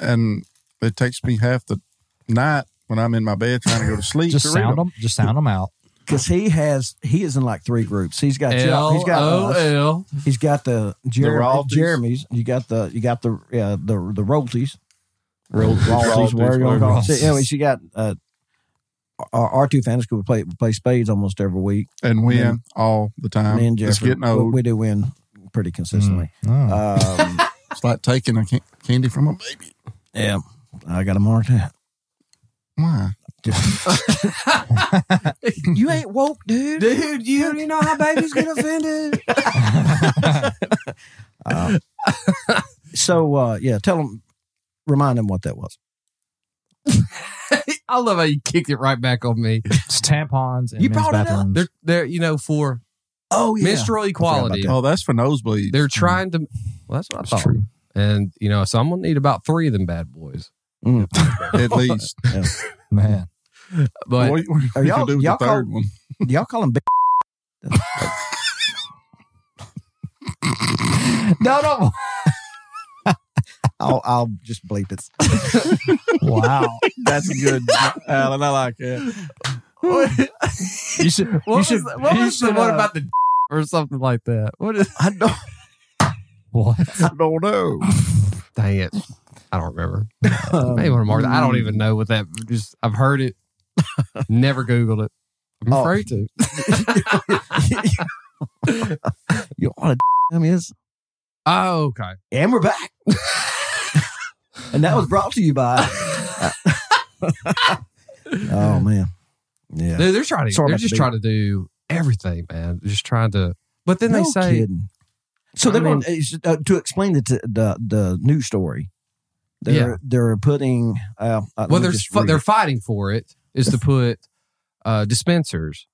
[SPEAKER 3] and it takes me half the night when I'm in my bed trying to go to sleep.
[SPEAKER 4] just
[SPEAKER 3] to read
[SPEAKER 4] sound them. Just sound them out.
[SPEAKER 1] because he has he is in like three groups. He's got Jer-
[SPEAKER 2] L
[SPEAKER 1] he's got
[SPEAKER 2] O
[SPEAKER 1] us,
[SPEAKER 2] L.
[SPEAKER 1] he's got the, Jer-
[SPEAKER 3] Ralphs.
[SPEAKER 1] Jeremy's. You got the you got the yeah, the the royalties.
[SPEAKER 3] Royalties,
[SPEAKER 1] Royalties, whatever you wanna call
[SPEAKER 4] royalties.
[SPEAKER 1] it. Anyways, you got uh, our our two fantasy group play play spades almost every week.
[SPEAKER 3] and win all the time.
[SPEAKER 1] Me and Jeffrey,
[SPEAKER 3] it's getting
[SPEAKER 1] we-
[SPEAKER 3] old.
[SPEAKER 1] We, do win pretty consistently.
[SPEAKER 4] Oh.
[SPEAKER 1] Um,
[SPEAKER 3] It's like taking a can- candy from a baby.
[SPEAKER 1] yeah, I got to mark that.
[SPEAKER 3] Why?
[SPEAKER 1] You ain't woke, dude.
[SPEAKER 2] Dude, you you know how babies get offended.
[SPEAKER 1] So uh, yeah, tell him, remind him what that was.
[SPEAKER 2] I love how you kicked it right back on me.
[SPEAKER 4] It's tampons and
[SPEAKER 2] You
[SPEAKER 4] men's
[SPEAKER 2] brought it up.
[SPEAKER 4] bathrooms.
[SPEAKER 2] They're they're you know for
[SPEAKER 1] Oh
[SPEAKER 2] menstrual equality.
[SPEAKER 1] that.
[SPEAKER 3] Oh, that's for nosebleeds.
[SPEAKER 2] They're trying to. Well, that's what I
[SPEAKER 4] It's
[SPEAKER 2] thought.
[SPEAKER 4] true.
[SPEAKER 2] And you know, so I'm gonna need about three of them bad boys.
[SPEAKER 3] at least.
[SPEAKER 4] Man,
[SPEAKER 2] But
[SPEAKER 3] what what
[SPEAKER 1] Are
[SPEAKER 3] you
[SPEAKER 1] y'all-
[SPEAKER 3] gonna do with
[SPEAKER 1] y'all
[SPEAKER 3] the third one?
[SPEAKER 1] Do y'all call him? B-
[SPEAKER 4] no, no.
[SPEAKER 1] I'll, I'll just bleep it.
[SPEAKER 4] Wow,
[SPEAKER 3] That's good, Alan. I like it.
[SPEAKER 2] what,
[SPEAKER 4] you should.
[SPEAKER 2] what
[SPEAKER 4] you
[SPEAKER 2] was,
[SPEAKER 4] should.
[SPEAKER 2] the- what
[SPEAKER 4] you
[SPEAKER 2] was the
[SPEAKER 4] should,
[SPEAKER 2] one
[SPEAKER 4] uh,
[SPEAKER 2] about the or something like that? What is?
[SPEAKER 1] I don't.
[SPEAKER 4] what?
[SPEAKER 3] I don't know.
[SPEAKER 2] Dang it! I don't remember.
[SPEAKER 4] um,
[SPEAKER 2] Maybe one of Mark. I don't even know what that. Just I've heard it. Never Googled it. I'm
[SPEAKER 1] Oh.
[SPEAKER 2] afraid to.
[SPEAKER 1] You want to? I mean, it's,
[SPEAKER 2] Oh, okay.
[SPEAKER 1] and we're back. and that was brought to you by. oh man, yeah.
[SPEAKER 2] Dude, they're trying to.
[SPEAKER 1] Sorry
[SPEAKER 2] they're
[SPEAKER 1] about
[SPEAKER 2] just
[SPEAKER 1] the
[SPEAKER 2] trying to do everything, man. They're just trying to. But then
[SPEAKER 1] No
[SPEAKER 2] they say,
[SPEAKER 1] kidding. So
[SPEAKER 2] I
[SPEAKER 1] they're
[SPEAKER 2] mean-
[SPEAKER 1] going it's, uh, to explain the, t- the the news story. They're
[SPEAKER 2] Yeah.
[SPEAKER 1] they're putting. Uh, uh,
[SPEAKER 2] well,
[SPEAKER 1] let me
[SPEAKER 2] they're
[SPEAKER 1] just
[SPEAKER 2] fi-
[SPEAKER 1] read
[SPEAKER 2] they're
[SPEAKER 1] it.
[SPEAKER 2] fighting for it is to put uh, dispensers,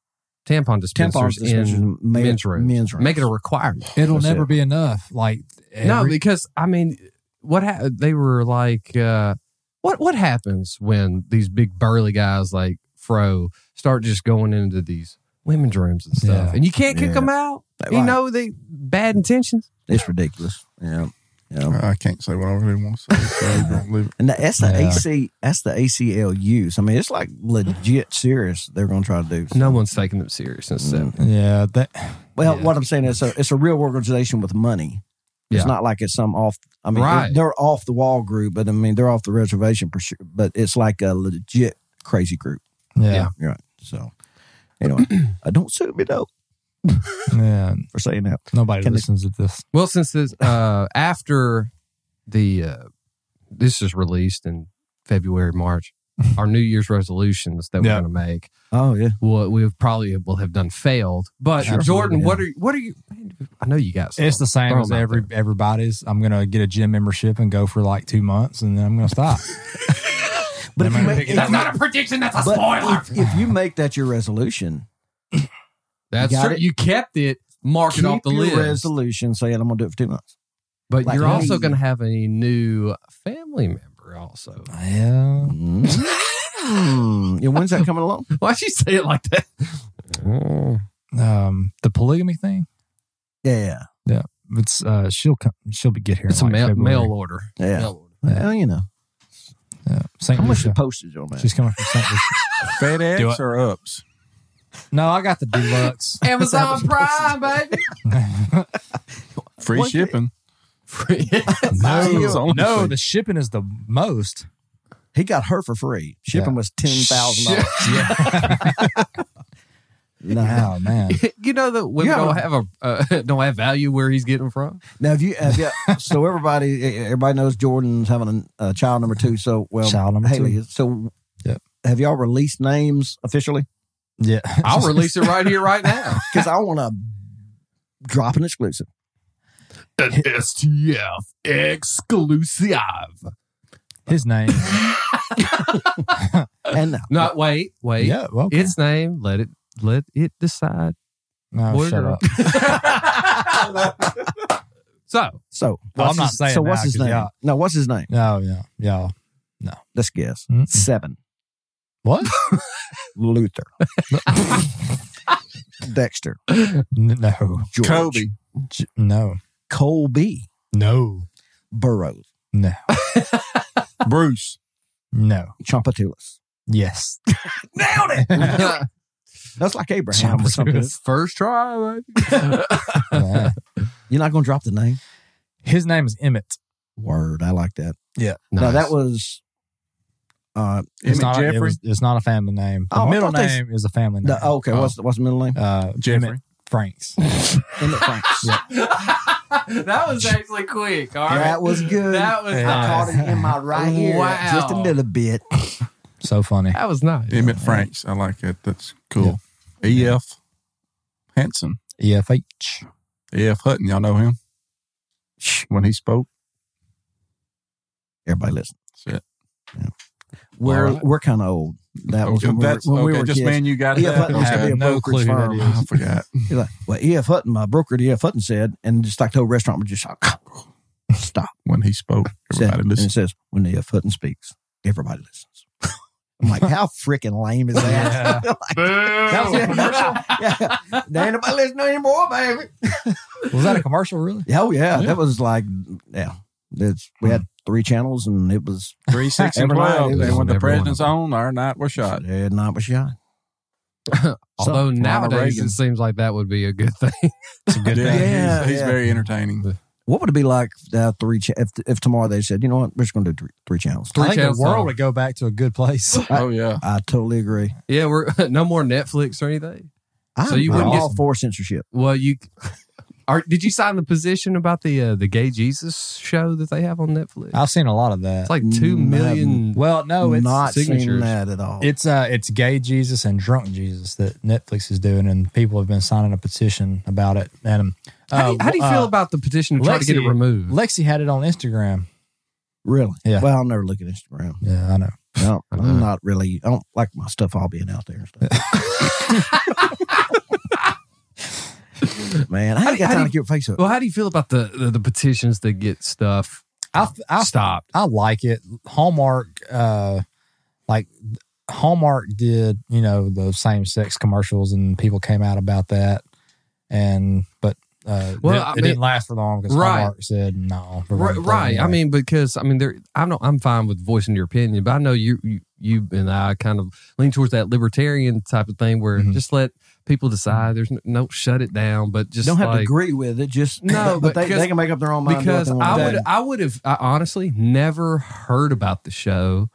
[SPEAKER 2] tampon dispensers,
[SPEAKER 1] tampons, dispensers,
[SPEAKER 2] in
[SPEAKER 1] ma-
[SPEAKER 2] men's rooms.
[SPEAKER 1] Men's rooms.
[SPEAKER 2] Make it a requirement.
[SPEAKER 4] It'll
[SPEAKER 1] That's
[SPEAKER 4] never
[SPEAKER 1] it.
[SPEAKER 4] be enough. Like
[SPEAKER 2] no,
[SPEAKER 4] every-
[SPEAKER 2] because I mean, what ha- they were like, uh, what what happens when these big burly guys like Fro start just going into these women's rooms and stuff,
[SPEAKER 4] Yeah.
[SPEAKER 2] and you can't kick
[SPEAKER 1] Yeah.
[SPEAKER 2] them out?
[SPEAKER 1] They
[SPEAKER 2] You
[SPEAKER 1] like-
[SPEAKER 2] know the bad intentions.
[SPEAKER 1] It's ridiculous. Yeah. Yeah.
[SPEAKER 3] I can't say what I really want to say, so I don't leave it.
[SPEAKER 1] And that, that's the
[SPEAKER 4] Yeah.
[SPEAKER 1] AC. That's the ACLU. So, I mean, it's like legit serious. They're going to try to do.
[SPEAKER 2] No one's taking them serious since then.
[SPEAKER 4] yeah, that
[SPEAKER 1] Well,
[SPEAKER 2] Yeah.
[SPEAKER 1] what I'm saying is, so it's a real organization with money. It's
[SPEAKER 2] Yeah.
[SPEAKER 1] not like it's some off. I mean,
[SPEAKER 2] Right.
[SPEAKER 1] they're off the wall group, but I mean, they're off the reservation for sure. But it's like a legit crazy group.
[SPEAKER 4] yeah,
[SPEAKER 1] You're right. So, anyway, uh, don't sue me though
[SPEAKER 4] yeah.
[SPEAKER 1] for saying that.
[SPEAKER 4] Nobody
[SPEAKER 1] Can they-
[SPEAKER 4] listens to this.
[SPEAKER 2] Well, since this uh, after the uh, this is released in February, March, our New Year's resolutions that
[SPEAKER 4] Yeah.
[SPEAKER 2] we're going to make,
[SPEAKER 1] Oh yeah.
[SPEAKER 2] what we probably will have done failed. But
[SPEAKER 4] Absolutely,
[SPEAKER 2] Jordan,
[SPEAKER 4] yeah.
[SPEAKER 2] what are what are you? I know you got. Some.
[SPEAKER 4] It's the same
[SPEAKER 2] Throw
[SPEAKER 4] as
[SPEAKER 2] 'em out
[SPEAKER 4] every everybody's. I'm gonna get a gym membership and go for like two months, and then I'm gonna stop.
[SPEAKER 1] But
[SPEAKER 4] Am
[SPEAKER 1] if you
[SPEAKER 4] I
[SPEAKER 1] make,
[SPEAKER 4] picking
[SPEAKER 1] if
[SPEAKER 4] up-
[SPEAKER 1] you-
[SPEAKER 2] a prediction. That's
[SPEAKER 1] but if, if you make that your resolution,
[SPEAKER 2] That's
[SPEAKER 1] You got
[SPEAKER 2] true.
[SPEAKER 1] it.
[SPEAKER 2] You kept it. Mark
[SPEAKER 1] keep
[SPEAKER 2] it off the
[SPEAKER 1] your
[SPEAKER 2] list.
[SPEAKER 1] resolution saying I'm going to do it for two months.
[SPEAKER 2] but
[SPEAKER 1] like
[SPEAKER 2] you're
[SPEAKER 1] me.
[SPEAKER 2] also going to have a new family member. Also,
[SPEAKER 4] yeah,
[SPEAKER 1] Mm. Yeah, when's that coming along?
[SPEAKER 2] why'd you say it like that?
[SPEAKER 1] Mm.
[SPEAKER 4] um, the polygamy thing.
[SPEAKER 1] Yeah,
[SPEAKER 4] It's uh, she'll come, she'll be get here. in,
[SPEAKER 2] It's a
[SPEAKER 4] like,
[SPEAKER 2] mail,
[SPEAKER 4] February.
[SPEAKER 2] mail order.
[SPEAKER 1] yeah.
[SPEAKER 2] Mail order.
[SPEAKER 1] Well, you know,
[SPEAKER 4] Yeah. St.
[SPEAKER 1] How much
[SPEAKER 4] Lucia.
[SPEAKER 1] is postage on that?
[SPEAKER 4] She's coming from St. Lucia. Do
[SPEAKER 3] FedEx
[SPEAKER 4] it.
[SPEAKER 3] or ups?
[SPEAKER 4] No, I got the deluxe.
[SPEAKER 2] Amazon Prime, baby.
[SPEAKER 3] Free
[SPEAKER 1] One thing-
[SPEAKER 3] shipping.
[SPEAKER 4] no,
[SPEAKER 3] Amazon.
[SPEAKER 4] no, the shipping is the most.
[SPEAKER 1] He got her for free. Shipping
[SPEAKER 4] Yeah.
[SPEAKER 1] was ten thousand dollars. Nah.
[SPEAKER 4] Oh man,
[SPEAKER 2] you know that women
[SPEAKER 1] Yeah.
[SPEAKER 2] don't have a uh, don't have value where he's getting from.
[SPEAKER 1] Now, have you, have you so everybody, e, everybody knows Jordan's having a uh, child number two. So, well,
[SPEAKER 4] Child number
[SPEAKER 1] Haley.
[SPEAKER 4] two.
[SPEAKER 1] is. So,
[SPEAKER 4] Yep.
[SPEAKER 1] have y'all released names officially?
[SPEAKER 4] yeah.
[SPEAKER 2] I'll release it right here, right now.
[SPEAKER 1] Because I want to drop an exclusive.
[SPEAKER 2] STF exclusive.
[SPEAKER 4] his name.
[SPEAKER 1] And now,
[SPEAKER 2] Not wait, wait.
[SPEAKER 4] yeah, well, okay.
[SPEAKER 2] Its name. Let it let it decide.
[SPEAKER 4] no,
[SPEAKER 2] Boy or
[SPEAKER 4] Oh, shut
[SPEAKER 2] girl.
[SPEAKER 4] up.
[SPEAKER 2] So
[SPEAKER 1] so
[SPEAKER 4] Well,
[SPEAKER 1] what's
[SPEAKER 4] I'm not
[SPEAKER 1] his-
[SPEAKER 4] saying
[SPEAKER 1] So,
[SPEAKER 4] now,
[SPEAKER 1] what's his
[SPEAKER 4] 'cause
[SPEAKER 1] name?
[SPEAKER 4] y'all-
[SPEAKER 1] No, what's his name?
[SPEAKER 4] No, yeah, yeah.
[SPEAKER 1] Let's guess.
[SPEAKER 4] Mm-mm.
[SPEAKER 1] Seven.
[SPEAKER 4] What?
[SPEAKER 1] Luther. Dexter.
[SPEAKER 4] N- no,
[SPEAKER 1] George.
[SPEAKER 3] Kobe.
[SPEAKER 4] J- no,
[SPEAKER 1] Colby.
[SPEAKER 4] no,
[SPEAKER 1] Burroughs.
[SPEAKER 4] no,
[SPEAKER 3] Bruce.
[SPEAKER 4] no.
[SPEAKER 1] Chompatoulas.
[SPEAKER 4] Yes,
[SPEAKER 1] That's like Abraham or something.
[SPEAKER 2] first try.
[SPEAKER 4] Yeah.
[SPEAKER 1] You're not going to drop the name.
[SPEAKER 4] his name is Emmett.
[SPEAKER 1] Word. I like that.
[SPEAKER 2] No,
[SPEAKER 1] No, that was uh
[SPEAKER 4] It's
[SPEAKER 3] Emmett
[SPEAKER 4] not, a, it
[SPEAKER 3] Jeffrey.
[SPEAKER 4] was- it's not a family name. The
[SPEAKER 1] Oh, I
[SPEAKER 4] middle
[SPEAKER 1] thought they-
[SPEAKER 4] name is a family name.
[SPEAKER 1] the, okay. What's
[SPEAKER 3] Oh.
[SPEAKER 1] the, what's the middle name?
[SPEAKER 4] uh,
[SPEAKER 3] Jeffrey.
[SPEAKER 4] Emmett Franks.
[SPEAKER 1] Emmett Franks.
[SPEAKER 2] that was actually quick. All right.
[SPEAKER 1] That was good.
[SPEAKER 2] That was
[SPEAKER 1] I
[SPEAKER 2] nice.
[SPEAKER 1] caught it in my right ear,
[SPEAKER 2] Wow.
[SPEAKER 1] just a little bit.
[SPEAKER 4] So funny.
[SPEAKER 2] That was nice.
[SPEAKER 3] Emmett Franks. I like that. That's cool. E E.F. Hanson.
[SPEAKER 4] E EFH.
[SPEAKER 3] E.F. E Hutton. Y'all know him? When he spoke.
[SPEAKER 1] Everybody listen.
[SPEAKER 3] That's it.
[SPEAKER 1] We're
[SPEAKER 3] All right.
[SPEAKER 1] we're kind of old. That was
[SPEAKER 3] Okay,
[SPEAKER 1] when we
[SPEAKER 3] Oh,
[SPEAKER 1] were,
[SPEAKER 3] that's-
[SPEAKER 1] when we
[SPEAKER 3] okay,
[SPEAKER 1] were
[SPEAKER 3] just
[SPEAKER 1] kids.
[SPEAKER 3] man, you got
[SPEAKER 1] E.F.
[SPEAKER 3] that.
[SPEAKER 1] Hutton used to
[SPEAKER 3] Okay.
[SPEAKER 1] be a
[SPEAKER 4] no
[SPEAKER 1] brokerage
[SPEAKER 4] clue who that
[SPEAKER 1] firm.
[SPEAKER 4] is.
[SPEAKER 3] I forgot.
[SPEAKER 1] He's like, well, E.F. Hutton, my broker at E.F. Hutton said, and just like the whole restaurant was just like, stop.
[SPEAKER 3] When he spoke,
[SPEAKER 1] Said-
[SPEAKER 3] everybody
[SPEAKER 1] and it
[SPEAKER 3] listened.
[SPEAKER 1] says, when E.F. Hutton speaks, everybody listens. I'm like, how freaking lame is that? that was a commercial. Yeah. There ain't nobody listening anymore, baby.
[SPEAKER 4] Was that a commercial? Really?
[SPEAKER 1] Oh yeah, that was like yeah. It's, we
[SPEAKER 2] Hmm.
[SPEAKER 1] had three channels and it was
[SPEAKER 3] 3, 6, and
[SPEAKER 1] Every night
[SPEAKER 3] 12.
[SPEAKER 1] it was
[SPEAKER 3] And when
[SPEAKER 2] on
[SPEAKER 3] the
[SPEAKER 2] everyone.
[SPEAKER 3] president's on, our night we're shot.
[SPEAKER 1] yeah, not was shot.
[SPEAKER 2] Although
[SPEAKER 1] Something.
[SPEAKER 3] Ronald
[SPEAKER 2] nowadays
[SPEAKER 3] Reagan.
[SPEAKER 2] it seems like that would be a good thing.
[SPEAKER 4] It's a good
[SPEAKER 3] Yeah,
[SPEAKER 4] thing.
[SPEAKER 1] Yeah,
[SPEAKER 3] he's, he's
[SPEAKER 1] yeah.
[SPEAKER 3] very entertaining.
[SPEAKER 1] What would it be like if that three cha- if if tomorrow they said you know what we're just going to do three, three channels?
[SPEAKER 4] I think
[SPEAKER 2] channels
[SPEAKER 4] the world
[SPEAKER 2] on.
[SPEAKER 4] would go back to a good place.
[SPEAKER 3] Oh yeah,
[SPEAKER 1] I totally agree.
[SPEAKER 2] Yeah, we're no more Netflix or anything.
[SPEAKER 1] I'm
[SPEAKER 2] So you wouldn't
[SPEAKER 1] all
[SPEAKER 2] get-
[SPEAKER 1] for censorship.
[SPEAKER 2] Well, you are. Did you sign the position about the uh, the Gay Jesus show that they have on Netflix?
[SPEAKER 4] I've seen a lot of that.
[SPEAKER 2] It's like two
[SPEAKER 1] Mm, I
[SPEAKER 2] million.
[SPEAKER 4] well,
[SPEAKER 2] Oh,
[SPEAKER 4] no, it's
[SPEAKER 1] not seen
[SPEAKER 2] signatures.
[SPEAKER 1] that at all.
[SPEAKER 4] It's uh, it's gay Jesus and drunk Jesus that Netflix is doing, and people have been signing a petition about it. And uh,
[SPEAKER 2] how, do you, how do you feel
[SPEAKER 4] uh,
[SPEAKER 2] about the petition to try to get it
[SPEAKER 4] Lexi-
[SPEAKER 2] removed?
[SPEAKER 4] Lexi had it on Instagram.
[SPEAKER 1] really
[SPEAKER 4] Yeah.
[SPEAKER 1] Well, I'll never look at Instagram.
[SPEAKER 4] Yeah, I know.
[SPEAKER 1] No,
[SPEAKER 2] Uh-huh.
[SPEAKER 1] I'm not really. I don't like my stuff all being out there. And stuff. Man, I
[SPEAKER 2] How
[SPEAKER 1] ain't
[SPEAKER 2] do-
[SPEAKER 1] got
[SPEAKER 2] how do
[SPEAKER 1] time
[SPEAKER 2] you-
[SPEAKER 1] to get your face up.
[SPEAKER 2] well, how do you feel about the the, the petitions that get stuff
[SPEAKER 4] I I
[SPEAKER 2] stopped?
[SPEAKER 4] I like it. Hallmark, uh, like Hallmark did, you know, the same sex commercials, and people came out about that. And but uh,
[SPEAKER 2] Well,
[SPEAKER 4] it,
[SPEAKER 2] I
[SPEAKER 4] it
[SPEAKER 2] mean-
[SPEAKER 4] didn't last for long because
[SPEAKER 2] Right.
[SPEAKER 4] Hallmark said no. we're
[SPEAKER 2] Right,
[SPEAKER 4] gonna do it
[SPEAKER 2] right. I
[SPEAKER 4] anyway."
[SPEAKER 2] mean, because I mean, there. I'm not. I'm fine with voicing your opinion, but I know you, you, you and I kind of lean towards that libertarian type of thing where
[SPEAKER 1] Mm-hmm.
[SPEAKER 4] Mhm.
[SPEAKER 2] just let people decide. There's no, no shut it down, but just
[SPEAKER 1] don't have to
[SPEAKER 2] like-
[SPEAKER 1] agree with it. Just
[SPEAKER 2] No,
[SPEAKER 1] but, they,
[SPEAKER 2] because-
[SPEAKER 1] they can make up their own mind. and do what
[SPEAKER 2] Because
[SPEAKER 1] they wanna
[SPEAKER 2] I
[SPEAKER 1] do.
[SPEAKER 2] would, I would have, I honestly never heard about the show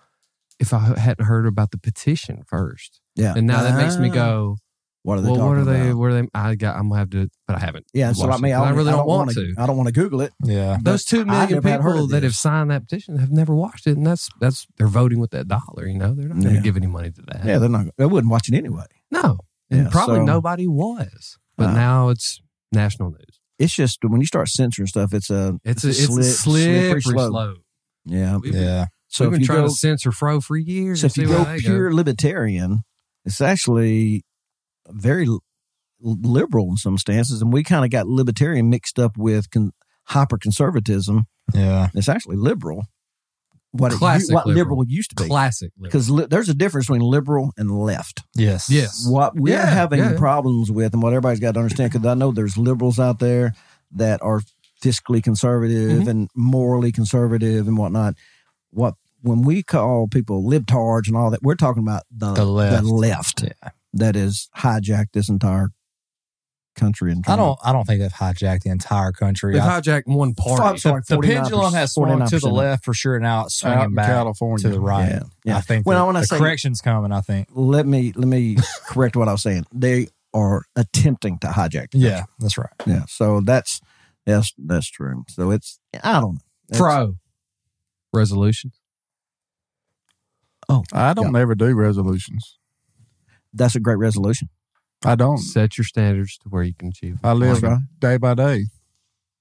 [SPEAKER 2] if I hadn't heard about the petition first.
[SPEAKER 1] yeah.
[SPEAKER 2] And now that makes me
[SPEAKER 1] Ah.
[SPEAKER 2] go,
[SPEAKER 1] What are they
[SPEAKER 2] well,
[SPEAKER 1] talking
[SPEAKER 2] what are they?
[SPEAKER 1] about?
[SPEAKER 2] What are they? I got. I'm gonna have to, but I haven't.
[SPEAKER 1] Yeah, so like
[SPEAKER 2] watched
[SPEAKER 1] me,
[SPEAKER 2] it,
[SPEAKER 1] I,
[SPEAKER 2] but I
[SPEAKER 1] don't-
[SPEAKER 2] really
[SPEAKER 1] I
[SPEAKER 2] don't
[SPEAKER 1] don't
[SPEAKER 2] want
[SPEAKER 1] wanna-
[SPEAKER 2] to.
[SPEAKER 1] I don't want to Google it.
[SPEAKER 4] yeah,
[SPEAKER 2] Those two million
[SPEAKER 1] never had heard
[SPEAKER 2] people
[SPEAKER 1] of
[SPEAKER 2] that
[SPEAKER 1] this.
[SPEAKER 2] have signed that petition have never watched it, and that's that's they're voting with that dollar. You know, they're not going to
[SPEAKER 1] Yeah.
[SPEAKER 2] give any money to that.
[SPEAKER 1] Yeah, they're not. They wouldn't watch it anyway.
[SPEAKER 2] no, and
[SPEAKER 1] Yeah,
[SPEAKER 2] probably
[SPEAKER 1] so-
[SPEAKER 2] nobody was, but
[SPEAKER 1] Uh,
[SPEAKER 2] now it's national news.
[SPEAKER 1] It's just when you start censoring stuff, it's a
[SPEAKER 2] It's a, it's a
[SPEAKER 1] sli-
[SPEAKER 2] slippery slope.
[SPEAKER 1] Yeah.
[SPEAKER 2] We've,
[SPEAKER 4] yeah.
[SPEAKER 1] So
[SPEAKER 2] we've
[SPEAKER 1] if
[SPEAKER 2] been
[SPEAKER 1] you
[SPEAKER 2] trying
[SPEAKER 1] go,
[SPEAKER 2] to censor Fro for years.
[SPEAKER 1] so if
[SPEAKER 2] and
[SPEAKER 1] you
[SPEAKER 2] see
[SPEAKER 1] go
[SPEAKER 2] where they
[SPEAKER 1] pure libertarian, it's actually very l- liberal in some stances, and we kind of got libertarian mixed up with con- hyper conservatism.
[SPEAKER 4] Yeah.
[SPEAKER 1] It's actually liberal. What it,
[SPEAKER 2] Classic
[SPEAKER 1] u- what liberal.
[SPEAKER 2] liberal.
[SPEAKER 1] used to be?
[SPEAKER 2] classic. liberal.
[SPEAKER 1] Because li- there's a difference between liberal and left.
[SPEAKER 4] Yes.
[SPEAKER 2] Yes.
[SPEAKER 1] what we're
[SPEAKER 2] Yeah,
[SPEAKER 1] having
[SPEAKER 2] yeah.
[SPEAKER 1] problems with and what everybody's got to understand because i know there's liberals out there that are fiscally conservative and morally conservative and whatnot what when we call people libtards and all that, we're talking about the
[SPEAKER 4] The left.
[SPEAKER 1] left that has hijacked this entire country. And
[SPEAKER 4] I don't. I don't think they've hijacked the entire country.
[SPEAKER 2] They've
[SPEAKER 4] I-
[SPEAKER 2] hijacked one
[SPEAKER 1] Fuck,
[SPEAKER 2] party.
[SPEAKER 1] sorry,
[SPEAKER 4] the pendulum
[SPEAKER 1] 49%,
[SPEAKER 4] has swung to the
[SPEAKER 1] 49%.
[SPEAKER 4] left for sure. Now it's swinging
[SPEAKER 3] Out in
[SPEAKER 4] back
[SPEAKER 3] California.
[SPEAKER 4] to the right.
[SPEAKER 1] Yeah, yeah.
[SPEAKER 4] I think.
[SPEAKER 1] Well,
[SPEAKER 4] the,
[SPEAKER 1] I wanna
[SPEAKER 4] the
[SPEAKER 1] say-
[SPEAKER 4] corrections coming. I think.
[SPEAKER 1] Let me let me correct what I was saying. They are attempting to hijack. the
[SPEAKER 4] Yeah, that's right.
[SPEAKER 1] country. yeah. So that's that's that's true. So it's I don't know. It's-
[SPEAKER 2] Pro resolution.
[SPEAKER 3] I don't ever do resolutions.
[SPEAKER 1] That's a great resolution.
[SPEAKER 3] I don't.
[SPEAKER 1] um
[SPEAKER 2] Set your standards to where you can achieve.
[SPEAKER 3] I live
[SPEAKER 1] Right.
[SPEAKER 3] day by day.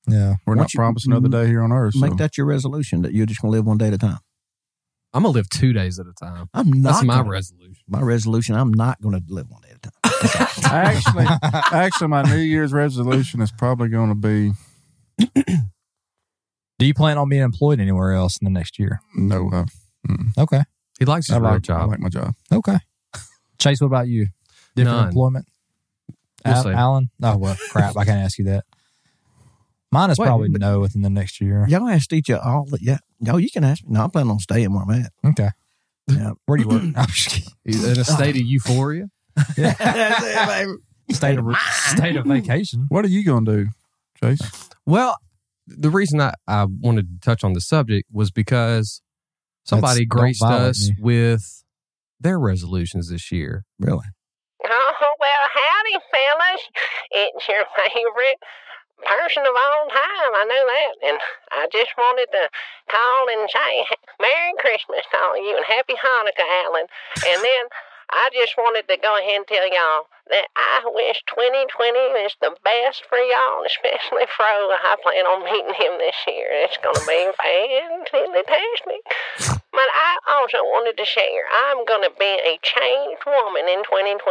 [SPEAKER 4] Yeah.
[SPEAKER 3] We're
[SPEAKER 1] Why
[SPEAKER 3] not
[SPEAKER 1] don't you
[SPEAKER 3] promised another day here on earth. So.
[SPEAKER 1] Make that your resolution that you're just gonna live one day at a time.
[SPEAKER 2] I'm gonna live two days at a time.
[SPEAKER 1] I'm not
[SPEAKER 2] That's my
[SPEAKER 1] gonna-
[SPEAKER 2] resolution.
[SPEAKER 1] my resolution. I'm not gonna live one day at a time.
[SPEAKER 3] actually, actually, my New Year's resolution is probably going to be
[SPEAKER 4] Do you plan on being employed anywhere else in the next year?
[SPEAKER 3] no. Uh,
[SPEAKER 4] Okay.
[SPEAKER 2] He likes his
[SPEAKER 3] I
[SPEAKER 2] real
[SPEAKER 3] like I
[SPEAKER 2] job.
[SPEAKER 3] like my job.
[SPEAKER 4] Okay. Chase, what about you? Different
[SPEAKER 2] None.
[SPEAKER 4] employment.
[SPEAKER 2] We'll
[SPEAKER 4] Al-
[SPEAKER 2] see.
[SPEAKER 4] Alan? Oh well, crap! I can't ask you that. Mine is
[SPEAKER 1] Wait,
[SPEAKER 4] probably
[SPEAKER 1] but-
[SPEAKER 4] no within the next year.
[SPEAKER 1] Y'all asked each other all that. Yeah. No, you can ask me. No, I'm planning on staying where I'm at.
[SPEAKER 4] Okay.
[SPEAKER 1] Yeah.
[SPEAKER 4] Where do you work? I'm just kidding.
[SPEAKER 2] He's in a state of euphoria.
[SPEAKER 4] state of state of vacation.
[SPEAKER 3] What are you going to do, Chase?
[SPEAKER 2] Well, the reason I, I wanted to touch on the subject was because somebody
[SPEAKER 4] That's- don't
[SPEAKER 2] graced
[SPEAKER 4] violate
[SPEAKER 2] us
[SPEAKER 4] me.
[SPEAKER 2] with their resolutions this year.
[SPEAKER 1] really?
[SPEAKER 7] Oh, well, howdy, fellas. It's your favorite person of all time. I know that. And I just wanted to call and say Merry Christmas to all you and Happy Hanukkah, Alan. And then I just wanted to go ahead and tell y'all that I wish 2020 is the best for y'all, especially Fro. I plan on meeting him this year. It's going to be fantastic. But I also wanted to share, I'm going to be a changed woman in 2020.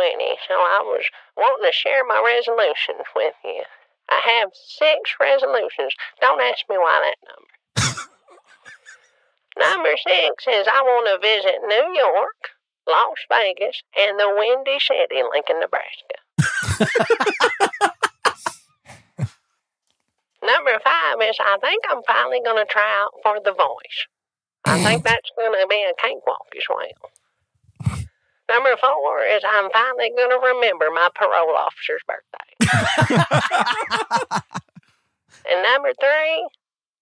[SPEAKER 7] So I was wanting to share my resolutions with you. I have six resolutions. Don't ask me why that number. number six is I want to visit New York, Las Vegas, and the Windy City, Lincoln, Nebraska. number five is I think I'm finally going to try out for The Voice. I think that's going to be a cakewalk as well. Number four is I'm finally going to remember my parole officer's birthday. and number three,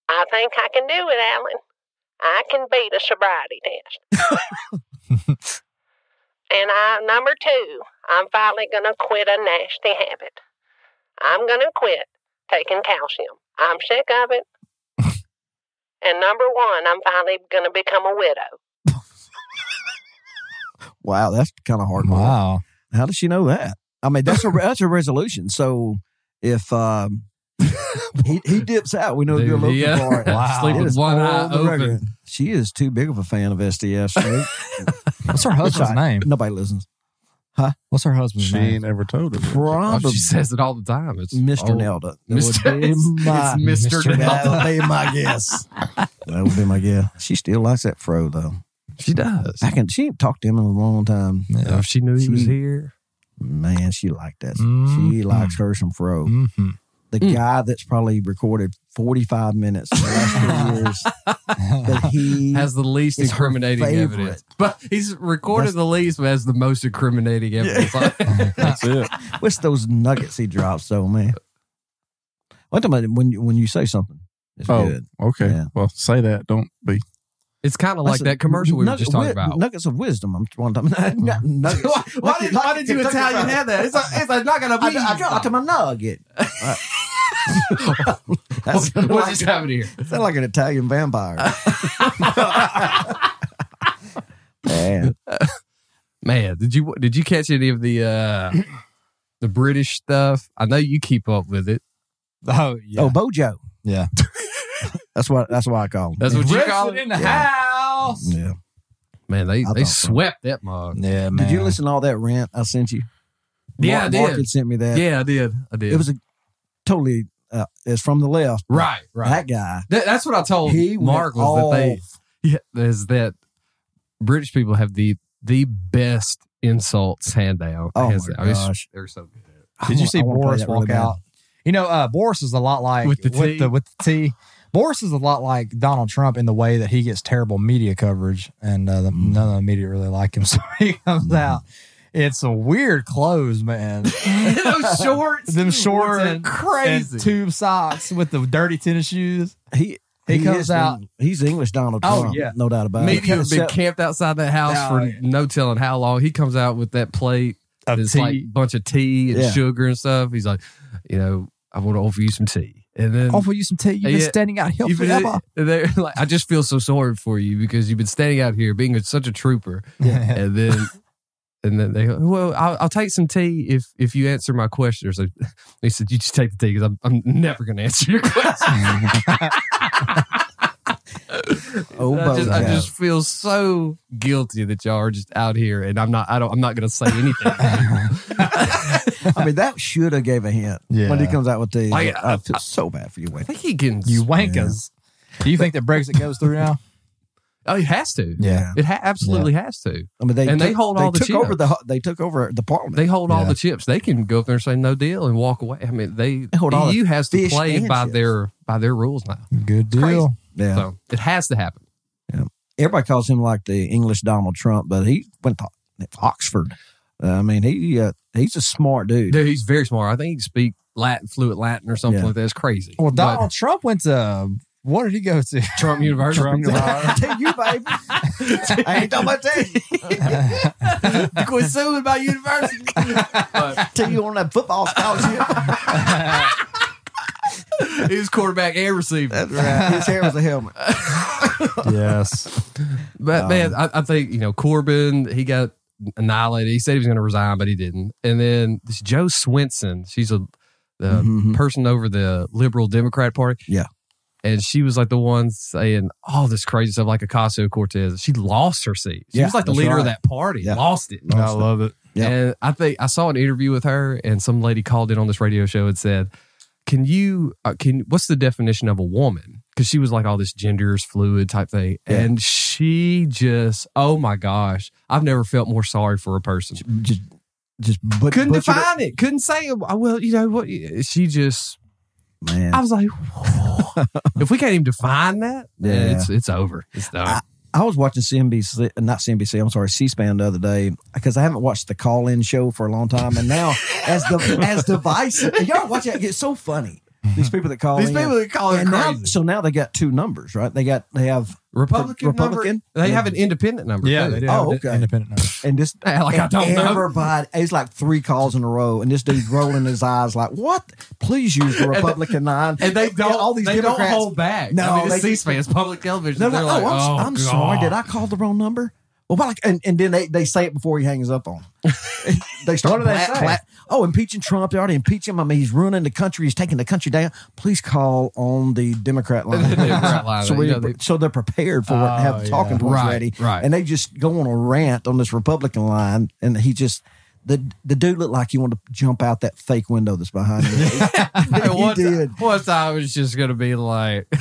[SPEAKER 7] I think I can do it, Alan. I can beat a sobriety test. and I, number two, I'm finally going to quit a nasty habit. I'm going to quit taking calcium. I'm sick of it. And number one, I'm finally going to become a widow.
[SPEAKER 1] Wow, that's kind of hard.
[SPEAKER 4] Wow.
[SPEAKER 1] How does she know that? I mean, that's a that's a resolution. So if um, he, he dips out, we know
[SPEAKER 2] Dude,
[SPEAKER 1] you're looking
[SPEAKER 2] yeah.
[SPEAKER 1] for it.
[SPEAKER 4] Wow.
[SPEAKER 2] Sleep
[SPEAKER 1] It
[SPEAKER 2] with
[SPEAKER 1] is
[SPEAKER 2] one eye
[SPEAKER 1] on the
[SPEAKER 2] open.
[SPEAKER 1] record. She is too big of a fan of SDS. right?
[SPEAKER 4] What's her husband's
[SPEAKER 1] Sorry.
[SPEAKER 4] name?
[SPEAKER 1] Nobody listens.
[SPEAKER 4] What's her husband's
[SPEAKER 3] She
[SPEAKER 4] name?
[SPEAKER 3] ain't ever told us.
[SPEAKER 2] Oh,
[SPEAKER 1] Probably
[SPEAKER 2] she says it all the time. It's
[SPEAKER 1] Mr.
[SPEAKER 2] old.
[SPEAKER 1] Nelda. That
[SPEAKER 2] Mr.
[SPEAKER 1] would be
[SPEAKER 2] Oh. It's-
[SPEAKER 1] my-
[SPEAKER 2] it's Mr.
[SPEAKER 4] Mr.
[SPEAKER 2] Nelda.
[SPEAKER 1] That would be my guess. that would be my guess. She still likes that fro though.
[SPEAKER 2] She does.
[SPEAKER 1] I can. She ain't talked to him in a long time.
[SPEAKER 2] Now, if she knew he was
[SPEAKER 1] She-
[SPEAKER 2] here,
[SPEAKER 1] Man, she liked that. She
[SPEAKER 4] Mm.
[SPEAKER 1] likes her some fro.
[SPEAKER 4] Mm-hmm.
[SPEAKER 1] the guy that's probably recorded 45 minutes in the last two years that he
[SPEAKER 2] has the least
[SPEAKER 1] It's her
[SPEAKER 2] incriminating
[SPEAKER 1] favorite.
[SPEAKER 2] evidence. But he's recorded the least, but has the most incriminating evidence.
[SPEAKER 3] That's it.
[SPEAKER 1] what's those nuggets he drops though man what about when you when you say something it's
[SPEAKER 3] Oh,
[SPEAKER 1] good
[SPEAKER 3] okay.
[SPEAKER 1] Yeah.
[SPEAKER 3] Well, say that. Don't be.
[SPEAKER 2] it's kind of like
[SPEAKER 1] Listen,
[SPEAKER 2] that commercial we were
[SPEAKER 1] nugget-
[SPEAKER 2] just talking
[SPEAKER 1] wi-
[SPEAKER 2] about.
[SPEAKER 1] nuggets of wisdom I'm one time not nuggets
[SPEAKER 2] why, why did, why did you
[SPEAKER 1] Kentucky
[SPEAKER 2] Italian
[SPEAKER 1] Fried.
[SPEAKER 2] have that? It's a, it's a nugget of
[SPEAKER 1] I, I
[SPEAKER 2] wisdom.
[SPEAKER 1] dropped him a nugget that's
[SPEAKER 2] What- What's
[SPEAKER 1] like,
[SPEAKER 2] just happening here?
[SPEAKER 1] sound like an Italian vampire man
[SPEAKER 2] Man, did you did you catch any of the uh the British stuff? I know you keep up with it.
[SPEAKER 4] Oh yeah.
[SPEAKER 1] oh Bojo
[SPEAKER 4] yeah.
[SPEAKER 1] that's what that's what I call him
[SPEAKER 2] That's what you call it.
[SPEAKER 4] in the house.
[SPEAKER 1] yeah
[SPEAKER 2] Man, they,
[SPEAKER 1] I
[SPEAKER 2] they
[SPEAKER 1] thought so.
[SPEAKER 2] swept that mug.
[SPEAKER 4] Yeah, man.
[SPEAKER 1] Did you listen to all that rant I sent you?
[SPEAKER 2] Yeah,
[SPEAKER 1] Mark,
[SPEAKER 2] I did.
[SPEAKER 1] Mark had sent me that.
[SPEAKER 2] Yeah, I did. I did.
[SPEAKER 1] It was a totally. Uh, it's from the left.
[SPEAKER 2] right, right.
[SPEAKER 1] That guy.
[SPEAKER 2] That- that's what I told
[SPEAKER 1] He
[SPEAKER 2] Mark
[SPEAKER 1] went
[SPEAKER 2] was that
[SPEAKER 1] off.
[SPEAKER 2] they yeah, is that British people have the the best insults hand down.
[SPEAKER 1] Oh
[SPEAKER 2] hands
[SPEAKER 1] my
[SPEAKER 2] down. I mean, it's-
[SPEAKER 1] gosh.
[SPEAKER 2] they're so good.
[SPEAKER 1] I
[SPEAKER 4] Did you
[SPEAKER 1] wanna-
[SPEAKER 4] see
[SPEAKER 1] I wanna play
[SPEAKER 4] Boris
[SPEAKER 1] that
[SPEAKER 4] walk
[SPEAKER 1] really bad.
[SPEAKER 4] out? You know, uh, Boris is a lot like
[SPEAKER 2] With the
[SPEAKER 4] with
[SPEAKER 2] tea?
[SPEAKER 4] the, with the tea. Boris is a lot like Donald Trump in the way that he gets terrible media coverage, and uh, the, none of the media really like him, so he comes out. It's a weird clothes, man.
[SPEAKER 2] Those shorts,
[SPEAKER 4] Them shorts
[SPEAKER 2] were
[SPEAKER 4] and, crazy tube socks with the dirty tennis shoes.
[SPEAKER 1] He
[SPEAKER 4] He comes out-
[SPEAKER 1] Eng- he's English Donald
[SPEAKER 4] Oh,
[SPEAKER 1] Trump.
[SPEAKER 4] yeah.
[SPEAKER 1] no doubt about
[SPEAKER 2] Media
[SPEAKER 1] it.
[SPEAKER 2] had been
[SPEAKER 1] Except-
[SPEAKER 2] camped outside that house
[SPEAKER 4] Oh,
[SPEAKER 2] for
[SPEAKER 4] yeah.
[SPEAKER 2] no telling how long. He comes out with that plate
[SPEAKER 4] Of
[SPEAKER 2] It's
[SPEAKER 4] tea.
[SPEAKER 2] like a bunch of tea and
[SPEAKER 1] Yeah.
[SPEAKER 2] sugar and stuff. He's like, you know, I want to offer you some tea. And then
[SPEAKER 4] Offer you some tea. You've been
[SPEAKER 2] Yeah.
[SPEAKER 4] standing out here
[SPEAKER 2] you've been-
[SPEAKER 4] forever.
[SPEAKER 2] they're like, I just feel so sorry for you because you've been standing out here being such a trooper. And then and then they go, well, I'll, I'll take some tea if if you answer my question. So he said, you just take the tea because I'm, I'm never going to answer your question.
[SPEAKER 1] Oh,
[SPEAKER 2] I just, I
[SPEAKER 1] Bojack.
[SPEAKER 2] just feel so guilty that y'all are just out here and I'm not I don't I'm not going to say anything.
[SPEAKER 1] I mean, that should have gave a hint
[SPEAKER 4] Yeah.
[SPEAKER 1] when he comes out with the.
[SPEAKER 2] I-
[SPEAKER 1] I, feel so bad for you, Wayne.
[SPEAKER 2] I think he can.
[SPEAKER 4] You wankers. Do you think that Brexit goes through now?
[SPEAKER 2] oh, he has to.
[SPEAKER 1] Yeah.
[SPEAKER 2] It ha- absolutely has to.
[SPEAKER 1] I mean, they
[SPEAKER 2] And
[SPEAKER 1] took,
[SPEAKER 2] they hold all the
[SPEAKER 1] took over
[SPEAKER 2] chips.
[SPEAKER 1] the they took over the parliament.
[SPEAKER 2] They hold all
[SPEAKER 4] Yeah.
[SPEAKER 2] the chips. They can go up there and say no deal and walk away. I mean, they,
[SPEAKER 1] They hold all
[SPEAKER 2] EU
[SPEAKER 1] the
[SPEAKER 2] has to
[SPEAKER 1] fish
[SPEAKER 2] play
[SPEAKER 1] and
[SPEAKER 2] by
[SPEAKER 1] chips.
[SPEAKER 2] their by their rules now.
[SPEAKER 4] Good
[SPEAKER 2] Crazy.
[SPEAKER 4] deal.
[SPEAKER 1] yeah,
[SPEAKER 2] So it has to happen.
[SPEAKER 1] everybody calls him like the English Donald Trump, but he went to Oxford. Uh, I mean, he uh, he's a smart dude.
[SPEAKER 2] Dude, he's very smart. I think he can speak Latin, fluent Latin or something
[SPEAKER 1] Yeah.
[SPEAKER 2] like that. It's crazy.
[SPEAKER 4] Well,
[SPEAKER 2] But
[SPEAKER 4] Donald Trump went to uh, what did he go to?
[SPEAKER 2] Trump University.
[SPEAKER 1] Tell you, baby. I ain't talking about that.
[SPEAKER 2] Quit suing my university. But
[SPEAKER 1] Tell you on that football scholarship.
[SPEAKER 2] he's quarterback and receiver.
[SPEAKER 1] His hair was a helmet.
[SPEAKER 4] yes.
[SPEAKER 2] But man, I, I think you know Corbin. He got annihilated. He said he was going to resign, but he didn't. And then this Joe Swinson. She's a the
[SPEAKER 1] Mhm.
[SPEAKER 2] person over the Liberal Democrat Party.
[SPEAKER 1] Yeah.
[SPEAKER 2] And she was like the one saying all this crazy stuff, like Ocasio Cortez. She lost her seat. She
[SPEAKER 1] Yeah,
[SPEAKER 2] was like the
[SPEAKER 1] that's
[SPEAKER 2] leader of
[SPEAKER 1] right.
[SPEAKER 2] that party.
[SPEAKER 1] Yeah.
[SPEAKER 2] Lost it.
[SPEAKER 4] I love it.
[SPEAKER 1] Yeah.
[SPEAKER 2] And I think I saw an interview with her, and some lady called in on this radio show and said, "Can you uh, can what's the definition of a woman?" Because she was like all this genders fluid type thing,
[SPEAKER 1] Yeah.
[SPEAKER 2] and she just oh my gosh, I've never felt more sorry for a person.
[SPEAKER 1] Just, just but,
[SPEAKER 2] Couldn't
[SPEAKER 1] butchered
[SPEAKER 2] define it. Couldn't say. "Oh, Well, you know what? She just.
[SPEAKER 1] it. Man,
[SPEAKER 2] I was like, "Whoa." if we can't even define that, yeah.
[SPEAKER 1] Yeah.
[SPEAKER 2] it's it's over. It's done.
[SPEAKER 1] I was watching CNBC, not CNBC. I'm sorry, C-SPAN the other day because I haven't watched the call-in show for a long time, and now as the as divisive, and y'all watch it. It's so funny. These people that call
[SPEAKER 2] These
[SPEAKER 1] in,
[SPEAKER 2] people that call in
[SPEAKER 1] and now,
[SPEAKER 2] crazy.
[SPEAKER 1] so now they got two numbers, right? They got they have
[SPEAKER 2] Republican,
[SPEAKER 1] Republican?
[SPEAKER 2] number. They have an independent number.
[SPEAKER 4] Yeah,
[SPEAKER 2] too.
[SPEAKER 4] they did.
[SPEAKER 1] Oh,
[SPEAKER 4] have
[SPEAKER 1] okay.
[SPEAKER 4] Independent uh, number.
[SPEAKER 1] and just
[SPEAKER 2] Like, I
[SPEAKER 1] and
[SPEAKER 2] don't know.
[SPEAKER 1] everybody. It's like three calls in a row, and this dude's rolling his eyes like, "What? Please use the Republican nine.
[SPEAKER 2] and they don't.
[SPEAKER 1] all these
[SPEAKER 2] they don't
[SPEAKER 1] Democrats-
[SPEAKER 2] hold back. No,
[SPEAKER 1] No,
[SPEAKER 2] I mean, it's
[SPEAKER 1] they-
[SPEAKER 2] C-SPAN, it's public television.
[SPEAKER 1] They're
[SPEAKER 2] They're
[SPEAKER 1] like,
[SPEAKER 2] like,
[SPEAKER 1] "Oh, I'm, I'm sorry,
[SPEAKER 2] God."
[SPEAKER 1] did I call the wrong number?" Well, why like, and, and then they, they say it before he hangs up on. 'em. they start
[SPEAKER 4] What do they
[SPEAKER 1] blat-
[SPEAKER 4] say?
[SPEAKER 1] blat- oh, impeaching Trump. They already impeach him. I mean, he's ruining the country. He's taking the country down. Please call on the Democrat line.
[SPEAKER 2] The Democrat line,
[SPEAKER 1] so, we,
[SPEAKER 2] you know, they-
[SPEAKER 1] so they're prepared for it and have
[SPEAKER 4] Oh,
[SPEAKER 1] talking
[SPEAKER 4] yeah.
[SPEAKER 1] points
[SPEAKER 2] Right,
[SPEAKER 1] ready.
[SPEAKER 2] right.
[SPEAKER 1] And they just go on a rant on this Republican line, and he just. The, the dude looked like he wanted to jump out that fake window that's behind him.
[SPEAKER 2] Hey,
[SPEAKER 1] he
[SPEAKER 2] once,
[SPEAKER 1] did.
[SPEAKER 2] once I was just gonna be like,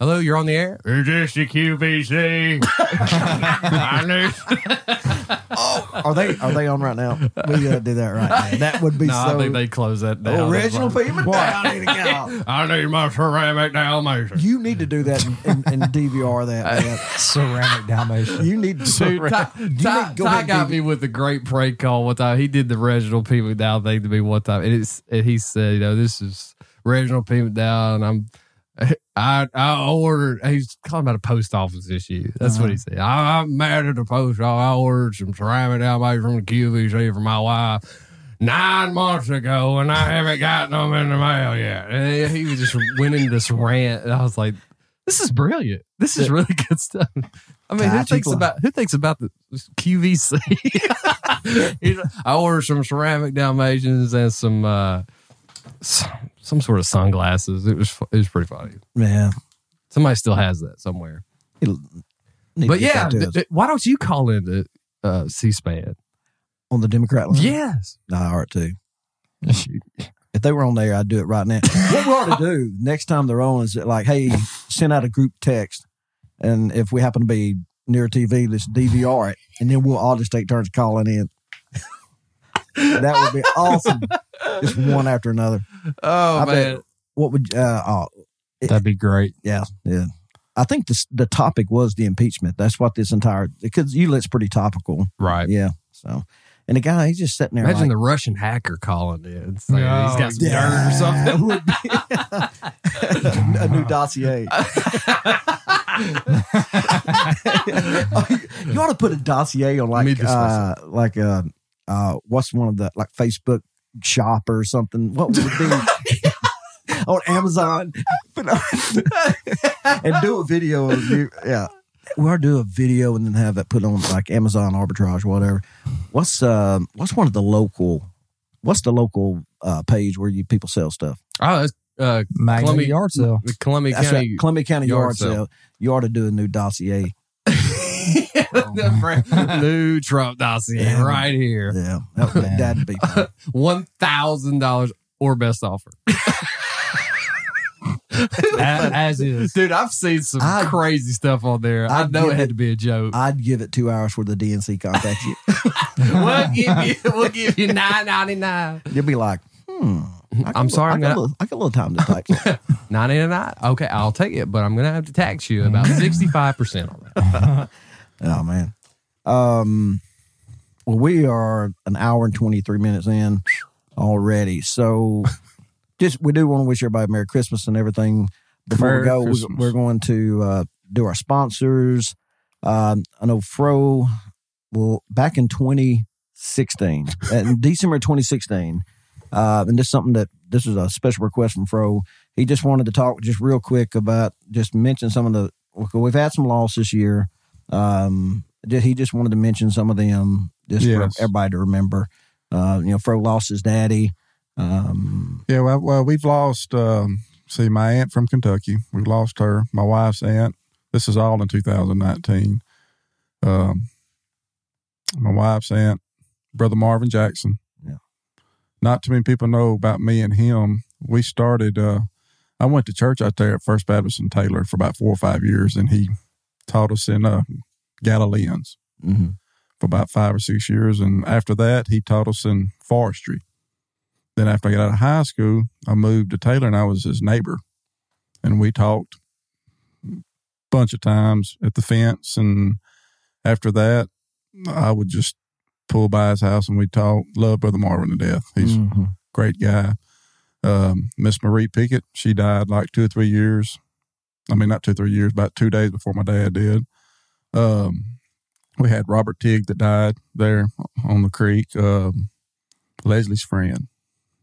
[SPEAKER 2] "Hello, you're on the air." Is this the QVC? I knew.
[SPEAKER 1] Are they are they on right now? We gotta do that right now. That would be
[SPEAKER 2] No,
[SPEAKER 1] so. Oh,
[SPEAKER 2] I think they closed that down.
[SPEAKER 1] Original
[SPEAKER 2] They're
[SPEAKER 1] Beaver Down in the cow.
[SPEAKER 2] I need my ceramic Dalmatian.
[SPEAKER 1] You need to do that and, and, and DVR that. man.
[SPEAKER 4] Ceramic Dalmatian.
[SPEAKER 1] You need to.
[SPEAKER 2] Ty, Ty,
[SPEAKER 1] need to go
[SPEAKER 2] Ty
[SPEAKER 1] ahead
[SPEAKER 2] got
[SPEAKER 1] and-
[SPEAKER 2] me with a great prank call one time. He did the Reginald P. McDowell thing to me one time, and, it's, and he said, "You know, this is Reginald P. McDowell, and I'm." I I ordered. He's calling about a post office issue. That's what he
[SPEAKER 1] Uh-huh.
[SPEAKER 2] said. I, I'm mad at the post. office. I ordered some ceramic Dalmatian from the QVC for my wife nine months ago, and I haven't gotten them in the mail yet. And he was just went into this rant, and I was like, "This is brilliant. This is really good stuff." I mean, who
[SPEAKER 1] Gotcha.
[SPEAKER 2] thinks about who thinks about the QVC? You know, I ordered some ceramic Dalmatians and some uh, some, some sort of sunglasses. It was fu- it was pretty funny.
[SPEAKER 1] Man,
[SPEAKER 2] Somebody still has that somewhere.
[SPEAKER 1] it'll- need to
[SPEAKER 2] But
[SPEAKER 1] get
[SPEAKER 2] yeah,
[SPEAKER 1] that to
[SPEAKER 2] th-
[SPEAKER 1] us.
[SPEAKER 2] th- why don't you call in to uh, C-SPAN?
[SPEAKER 1] on the Democrat line.
[SPEAKER 2] Yes.
[SPEAKER 1] nah, all right too. If they were on there, I'd do it right now. What we ought to do next time they're on is like, hey, send out a group text, and if we happen to be near TV, let's DVR it, and then we'll all just take turns calling in. that would be awesome. Just one after another.
[SPEAKER 2] Oh
[SPEAKER 1] I bet-
[SPEAKER 2] man.
[SPEAKER 1] What would uh, oh,
[SPEAKER 4] That'd be great.
[SPEAKER 1] Yeah, yeah. I think this, the topic was the impeachment. That's what this entire because Hewlett's pretty topical.
[SPEAKER 2] Right.
[SPEAKER 1] Yeah. So, and the guy he's just sitting there.
[SPEAKER 2] Imagine
[SPEAKER 1] like,
[SPEAKER 2] the Russian hacker calling it. It's like,
[SPEAKER 4] No.
[SPEAKER 2] he's got some dirt
[SPEAKER 1] Yeah,
[SPEAKER 2] or something.
[SPEAKER 1] it would be- a new dossier. you ought to put a dossier on
[SPEAKER 2] Me
[SPEAKER 1] like
[SPEAKER 2] dismiss
[SPEAKER 1] uh, like uh, uh, what's one of the like Facebook shop or something. What would it be on Amazon? But, uh, and do a video of you. Yeah. We'll do a video and then have it put on like Amazon arbitrage, whatever. What's uh, what's one of the local? What's the local uh, page where you people sell stuff?
[SPEAKER 2] Oh, that's, uh,
[SPEAKER 4] Magnet
[SPEAKER 2] Columbia-
[SPEAKER 4] yard sale.
[SPEAKER 2] the Columbia
[SPEAKER 1] That's
[SPEAKER 2] County.
[SPEAKER 1] right. Columbia County
[SPEAKER 2] yard
[SPEAKER 1] yard sale. You ought to do a new dossier.
[SPEAKER 2] the brand Oh, new Trump dossier
[SPEAKER 1] Yeah.
[SPEAKER 2] right here.
[SPEAKER 1] Yeah, that would, that'd be fun.
[SPEAKER 2] One thousand dollars or best offer.
[SPEAKER 4] A- as is.
[SPEAKER 2] Dude, I've seen some
[SPEAKER 1] I'd-
[SPEAKER 2] crazy stuff on there. i
[SPEAKER 1] I'd
[SPEAKER 2] know it
[SPEAKER 1] give
[SPEAKER 2] had
[SPEAKER 1] it-
[SPEAKER 2] to be a joke.
[SPEAKER 1] I'd give it two hours for the DNC contact you.
[SPEAKER 2] we'll give you we'll give you nine ninety nine.
[SPEAKER 1] You'll be like, hmm. I got
[SPEAKER 2] I'm
[SPEAKER 1] a-
[SPEAKER 2] sorry,
[SPEAKER 1] I
[SPEAKER 2] I'm
[SPEAKER 1] got,
[SPEAKER 2] gonna-
[SPEAKER 1] a little, I got a little time to type.
[SPEAKER 2] Nine eighty nine. Okay, I'll take it, but I'm gonna have to tax you about sixty five percent on that.
[SPEAKER 1] oh man. Um. Well, we are an hour and twenty three minutes in already, so just we do want to wish everybody Merry Christmas and everything. Before
[SPEAKER 3] Merry
[SPEAKER 1] we go, we,
[SPEAKER 3] Christmas.
[SPEAKER 1] we're going to uh, do our sponsors. Um, I know Fro. Well, back in twenty sixteen, uh, in December twenty sixteen, uh, and this is something that this is a special request from Fro. He just wanted to talk just real quick about just mention some of the. We've had some loss this year. Um, ju- he just wanted to mention some of them just
[SPEAKER 3] Yes.
[SPEAKER 1] for everybody to remember. Uh, you know, Fro lost his daddy. Um,
[SPEAKER 3] Yeah, well, well we've lost, um, see, my aunt from Kentucky. We lost her, my wife's aunt. This is all in 2019. Um, my wife's aunt, Brother Marvin Jackson.
[SPEAKER 1] Yeah.
[SPEAKER 3] Not too many people know about me and him. We started, uh, I went to church out there at First Baptist in Taylor for about four or five years, and he taught us in uh, Galileans
[SPEAKER 1] mhm.
[SPEAKER 3] for about five or six years. And after that, he taught us in forestry. Then, after I got out of high school, I moved to Taylor and I was his neighbor. And we talked a bunch of times at the fence. And after that, I would just pull by his house and we'd talk. Love Brother Marvin to death. He's
[SPEAKER 4] Mm-hmm.
[SPEAKER 1] Mhm.
[SPEAKER 3] great guy. Um, Miss Marie Pickett, she died like two or three years. I mean, not two or three years, about two days before my dad did. Um, we had Robert Tigg that died there on the creek. Um, Leslie's friend,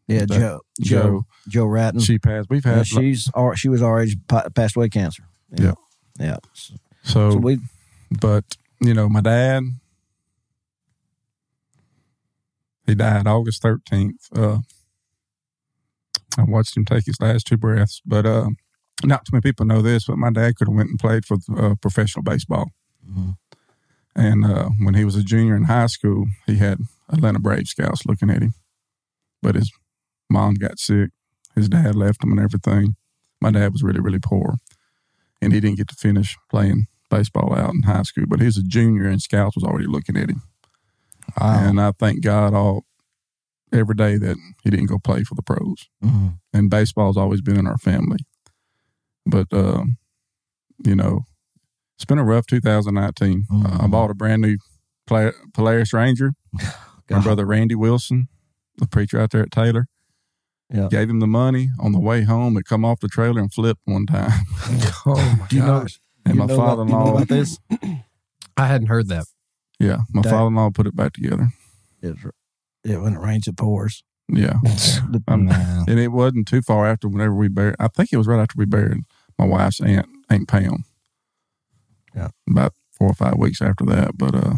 [SPEAKER 1] yeah,
[SPEAKER 3] that-
[SPEAKER 1] Joe, Joe,
[SPEAKER 3] Joe,
[SPEAKER 1] Joe Ratton.
[SPEAKER 3] she passed. We've
[SPEAKER 1] Yeah,
[SPEAKER 3] had
[SPEAKER 1] she's al- she was already pa- passed away of cancer.
[SPEAKER 3] Yeah.
[SPEAKER 1] yeah. So,
[SPEAKER 3] so,
[SPEAKER 1] so we
[SPEAKER 3] but you know, my dad, he died August 13th. Uh, I watched him take his last two breaths, but, uh, not too many people know this, but my dad could have went and played for uh, professional baseball.
[SPEAKER 1] Mhm.
[SPEAKER 3] And uh, when he was a junior in high school, he had Atlanta Brave scouts looking at him. But his mom got sick. His dad left him and everything. My dad was really, really poor, and he didn't get to finish playing baseball out in high school. But he was a junior, and scouts was already looking at him.
[SPEAKER 4] Wow.
[SPEAKER 3] And I thank God all every day that he didn't go play for the pros
[SPEAKER 1] mhm.
[SPEAKER 3] and baseball's always been in our family. But um, you know, it's been a rough 2019.
[SPEAKER 1] Mhm.
[SPEAKER 3] Uh, I- I bought a brand new Pla- Polaris Ranger. My
[SPEAKER 1] God.
[SPEAKER 3] brother Randy Wilson, the preacher out there at Taylor,
[SPEAKER 1] Yeah.
[SPEAKER 3] gave him the money on the way home. It come off the trailer and flipped one time.
[SPEAKER 2] Oh my
[SPEAKER 1] Do you know- gosh.
[SPEAKER 3] And
[SPEAKER 1] You
[SPEAKER 3] my
[SPEAKER 1] know about- you know
[SPEAKER 3] father-in-law,
[SPEAKER 1] about this.
[SPEAKER 2] I hadn't heard that.
[SPEAKER 3] yeah, my
[SPEAKER 1] Dang.
[SPEAKER 3] father-in-law put it back together.
[SPEAKER 1] It's, it when it rains, it pours.
[SPEAKER 3] Yeah, I'm-
[SPEAKER 4] Man.
[SPEAKER 3] and it wasn't too far after whenever we buried. I think it was right after we buried my wife's aunt, Aunt Pam.
[SPEAKER 1] Yeah.
[SPEAKER 3] about four or five weeks after that. But uh,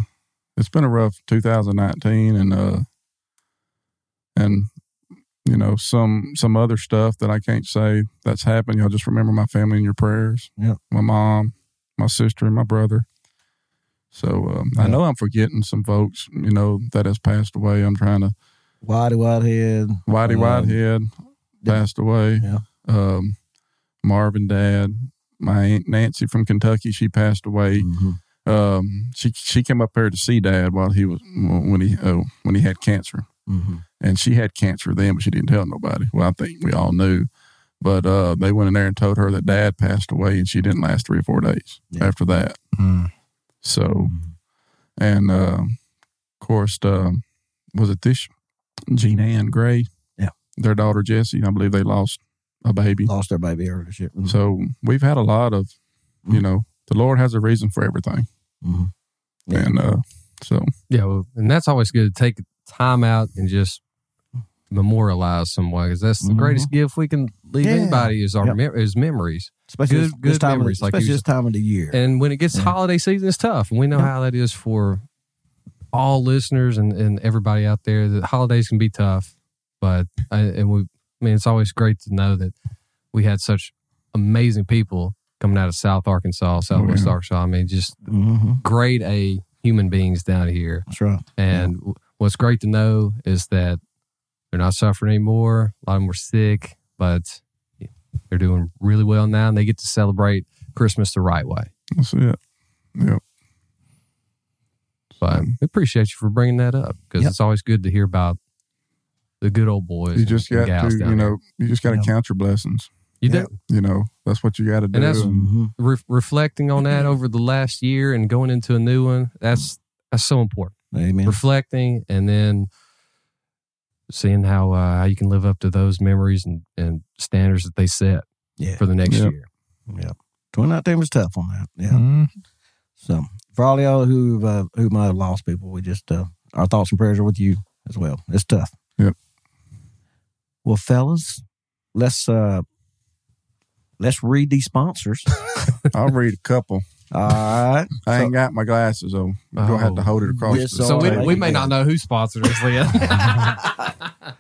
[SPEAKER 3] it's been a rough 2019, and uh, and you know some some other stuff that I can't say that's happened. Y'all just remember my family in your prayers.
[SPEAKER 1] Yeah.
[SPEAKER 3] my mom, my sister, and my brother. So um, I
[SPEAKER 1] Yeah.
[SPEAKER 3] know I'm forgetting some folks, you know, that has passed away. I'm trying to
[SPEAKER 1] Wide Whitehead.
[SPEAKER 3] Whitey
[SPEAKER 1] Um,
[SPEAKER 3] Whitehead passed away.
[SPEAKER 1] Yeah.
[SPEAKER 3] Um, Marvin Dad, my aunt Nancy from Kentucky, she passed away.
[SPEAKER 2] Mm-hmm.
[SPEAKER 1] Mhm.
[SPEAKER 3] Um, she she came up here to see Dad while he was when he oh, when he had cancer,
[SPEAKER 1] Mhm.
[SPEAKER 2] Mm-hmm.
[SPEAKER 3] and she had cancer then, but she didn't tell nobody. Well, I think we all knew. But uh, they went in there and told her that dad passed away, and she didn't last three or four days
[SPEAKER 1] Yeah.
[SPEAKER 3] after that.
[SPEAKER 2] Mm-hmm.
[SPEAKER 4] Mm.
[SPEAKER 3] So, and uh, of course, uh, was it this Jean Ann Gray?
[SPEAKER 1] Yeah.
[SPEAKER 3] their daughter Jessie. I believe they lost a baby.
[SPEAKER 1] Lost their baby earlier. Shit. Mhm.
[SPEAKER 3] So we've had a lot of,
[SPEAKER 1] Mm-hmm.
[SPEAKER 3] you know, the Lord has a reason for everything,
[SPEAKER 1] Mhm. Yeah.
[SPEAKER 3] and uh, so
[SPEAKER 2] Yeah, well, and that's always good to take time out and just memorialize some way because that's the
[SPEAKER 1] Mhm.
[SPEAKER 2] greatest gift we can leave
[SPEAKER 1] Yeah.
[SPEAKER 2] anybody is our
[SPEAKER 1] Yep.
[SPEAKER 2] mem- is memories.
[SPEAKER 1] Especially
[SPEAKER 2] Good-
[SPEAKER 1] this, this
[SPEAKER 2] good
[SPEAKER 1] time
[SPEAKER 2] memories,
[SPEAKER 1] of,
[SPEAKER 2] like you
[SPEAKER 1] especially this
[SPEAKER 2] said.
[SPEAKER 1] time of the year.
[SPEAKER 2] And when it gets
[SPEAKER 1] Yeah.
[SPEAKER 2] holiday season, it's tough, and we know
[SPEAKER 1] Yeah.
[SPEAKER 2] how that is for all listeners and, and everybody out there. The holidays can be tough, but I, and we, I mean, it's always great to know that we had such amazing people coming out of South Arkansas, Southwest
[SPEAKER 1] Mm-hmm.
[SPEAKER 3] yeah.
[SPEAKER 2] Arkansas. I mean, just
[SPEAKER 1] hmm
[SPEAKER 2] grade A human beings down here.
[SPEAKER 1] That's right.
[SPEAKER 2] And w- what's great to know is that they're not suffering anymore. A lot of them were sick, but they're doing really well now, and they get to celebrate Christmas the right way.
[SPEAKER 3] that's it.
[SPEAKER 2] But we appreciate you for bringing that up because
[SPEAKER 1] Yep.
[SPEAKER 2] it's always good to hear about the good old boys.
[SPEAKER 3] You just
[SPEAKER 2] and
[SPEAKER 3] got
[SPEAKER 2] gals
[SPEAKER 3] to,
[SPEAKER 2] down
[SPEAKER 3] you
[SPEAKER 2] there.
[SPEAKER 3] know, you just got to
[SPEAKER 1] Yeah.
[SPEAKER 3] count your blessings.
[SPEAKER 2] you
[SPEAKER 1] yeah.
[SPEAKER 2] do
[SPEAKER 3] You know, that's what you got to do.
[SPEAKER 2] that's-
[SPEAKER 3] And-
[SPEAKER 1] hmm
[SPEAKER 2] re- reflecting on that over the last year and going into a new one. That's that's so important.
[SPEAKER 1] Amen.
[SPEAKER 2] reflecting and then seeing how uh, how you can live up to those memories and, and standards that they set
[SPEAKER 1] Yeah.
[SPEAKER 2] for the next
[SPEAKER 3] Yep.
[SPEAKER 2] year.
[SPEAKER 1] Yeah. 2019 was tough on that.
[SPEAKER 2] Mm-hmm.
[SPEAKER 1] Yeah.
[SPEAKER 4] Mm.
[SPEAKER 1] So for all y'all who uh, who might have lost people, we just uh, our thoughts and prayers are with you as well. It's tough.
[SPEAKER 3] Yep.
[SPEAKER 1] Well, fellas, let's uh let's read these sponsors.
[SPEAKER 3] I'll read a couple.
[SPEAKER 1] all right.
[SPEAKER 3] I
[SPEAKER 1] So-
[SPEAKER 3] ain't got my glasses on. I'm gonna have to
[SPEAKER 2] Oh.
[SPEAKER 3] hold it across.
[SPEAKER 1] Yes,
[SPEAKER 3] the
[SPEAKER 1] so
[SPEAKER 3] table.
[SPEAKER 1] we- we may not
[SPEAKER 2] know who sponsored us,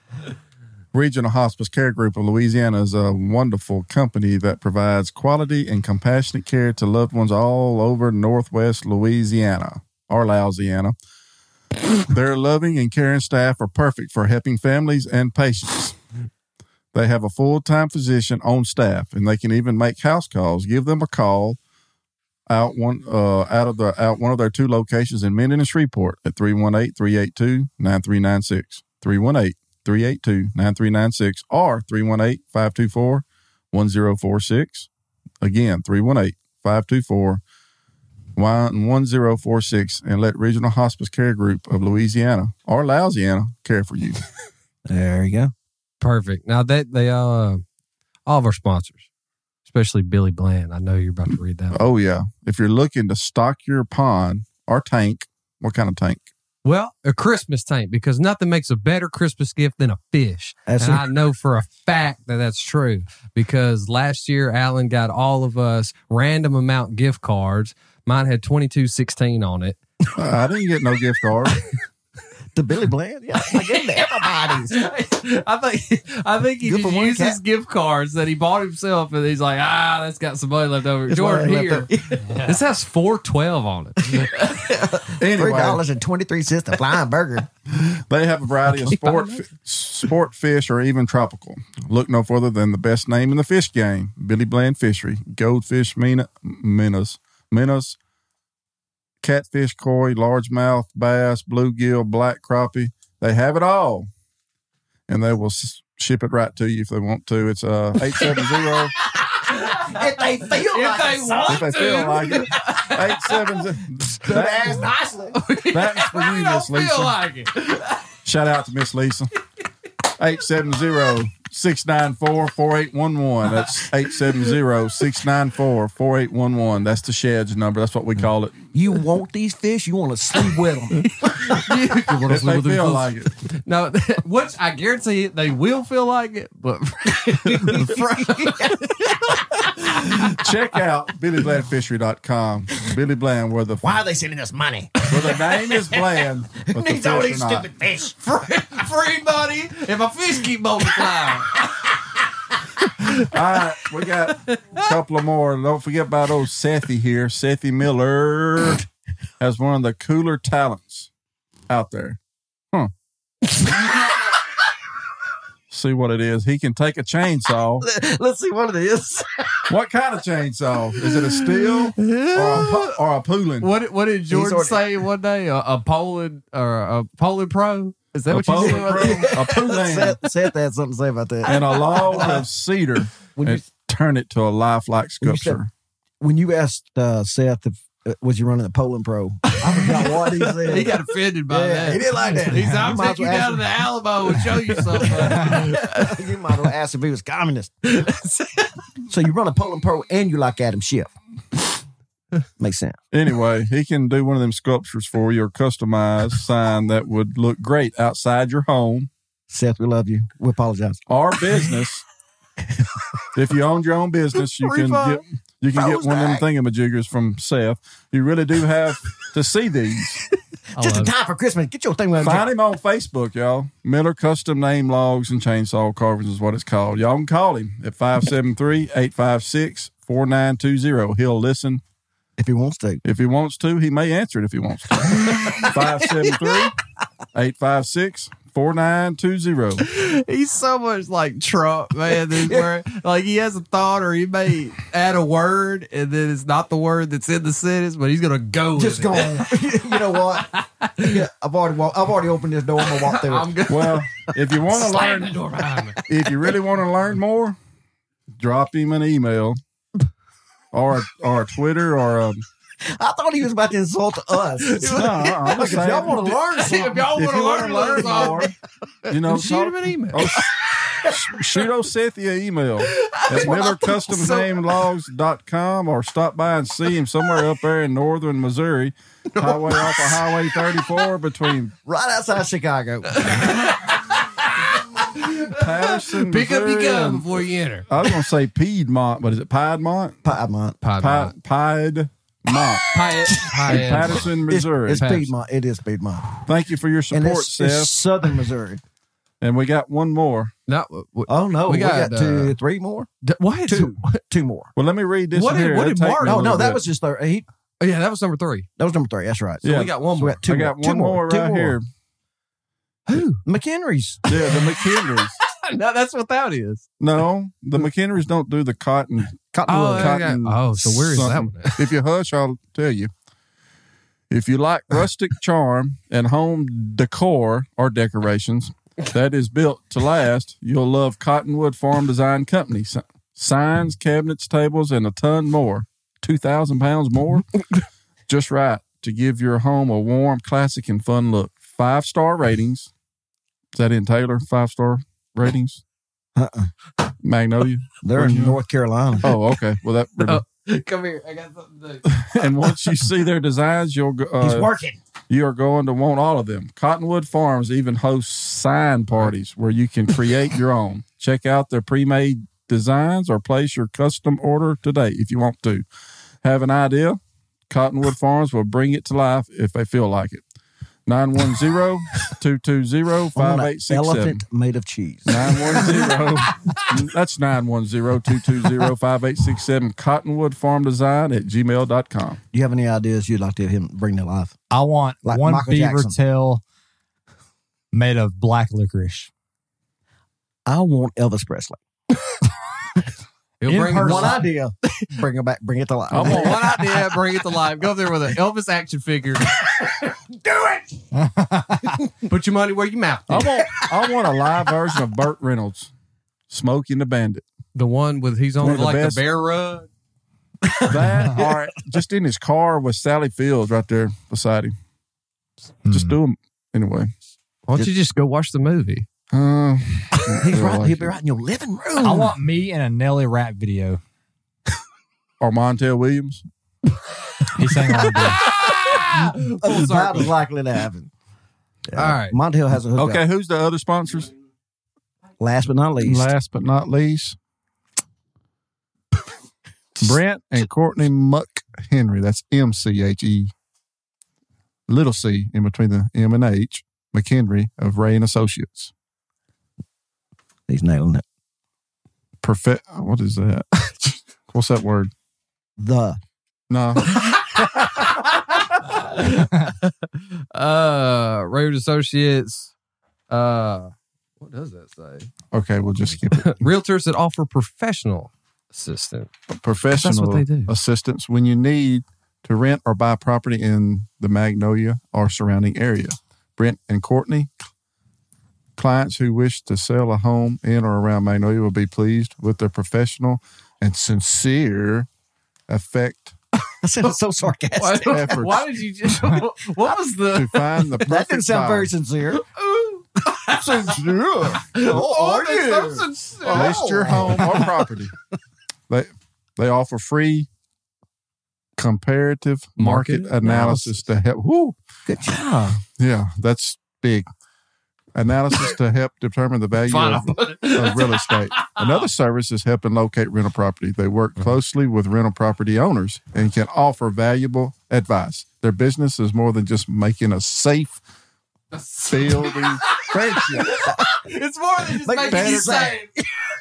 [SPEAKER 3] Regional Hospice Care Group of Louisiana is a wonderful company that provides quality and compassionate care to loved ones all over Northwest Louisiana or Louisiana. Their loving and caring staff are perfect for helping families and patients. They have a full time physician on staff, and they can even make house calls. Give them a call out one uh, out of the out one of their two locations in Minden and Shreveport at 318-382-9396. 318-382-9396 or 318-524-1046. Again, 318-524 1046 and let Regional Hospice Care Group of Louisiana or Louisiana care for you.
[SPEAKER 1] There you go.
[SPEAKER 2] Perfect. Now that they uh all of our sponsors, especially Billy Bland. I know you're about to read that. one.
[SPEAKER 3] Oh yeah. If you're looking to stock your pond or tank, what kind of tank?
[SPEAKER 2] Well, a Christmas tank because nothing makes a better Christmas gift than a fish.
[SPEAKER 1] That's
[SPEAKER 2] and
[SPEAKER 1] it.
[SPEAKER 2] I know for a fact that that's true because last year Alan got all of us random amount gift cards. Mine had twenty two sixteen on it.
[SPEAKER 3] I didn't get no gift card.
[SPEAKER 1] The Billy Bland. Yeah, I give to everybody's.
[SPEAKER 2] I think I think he
[SPEAKER 1] Good for
[SPEAKER 2] just
[SPEAKER 1] one
[SPEAKER 2] used
[SPEAKER 1] cat.
[SPEAKER 2] his gift cards that he bought himself, and he's like, ah, that's got some money left over.
[SPEAKER 1] That's
[SPEAKER 2] Jordan
[SPEAKER 1] why I
[SPEAKER 2] here,
[SPEAKER 1] left it.
[SPEAKER 2] this has four twelve on it.
[SPEAKER 1] Three
[SPEAKER 3] Anyway,
[SPEAKER 1] dollars and twenty three cents a flying burger.
[SPEAKER 3] They have a variety of sport fi- sport fish or even tropical. Look no further than the best name in the fish game, Billy Bland Fishery. Goldfish, mina, minnows, minnows, catfish, koi, largemouth, bass, bluegill, black crappie. They have it all. And they will s- ship it right to you if they want to. It's uh 870
[SPEAKER 1] if they feel
[SPEAKER 2] if
[SPEAKER 1] like
[SPEAKER 2] they want
[SPEAKER 3] if they
[SPEAKER 2] to,
[SPEAKER 3] feel like it. 870 that,
[SPEAKER 1] nicely.
[SPEAKER 3] That's for
[SPEAKER 2] I
[SPEAKER 3] you,
[SPEAKER 2] don't
[SPEAKER 3] Miss
[SPEAKER 2] feel
[SPEAKER 3] Lisa.
[SPEAKER 2] like it.
[SPEAKER 3] Shout out to Miss Lisa. 870-694-4811. That's 870-694-4811. That's the sheds number. That's what we call it.
[SPEAKER 1] You want these fish? You want to sleep with them?
[SPEAKER 3] If they feel like it.
[SPEAKER 2] No, which I guarantee it, they will feel like it, but
[SPEAKER 3] Check out BillyBlandFishery.com. Billy Bland, where the
[SPEAKER 8] Why are they sending us money?
[SPEAKER 3] where the name is Bland, but the
[SPEAKER 8] These all
[SPEAKER 3] fish
[SPEAKER 8] these
[SPEAKER 3] are not.
[SPEAKER 8] stupid fish.
[SPEAKER 2] free, free money if my fish keep multiplying.
[SPEAKER 3] All right, we got a couple of more. Don't forget about old Sethy here. Sethy Miller has one of the cooler talents out there. Huh. See what it is. He can take a chainsaw.
[SPEAKER 1] Let's see what it is.
[SPEAKER 3] What kind of chainsaw? Is it a steel or a, pu- or a pooling?
[SPEAKER 2] What did- what did Jordan
[SPEAKER 1] already-
[SPEAKER 2] say one day? A, a Poland or a Poland Pro? Is that
[SPEAKER 3] a
[SPEAKER 2] what you
[SPEAKER 3] bowling
[SPEAKER 2] said? right
[SPEAKER 3] room,
[SPEAKER 2] there?
[SPEAKER 3] a poo man,
[SPEAKER 1] Seth, Seth had something to say about that.
[SPEAKER 3] and a log of cedar,
[SPEAKER 1] When you,
[SPEAKER 3] and turn it to a lifelike
[SPEAKER 1] When you said-
[SPEAKER 3] sculpture.
[SPEAKER 1] when you asked uh, Seth if uh, was you running the polling pro, I forgot what he said.
[SPEAKER 2] He got offended by
[SPEAKER 1] Yeah,
[SPEAKER 2] that.
[SPEAKER 1] he didn't like that.
[SPEAKER 2] He's I'll
[SPEAKER 1] Might
[SPEAKER 2] take you
[SPEAKER 1] as well
[SPEAKER 2] down to the Alamo and show you something.
[SPEAKER 1] you might as well ask if he was communist. so you run a polling pro and you like Adam Schiff. Makes sense.
[SPEAKER 3] Anyway, he can do one of them sculptures for you or customized sign that would look great outside your home
[SPEAKER 1] Seth, we love you. We apologize.
[SPEAKER 3] or business. if you owned your own business, you can get you can get one of them thingamajiggers from Seth. You really do have to see these.
[SPEAKER 2] I
[SPEAKER 1] Just in
[SPEAKER 2] love it.
[SPEAKER 1] time for Christmas. Get your thing with
[SPEAKER 3] Find him on Facebook, y'all. Miller Custom Name Logs and Chainsaw Carvings is what it's called. Y'all can call him at 573-856-4920. He'll listen
[SPEAKER 1] if he wants to.
[SPEAKER 3] If he wants to, he may answer it if he wants to. 573-856-4920.
[SPEAKER 2] He's so much like Trump, man. This where, like he has a thought or he may add a word and then it's not the word that's in the sentence, but he's gonna go. with
[SPEAKER 1] Just
[SPEAKER 2] it.
[SPEAKER 1] go on. you know what? Yeah, I've already walked, I've already opened this door. I'm gonna walk through it.
[SPEAKER 2] I'm gonna
[SPEAKER 3] Well, if you want to
[SPEAKER 2] slam the
[SPEAKER 3] learn,
[SPEAKER 2] door behind me.
[SPEAKER 3] if you really want to learn more, drop him an email or or Twitter or a,
[SPEAKER 1] I thought he was about to insult us.
[SPEAKER 3] no, uh-uh, I'm
[SPEAKER 1] Look,
[SPEAKER 3] just
[SPEAKER 1] if
[SPEAKER 3] saying,
[SPEAKER 1] y'all want to learn
[SPEAKER 2] if
[SPEAKER 1] something,
[SPEAKER 2] y'all
[SPEAKER 3] if
[SPEAKER 2] want
[SPEAKER 3] you
[SPEAKER 2] to
[SPEAKER 3] want
[SPEAKER 2] learn,
[SPEAKER 3] to learn more, you know,
[SPEAKER 2] shoot
[SPEAKER 3] talk,
[SPEAKER 2] him an email.
[SPEAKER 3] Oh, sh- shoot Osethia email at MillerCustomNameLogs.com or stop by and see him somewhere up there in northern Missouri, highway off of Highway 34 between
[SPEAKER 1] right outside Chicago.
[SPEAKER 3] Patterson,
[SPEAKER 2] Pick up your
[SPEAKER 3] Missouri,
[SPEAKER 2] gun
[SPEAKER 3] and-
[SPEAKER 2] before you enter.
[SPEAKER 3] I was going to say Piedmont, but is it Piedmont?
[SPEAKER 1] Piedmont.
[SPEAKER 3] Pi- Piedmont.
[SPEAKER 2] Piet.
[SPEAKER 3] in
[SPEAKER 2] Piet.
[SPEAKER 3] Patterson,
[SPEAKER 1] It's,
[SPEAKER 3] Missouri.
[SPEAKER 1] it's Piedmont. It is Piedmont.
[SPEAKER 3] Thank you for your
[SPEAKER 1] And
[SPEAKER 3] support,
[SPEAKER 1] it's,
[SPEAKER 3] Seth.
[SPEAKER 1] it's southern Missouri.
[SPEAKER 3] and we got one more.
[SPEAKER 2] No, w- w-
[SPEAKER 1] Oh no,
[SPEAKER 2] We
[SPEAKER 1] we
[SPEAKER 2] got,
[SPEAKER 1] got, two,
[SPEAKER 2] uh,
[SPEAKER 1] three more,
[SPEAKER 2] d- what?
[SPEAKER 1] two, two more.
[SPEAKER 3] Well, let me read this.
[SPEAKER 2] What
[SPEAKER 3] in
[SPEAKER 2] did-
[SPEAKER 3] here.
[SPEAKER 2] what
[SPEAKER 3] It'll
[SPEAKER 2] did
[SPEAKER 3] take me
[SPEAKER 2] Mark-
[SPEAKER 3] a
[SPEAKER 1] No,
[SPEAKER 3] little
[SPEAKER 1] no, that
[SPEAKER 3] bit.
[SPEAKER 1] was just third. He,
[SPEAKER 2] Oh, yeah, that was number three.
[SPEAKER 1] that was number three. That's right.
[SPEAKER 2] So
[SPEAKER 3] Yeah.
[SPEAKER 2] we got one
[SPEAKER 1] So we
[SPEAKER 2] more.
[SPEAKER 1] got two.
[SPEAKER 3] I got
[SPEAKER 1] more, two
[SPEAKER 3] one more,
[SPEAKER 1] two
[SPEAKER 3] right here.
[SPEAKER 2] Who?
[SPEAKER 1] McHenry's.
[SPEAKER 3] Yeah, the McHenrys.
[SPEAKER 2] no, that's what that is.
[SPEAKER 3] No, the McHenrys don't do the cotton.
[SPEAKER 2] Oh, okay.
[SPEAKER 3] cotton
[SPEAKER 2] Oh, so where is that
[SPEAKER 3] something.
[SPEAKER 2] one?
[SPEAKER 3] if you hush, I'll tell you. If you like rustic charm and home decor or decorations that is built to last, you'll love Cottonwood Farm Design Company. Si- Signs, cabinets, tables, and a ton more. 2,000 pounds more? Just right to give your home a warm, classic, and fun look. Five star ratings. Is that in Taylor? Five star ratings?
[SPEAKER 1] Uh-uh.
[SPEAKER 3] Magnolia?
[SPEAKER 1] They're in
[SPEAKER 3] Yeah.
[SPEAKER 1] North Carolina.
[SPEAKER 3] Oh, okay. Well, that.
[SPEAKER 2] Oh. Come here. I got something to
[SPEAKER 3] and once you see their designs, you'll go-
[SPEAKER 1] He's
[SPEAKER 3] uh,
[SPEAKER 1] working.
[SPEAKER 3] you are going to want all of them. Cottonwood Farms even hosts sign parties where you can create your own. Check out their pre-made designs or place your custom order today if you want to. Have an idea? Cottonwood Farms will bring it to life if they feel like it.
[SPEAKER 1] On an
[SPEAKER 3] 910-220-5867.
[SPEAKER 1] elephant made of cheese.
[SPEAKER 3] 910 That's 910-220-5867 Cottonwood Farm Design at gmail.com.
[SPEAKER 1] Do you have any ideas you'd like to have him bring to life?
[SPEAKER 4] I want
[SPEAKER 1] Like
[SPEAKER 4] one
[SPEAKER 1] Michael
[SPEAKER 4] beaver
[SPEAKER 1] Jackson.
[SPEAKER 4] tail made of black licorice.
[SPEAKER 1] I want Elvis Presley.
[SPEAKER 2] do.
[SPEAKER 4] In
[SPEAKER 2] He'll bring
[SPEAKER 4] person.
[SPEAKER 1] One
[SPEAKER 2] one idea.
[SPEAKER 1] idea. bring him back. Bring it to life.
[SPEAKER 3] I want-
[SPEAKER 2] One idea, bring it to life. Go up there with an Elvis action figure. Put your money where your mouth
[SPEAKER 3] I
[SPEAKER 2] is.
[SPEAKER 3] want I want a live version of Burt Reynolds, Smokey and the Bandit.
[SPEAKER 2] The one with he's
[SPEAKER 3] One
[SPEAKER 2] on
[SPEAKER 3] of the
[SPEAKER 2] like the
[SPEAKER 3] best.
[SPEAKER 2] bear rug.
[SPEAKER 3] That or just in his car with Sally Fields right there beside him. Just do him anyway.
[SPEAKER 2] Why don't you just go watch the movie?
[SPEAKER 3] Uh,
[SPEAKER 1] He's
[SPEAKER 3] I
[SPEAKER 1] right.
[SPEAKER 3] like
[SPEAKER 1] he'll be
[SPEAKER 3] it.
[SPEAKER 1] right in your living room.
[SPEAKER 4] I want me in a Nelly rap video.
[SPEAKER 3] Or Montel Williams.
[SPEAKER 4] He sang all day.
[SPEAKER 1] That's about as likely to happen.
[SPEAKER 2] All right.
[SPEAKER 1] Mont Hill has a hookup.
[SPEAKER 3] Okay, who's the other sponsors?
[SPEAKER 1] Last but not least,
[SPEAKER 3] Last but not least, Brent and Courtney Muck Henry. That's M C H E. Little C in between the M and H. McHenry of Ray and Associates.
[SPEAKER 1] he's nailing it.
[SPEAKER 3] Perfect. What is that? What's that word?
[SPEAKER 1] The
[SPEAKER 3] No.
[SPEAKER 2] uh Road Associates. Uh what does that say?
[SPEAKER 3] Okay, we'll just skip it.
[SPEAKER 2] Realtors that offer professional assistance.
[SPEAKER 3] Professional
[SPEAKER 2] they do.
[SPEAKER 3] assistance when you need to rent or buy property in the Magnolia or surrounding area. Brent and Courtney Clients who wish to sell a home in or around Magnolia will be pleased with their professional and sincere effect
[SPEAKER 1] I said it's so sarcastic.
[SPEAKER 3] efforts
[SPEAKER 2] Why did you just? What was the?
[SPEAKER 3] to find the perfect
[SPEAKER 1] That didn't sound
[SPEAKER 3] buyer.
[SPEAKER 1] very sincere.
[SPEAKER 3] sincere.
[SPEAKER 1] Oh,
[SPEAKER 2] so
[SPEAKER 1] yeah.
[SPEAKER 2] sincere.
[SPEAKER 3] list your home or property. they they offer free comparative market,
[SPEAKER 2] Market
[SPEAKER 3] analysis, to help. Woo,
[SPEAKER 1] Good job.
[SPEAKER 3] yeah, that's big. Analysis to help determine the value
[SPEAKER 2] Fine, I'll
[SPEAKER 3] of,
[SPEAKER 2] put it.
[SPEAKER 3] of real estate. Another service is helping locate rental property. They work
[SPEAKER 1] Mm-hmm.
[SPEAKER 3] closely with rental property owners and can offer valuable advice. Their business is more than just making a safe building friendship.
[SPEAKER 2] It's more than just
[SPEAKER 1] Make
[SPEAKER 2] making
[SPEAKER 1] better
[SPEAKER 2] you say.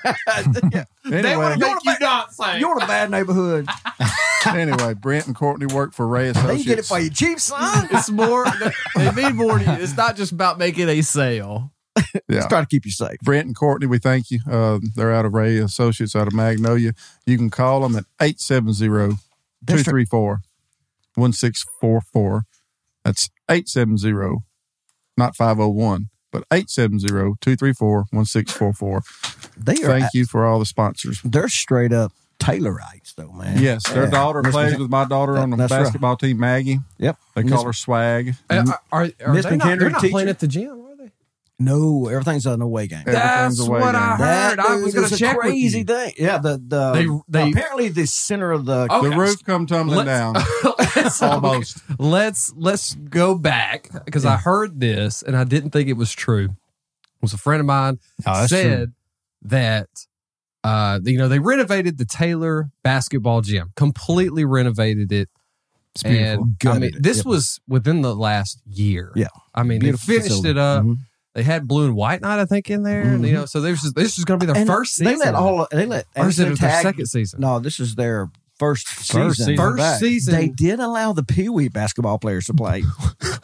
[SPEAKER 2] They
[SPEAKER 3] Anyway,
[SPEAKER 2] want to make you not say.
[SPEAKER 1] You're in a bad neighborhood.
[SPEAKER 3] anyway, Brent and Courtney work for Ray
[SPEAKER 1] They
[SPEAKER 3] Associates.
[SPEAKER 1] can get it for you cheap, son.
[SPEAKER 2] It's more. They mean more to you. It's not just about making a sale.
[SPEAKER 3] Yeah.
[SPEAKER 1] Just try to keep you safe.
[SPEAKER 3] Brent and Courtney, we thank you. Uh, they're out of Ray Associates out of Magnolia. You can call them at 870 234 1644. That's 870, not 501, but 870 234 1644.
[SPEAKER 1] They are.
[SPEAKER 3] Thank you for all the sponsors.
[SPEAKER 1] They're straight up Taylorites, though, man.
[SPEAKER 3] Yes, their
[SPEAKER 1] Yeah.
[SPEAKER 3] daughter
[SPEAKER 1] Miss
[SPEAKER 3] plays
[SPEAKER 1] Mc-
[SPEAKER 3] with my daughter on the
[SPEAKER 1] That's right.
[SPEAKER 3] basketball team, Maggie.
[SPEAKER 1] Yep.
[SPEAKER 3] They
[SPEAKER 1] Miss-
[SPEAKER 3] call her swag.
[SPEAKER 2] Uh, Are, are, are
[SPEAKER 1] Miss
[SPEAKER 2] they not,
[SPEAKER 1] McHenry,
[SPEAKER 2] they're not
[SPEAKER 1] teacher?
[SPEAKER 2] playing at the gym, are they?
[SPEAKER 1] No, everything's an away game.
[SPEAKER 3] Everything's
[SPEAKER 2] That's
[SPEAKER 3] away
[SPEAKER 2] what I
[SPEAKER 3] game.
[SPEAKER 2] heard. I
[SPEAKER 1] dude
[SPEAKER 2] was going
[SPEAKER 1] is
[SPEAKER 2] to
[SPEAKER 1] a
[SPEAKER 2] check with
[SPEAKER 1] crazy
[SPEAKER 2] you.
[SPEAKER 1] thing. Yeah, the the
[SPEAKER 2] They- Oh, they-
[SPEAKER 1] apparently the center of Um, oh, the
[SPEAKER 2] Okay.
[SPEAKER 3] The roof come tumbling
[SPEAKER 2] Let's-
[SPEAKER 3] down.
[SPEAKER 2] Let's-
[SPEAKER 3] Almost.
[SPEAKER 2] let's let's go back because I heard this and I didn't think it was true. It was a friend of mine
[SPEAKER 4] Oh,
[SPEAKER 1] Ah,
[SPEAKER 2] said that uh, you know they renovated the Taylor basketball gym, completely renovated it.
[SPEAKER 1] It's beautiful.
[SPEAKER 2] And I
[SPEAKER 1] Gutted
[SPEAKER 2] mean,
[SPEAKER 1] it.
[SPEAKER 2] this
[SPEAKER 1] Yep.
[SPEAKER 2] was within the last year.
[SPEAKER 1] Yeah.
[SPEAKER 2] I mean,
[SPEAKER 1] Beautiful
[SPEAKER 2] they finished it
[SPEAKER 1] facility. Mm-hmm.
[SPEAKER 2] up.
[SPEAKER 1] Mhm.
[SPEAKER 2] They had blue and white night, I think, in there. and, you know, so there's this is going to be their
[SPEAKER 1] And
[SPEAKER 2] first
[SPEAKER 1] they
[SPEAKER 2] season.
[SPEAKER 1] let all they let
[SPEAKER 2] or is it
[SPEAKER 1] Anderson
[SPEAKER 2] their
[SPEAKER 1] tag-
[SPEAKER 2] second season?
[SPEAKER 1] No, this is their first,
[SPEAKER 4] First
[SPEAKER 1] season.
[SPEAKER 4] season.
[SPEAKER 2] First
[SPEAKER 1] back.
[SPEAKER 2] season.
[SPEAKER 1] They did allow the Pee Wee basketball players to play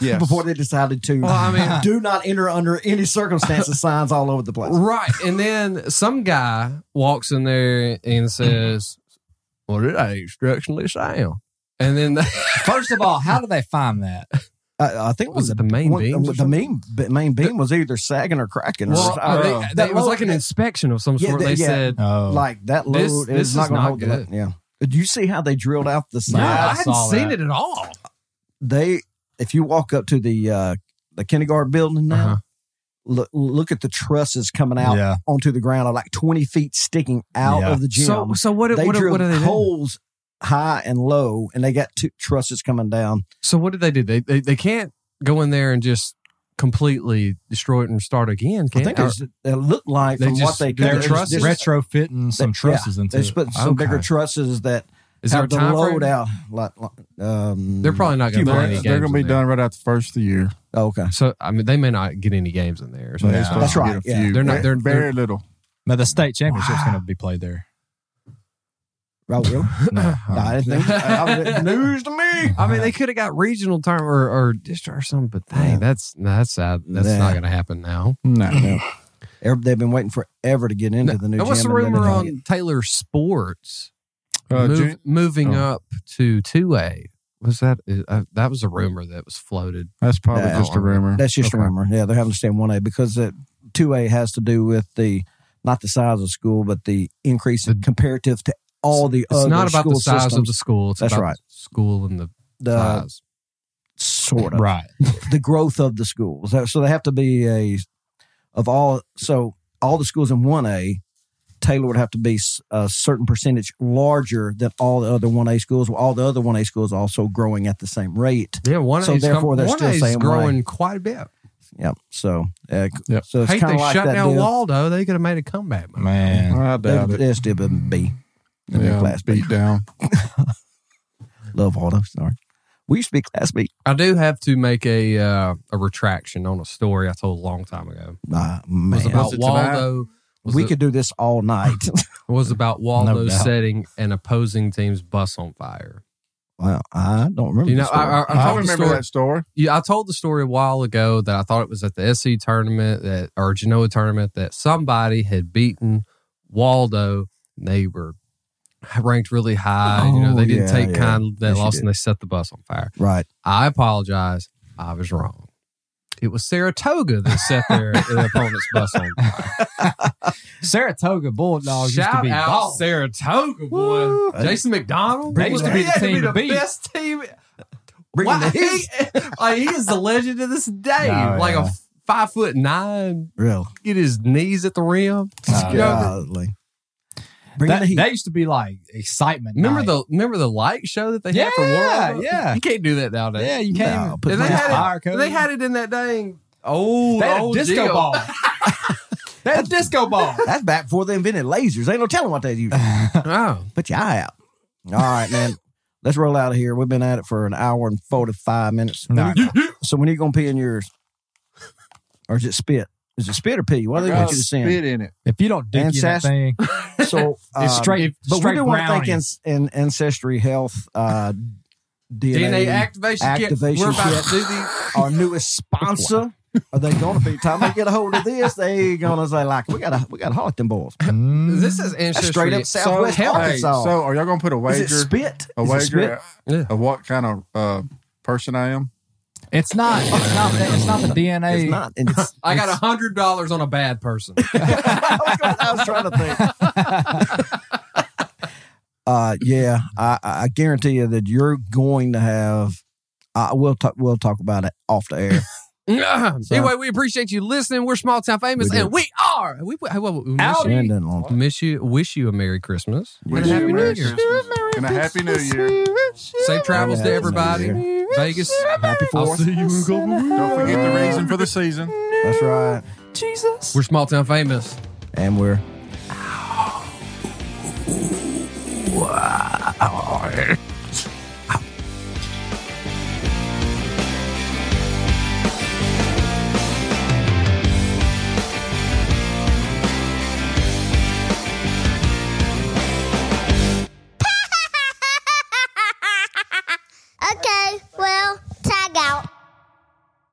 [SPEAKER 3] Yes.
[SPEAKER 1] before they decided to.
[SPEAKER 2] Well, I mean-
[SPEAKER 1] do not enter under any circumstances signs all over the place.
[SPEAKER 2] Right. And then some guy walks in there and says, Well, it ain't structurally sound. And then they,
[SPEAKER 4] First of all, how did they find that?
[SPEAKER 1] I, I think it
[SPEAKER 2] Was
[SPEAKER 1] was
[SPEAKER 2] it the main
[SPEAKER 1] one-
[SPEAKER 2] beams or
[SPEAKER 1] The main b- main beam was either sagging or cracking. or
[SPEAKER 2] well,
[SPEAKER 1] something.
[SPEAKER 2] I think
[SPEAKER 1] Uh, That
[SPEAKER 2] they- it was
[SPEAKER 1] low-
[SPEAKER 2] like an inspection of some
[SPEAKER 1] Yeah,
[SPEAKER 2] sort.
[SPEAKER 1] they-
[SPEAKER 2] They
[SPEAKER 1] yeah.
[SPEAKER 2] said,
[SPEAKER 4] Oh,
[SPEAKER 1] like that load
[SPEAKER 2] This-
[SPEAKER 1] is
[SPEAKER 2] this is
[SPEAKER 1] not going
[SPEAKER 2] not
[SPEAKER 1] to hold the load.
[SPEAKER 2] good.
[SPEAKER 1] Yeah. Do you see how they drilled out the
[SPEAKER 2] No,
[SPEAKER 1] side?
[SPEAKER 4] Yeah, I
[SPEAKER 2] I hadn't
[SPEAKER 4] saw
[SPEAKER 2] seen it
[SPEAKER 4] that.
[SPEAKER 2] at all.
[SPEAKER 1] They, if you walk up to the uh, the kindergarten building now,
[SPEAKER 2] Uh-huh.
[SPEAKER 1] look look at the trusses coming out
[SPEAKER 4] Yeah.
[SPEAKER 1] onto the ground, are like twenty feet sticking out
[SPEAKER 4] Yeah.
[SPEAKER 1] of the gym.
[SPEAKER 2] So, so what,
[SPEAKER 1] they
[SPEAKER 2] what,
[SPEAKER 1] drilled
[SPEAKER 2] what are they do?
[SPEAKER 1] holes high and low, and they got two trusses coming down.
[SPEAKER 2] So what did they do? They, they they can't go in there and just completely destroy it and start again. Can
[SPEAKER 1] I think there's- it looked like
[SPEAKER 2] they
[SPEAKER 1] from
[SPEAKER 2] just-
[SPEAKER 1] what they
[SPEAKER 2] they're
[SPEAKER 1] could, it was
[SPEAKER 2] trusses?
[SPEAKER 1] just-
[SPEAKER 4] retrofitting some
[SPEAKER 1] Yeah.
[SPEAKER 4] trusses into
[SPEAKER 1] They put some
[SPEAKER 2] Okay.
[SPEAKER 1] bigger trusses that
[SPEAKER 2] is there a
[SPEAKER 1] have the
[SPEAKER 2] time
[SPEAKER 1] load
[SPEAKER 2] frame?
[SPEAKER 1] out. Like, like, um,
[SPEAKER 2] They're probably not going to play
[SPEAKER 3] They're,
[SPEAKER 2] any games.
[SPEAKER 3] they're going to
[SPEAKER 2] in
[SPEAKER 3] be
[SPEAKER 2] there.
[SPEAKER 3] done right after the first of the year.
[SPEAKER 1] oh, okay.
[SPEAKER 2] So I mean, they may not get any games in there. So
[SPEAKER 3] They're
[SPEAKER 4] Yeah.
[SPEAKER 3] supposed
[SPEAKER 1] That's
[SPEAKER 3] to get
[SPEAKER 1] right,
[SPEAKER 3] a
[SPEAKER 1] yeah.
[SPEAKER 3] few.
[SPEAKER 2] They're not-
[SPEAKER 3] Ve-
[SPEAKER 2] they're-
[SPEAKER 3] very
[SPEAKER 2] they're-
[SPEAKER 3] little.
[SPEAKER 4] Now the state championship's going to be played there.
[SPEAKER 1] Oh, really?
[SPEAKER 4] No,
[SPEAKER 1] No, I didn't think. I was- news to me.
[SPEAKER 2] I mean, they could have got regional term or, or district or something, but dang,
[SPEAKER 1] Uh-huh. Yeah.
[SPEAKER 2] that's no, that's sad. That's
[SPEAKER 1] Yeah.
[SPEAKER 2] not going to happen now.
[SPEAKER 3] No.
[SPEAKER 1] Ever- They've been waiting forever to get into the new.
[SPEAKER 2] And what's the
[SPEAKER 1] gym and
[SPEAKER 2] rumor
[SPEAKER 1] everything.
[SPEAKER 2] on Taylor Sports
[SPEAKER 3] Uh,
[SPEAKER 2] move-
[SPEAKER 3] June-
[SPEAKER 2] moving
[SPEAKER 3] oh.
[SPEAKER 2] up to two A? Was that uh, that was a rumor that was floated?
[SPEAKER 3] that's probably
[SPEAKER 1] Nah.
[SPEAKER 3] just a rumor.
[SPEAKER 1] That's just
[SPEAKER 2] Okay.
[SPEAKER 1] a rumor. Yeah, they're having to stay in one A because two A has to do with the not the size of the school, but the increase in comparative to all Uh, the
[SPEAKER 2] It's
[SPEAKER 1] other
[SPEAKER 2] not about
[SPEAKER 1] school
[SPEAKER 2] the size
[SPEAKER 1] systems.
[SPEAKER 2] of the school. It's
[SPEAKER 1] That's
[SPEAKER 2] about
[SPEAKER 1] right. Uh,
[SPEAKER 2] School and the,
[SPEAKER 1] the
[SPEAKER 2] size.
[SPEAKER 1] sort of
[SPEAKER 4] right.
[SPEAKER 1] the growth of the schools. So- So they have to be a of all. So all the schools in one A, Taylor would have to be s- a certain percentage larger than all the other one A schools. Well, all the other one A schools are also growing at the same rate.
[SPEAKER 2] Yeah, one
[SPEAKER 1] So
[SPEAKER 2] A's
[SPEAKER 1] therefore, they're
[SPEAKER 2] one
[SPEAKER 1] still
[SPEAKER 2] A's
[SPEAKER 1] saying why.
[SPEAKER 2] growing quite a bit.
[SPEAKER 1] Yep. So uh,
[SPEAKER 3] Yep.
[SPEAKER 1] so it's
[SPEAKER 2] Hate they
[SPEAKER 1] kind of like
[SPEAKER 2] shut
[SPEAKER 1] that
[SPEAKER 2] down
[SPEAKER 1] deal.
[SPEAKER 2] Waldo. They could have made a comeback. man.
[SPEAKER 4] Man.
[SPEAKER 3] I
[SPEAKER 1] They,
[SPEAKER 3] doubt it.
[SPEAKER 1] they still be B. In their
[SPEAKER 3] Yeah,
[SPEAKER 1] class B.
[SPEAKER 3] beat down.
[SPEAKER 1] Love auto. Sorry. We used to be class B.
[SPEAKER 2] I do have to make a uh, a retraction on a story I told a long time ago.
[SPEAKER 1] Ah,
[SPEAKER 2] It was
[SPEAKER 1] man.
[SPEAKER 2] about
[SPEAKER 3] Was it tonight?
[SPEAKER 2] Waldo. was
[SPEAKER 1] we
[SPEAKER 2] it-
[SPEAKER 1] could do this all night.
[SPEAKER 2] was about Waldo
[SPEAKER 4] No doubt.
[SPEAKER 2] setting an opposing team's bus on fire.
[SPEAKER 1] wow. I don't remember.
[SPEAKER 2] You know,
[SPEAKER 1] this story.
[SPEAKER 2] I, I, I
[SPEAKER 3] I,
[SPEAKER 2] told the
[SPEAKER 3] remember
[SPEAKER 2] story.
[SPEAKER 3] that story.
[SPEAKER 2] Yeah, I told the story a while ago that I thought it was at the SC tournament that or Genoa tournament that somebody had beaten Waldo. And they were ranked really high. you know,
[SPEAKER 1] Oh,
[SPEAKER 2] they didn't
[SPEAKER 1] yeah,
[SPEAKER 2] take
[SPEAKER 1] yeah.
[SPEAKER 2] kind of that
[SPEAKER 1] Yes, you
[SPEAKER 2] loss and
[SPEAKER 1] did.
[SPEAKER 2] they set the bus on fire.
[SPEAKER 1] right.
[SPEAKER 2] I apologize. I was wrong. It was Saratoga that set their, their opponent's bus on fire.
[SPEAKER 4] Saratoga Bulldogs used to
[SPEAKER 2] Shout
[SPEAKER 4] be
[SPEAKER 2] out
[SPEAKER 4] balls.
[SPEAKER 2] Saratoga, boy.
[SPEAKER 4] Woo.
[SPEAKER 2] Jason McDonald.
[SPEAKER 4] They used to be the
[SPEAKER 2] He had
[SPEAKER 4] team to beat.
[SPEAKER 2] best team.
[SPEAKER 1] Bring
[SPEAKER 2] Why,
[SPEAKER 1] the
[SPEAKER 2] he,
[SPEAKER 1] heat.
[SPEAKER 2] like, he is the legend to this day.
[SPEAKER 4] No,
[SPEAKER 2] like
[SPEAKER 4] yeah.
[SPEAKER 2] a five foot nine,
[SPEAKER 1] Real.
[SPEAKER 2] get his knees at the rim.
[SPEAKER 4] No,
[SPEAKER 2] You know, the-
[SPEAKER 1] Golly. Bring
[SPEAKER 4] That,
[SPEAKER 1] the heat.
[SPEAKER 4] that used to be like excitement.
[SPEAKER 2] Remember
[SPEAKER 4] night.
[SPEAKER 2] the remember the light show that they had for
[SPEAKER 4] Yeah,
[SPEAKER 2] World?
[SPEAKER 4] yeah.
[SPEAKER 2] You can't do that nowadays.
[SPEAKER 4] yeah, you can't.
[SPEAKER 1] No,
[SPEAKER 4] even-
[SPEAKER 1] put
[SPEAKER 2] And they,
[SPEAKER 1] Just
[SPEAKER 2] had
[SPEAKER 4] fire
[SPEAKER 2] it,
[SPEAKER 4] code.
[SPEAKER 2] they had it in that dang old,
[SPEAKER 4] They had a
[SPEAKER 2] old
[SPEAKER 4] disco
[SPEAKER 2] deal.
[SPEAKER 4] ball. they had a disco ball.
[SPEAKER 1] That's back before they invented lasers. Ain't no telling what they used.
[SPEAKER 2] Oh.
[SPEAKER 1] Put your eye out. All right, man. Let's roll out of here. We've been at it for an hour and 45 minutes.
[SPEAKER 4] No,
[SPEAKER 1] So when are you going to pee in yours? Or is it spit? Is it spit or pee? What do they want you to send?
[SPEAKER 3] spit in it.
[SPEAKER 4] if you don't do
[SPEAKER 1] And
[SPEAKER 4] that
[SPEAKER 1] Sas-
[SPEAKER 4] thing,
[SPEAKER 1] So, um,
[SPEAKER 4] it's straight.
[SPEAKER 1] But
[SPEAKER 4] straight
[SPEAKER 1] we do want to thank
[SPEAKER 4] brownie.
[SPEAKER 1] ans- an Ancestry Health uh, DNA,
[SPEAKER 2] DNA activation, kit.
[SPEAKER 1] E activation
[SPEAKER 2] We're about
[SPEAKER 1] kit.
[SPEAKER 2] to do the
[SPEAKER 1] our newest sponsor. Are they going to be? Time they get a hold of this, they going to say like, we got to, we got to holler at them boys.
[SPEAKER 4] Mm.
[SPEAKER 2] this is ancestry.
[SPEAKER 1] straight up Southwest
[SPEAKER 2] so,
[SPEAKER 3] Hey,
[SPEAKER 1] Arkansas.
[SPEAKER 3] so are y'all gonna put a
[SPEAKER 1] Is
[SPEAKER 3] wager?
[SPEAKER 1] it spit?
[SPEAKER 3] A
[SPEAKER 1] Is it
[SPEAKER 3] wager
[SPEAKER 1] spit?
[SPEAKER 3] of-
[SPEAKER 2] Yeah.
[SPEAKER 3] of what kind of uh, person I am?
[SPEAKER 4] It's not. It's not. that- It's not the DNA.
[SPEAKER 1] It's not. And it's,
[SPEAKER 2] I got a hundred dollars on a bad person.
[SPEAKER 1] I, was gonna- I was trying to think. uh, yeah, I, I I guarantee you that you're going to have. Uh, we'll talk. We'll talk about it off the air.
[SPEAKER 2] anyway, we appreciate you listening. We're small town famous,
[SPEAKER 1] We do.
[SPEAKER 2] and we are. We, we, we miss,
[SPEAKER 4] Howdy.
[SPEAKER 1] Sharon doesn't want
[SPEAKER 2] you, miss you. Wish you a merry Christmas.
[SPEAKER 3] Wish
[SPEAKER 2] And a
[SPEAKER 3] you
[SPEAKER 2] happy
[SPEAKER 3] a
[SPEAKER 2] new
[SPEAKER 3] Merry
[SPEAKER 2] year.
[SPEAKER 3] Christmas and a happy new year.
[SPEAKER 2] Safe travels to
[SPEAKER 1] Happy New
[SPEAKER 2] everybody.
[SPEAKER 1] Year.
[SPEAKER 2] Vegas.
[SPEAKER 1] Happy
[SPEAKER 2] I'll
[SPEAKER 1] fourth.
[SPEAKER 2] see you in a couple weeks.
[SPEAKER 3] Don't forget the reason for the season.
[SPEAKER 1] That's right.
[SPEAKER 2] We're small town famous.
[SPEAKER 1] And we're.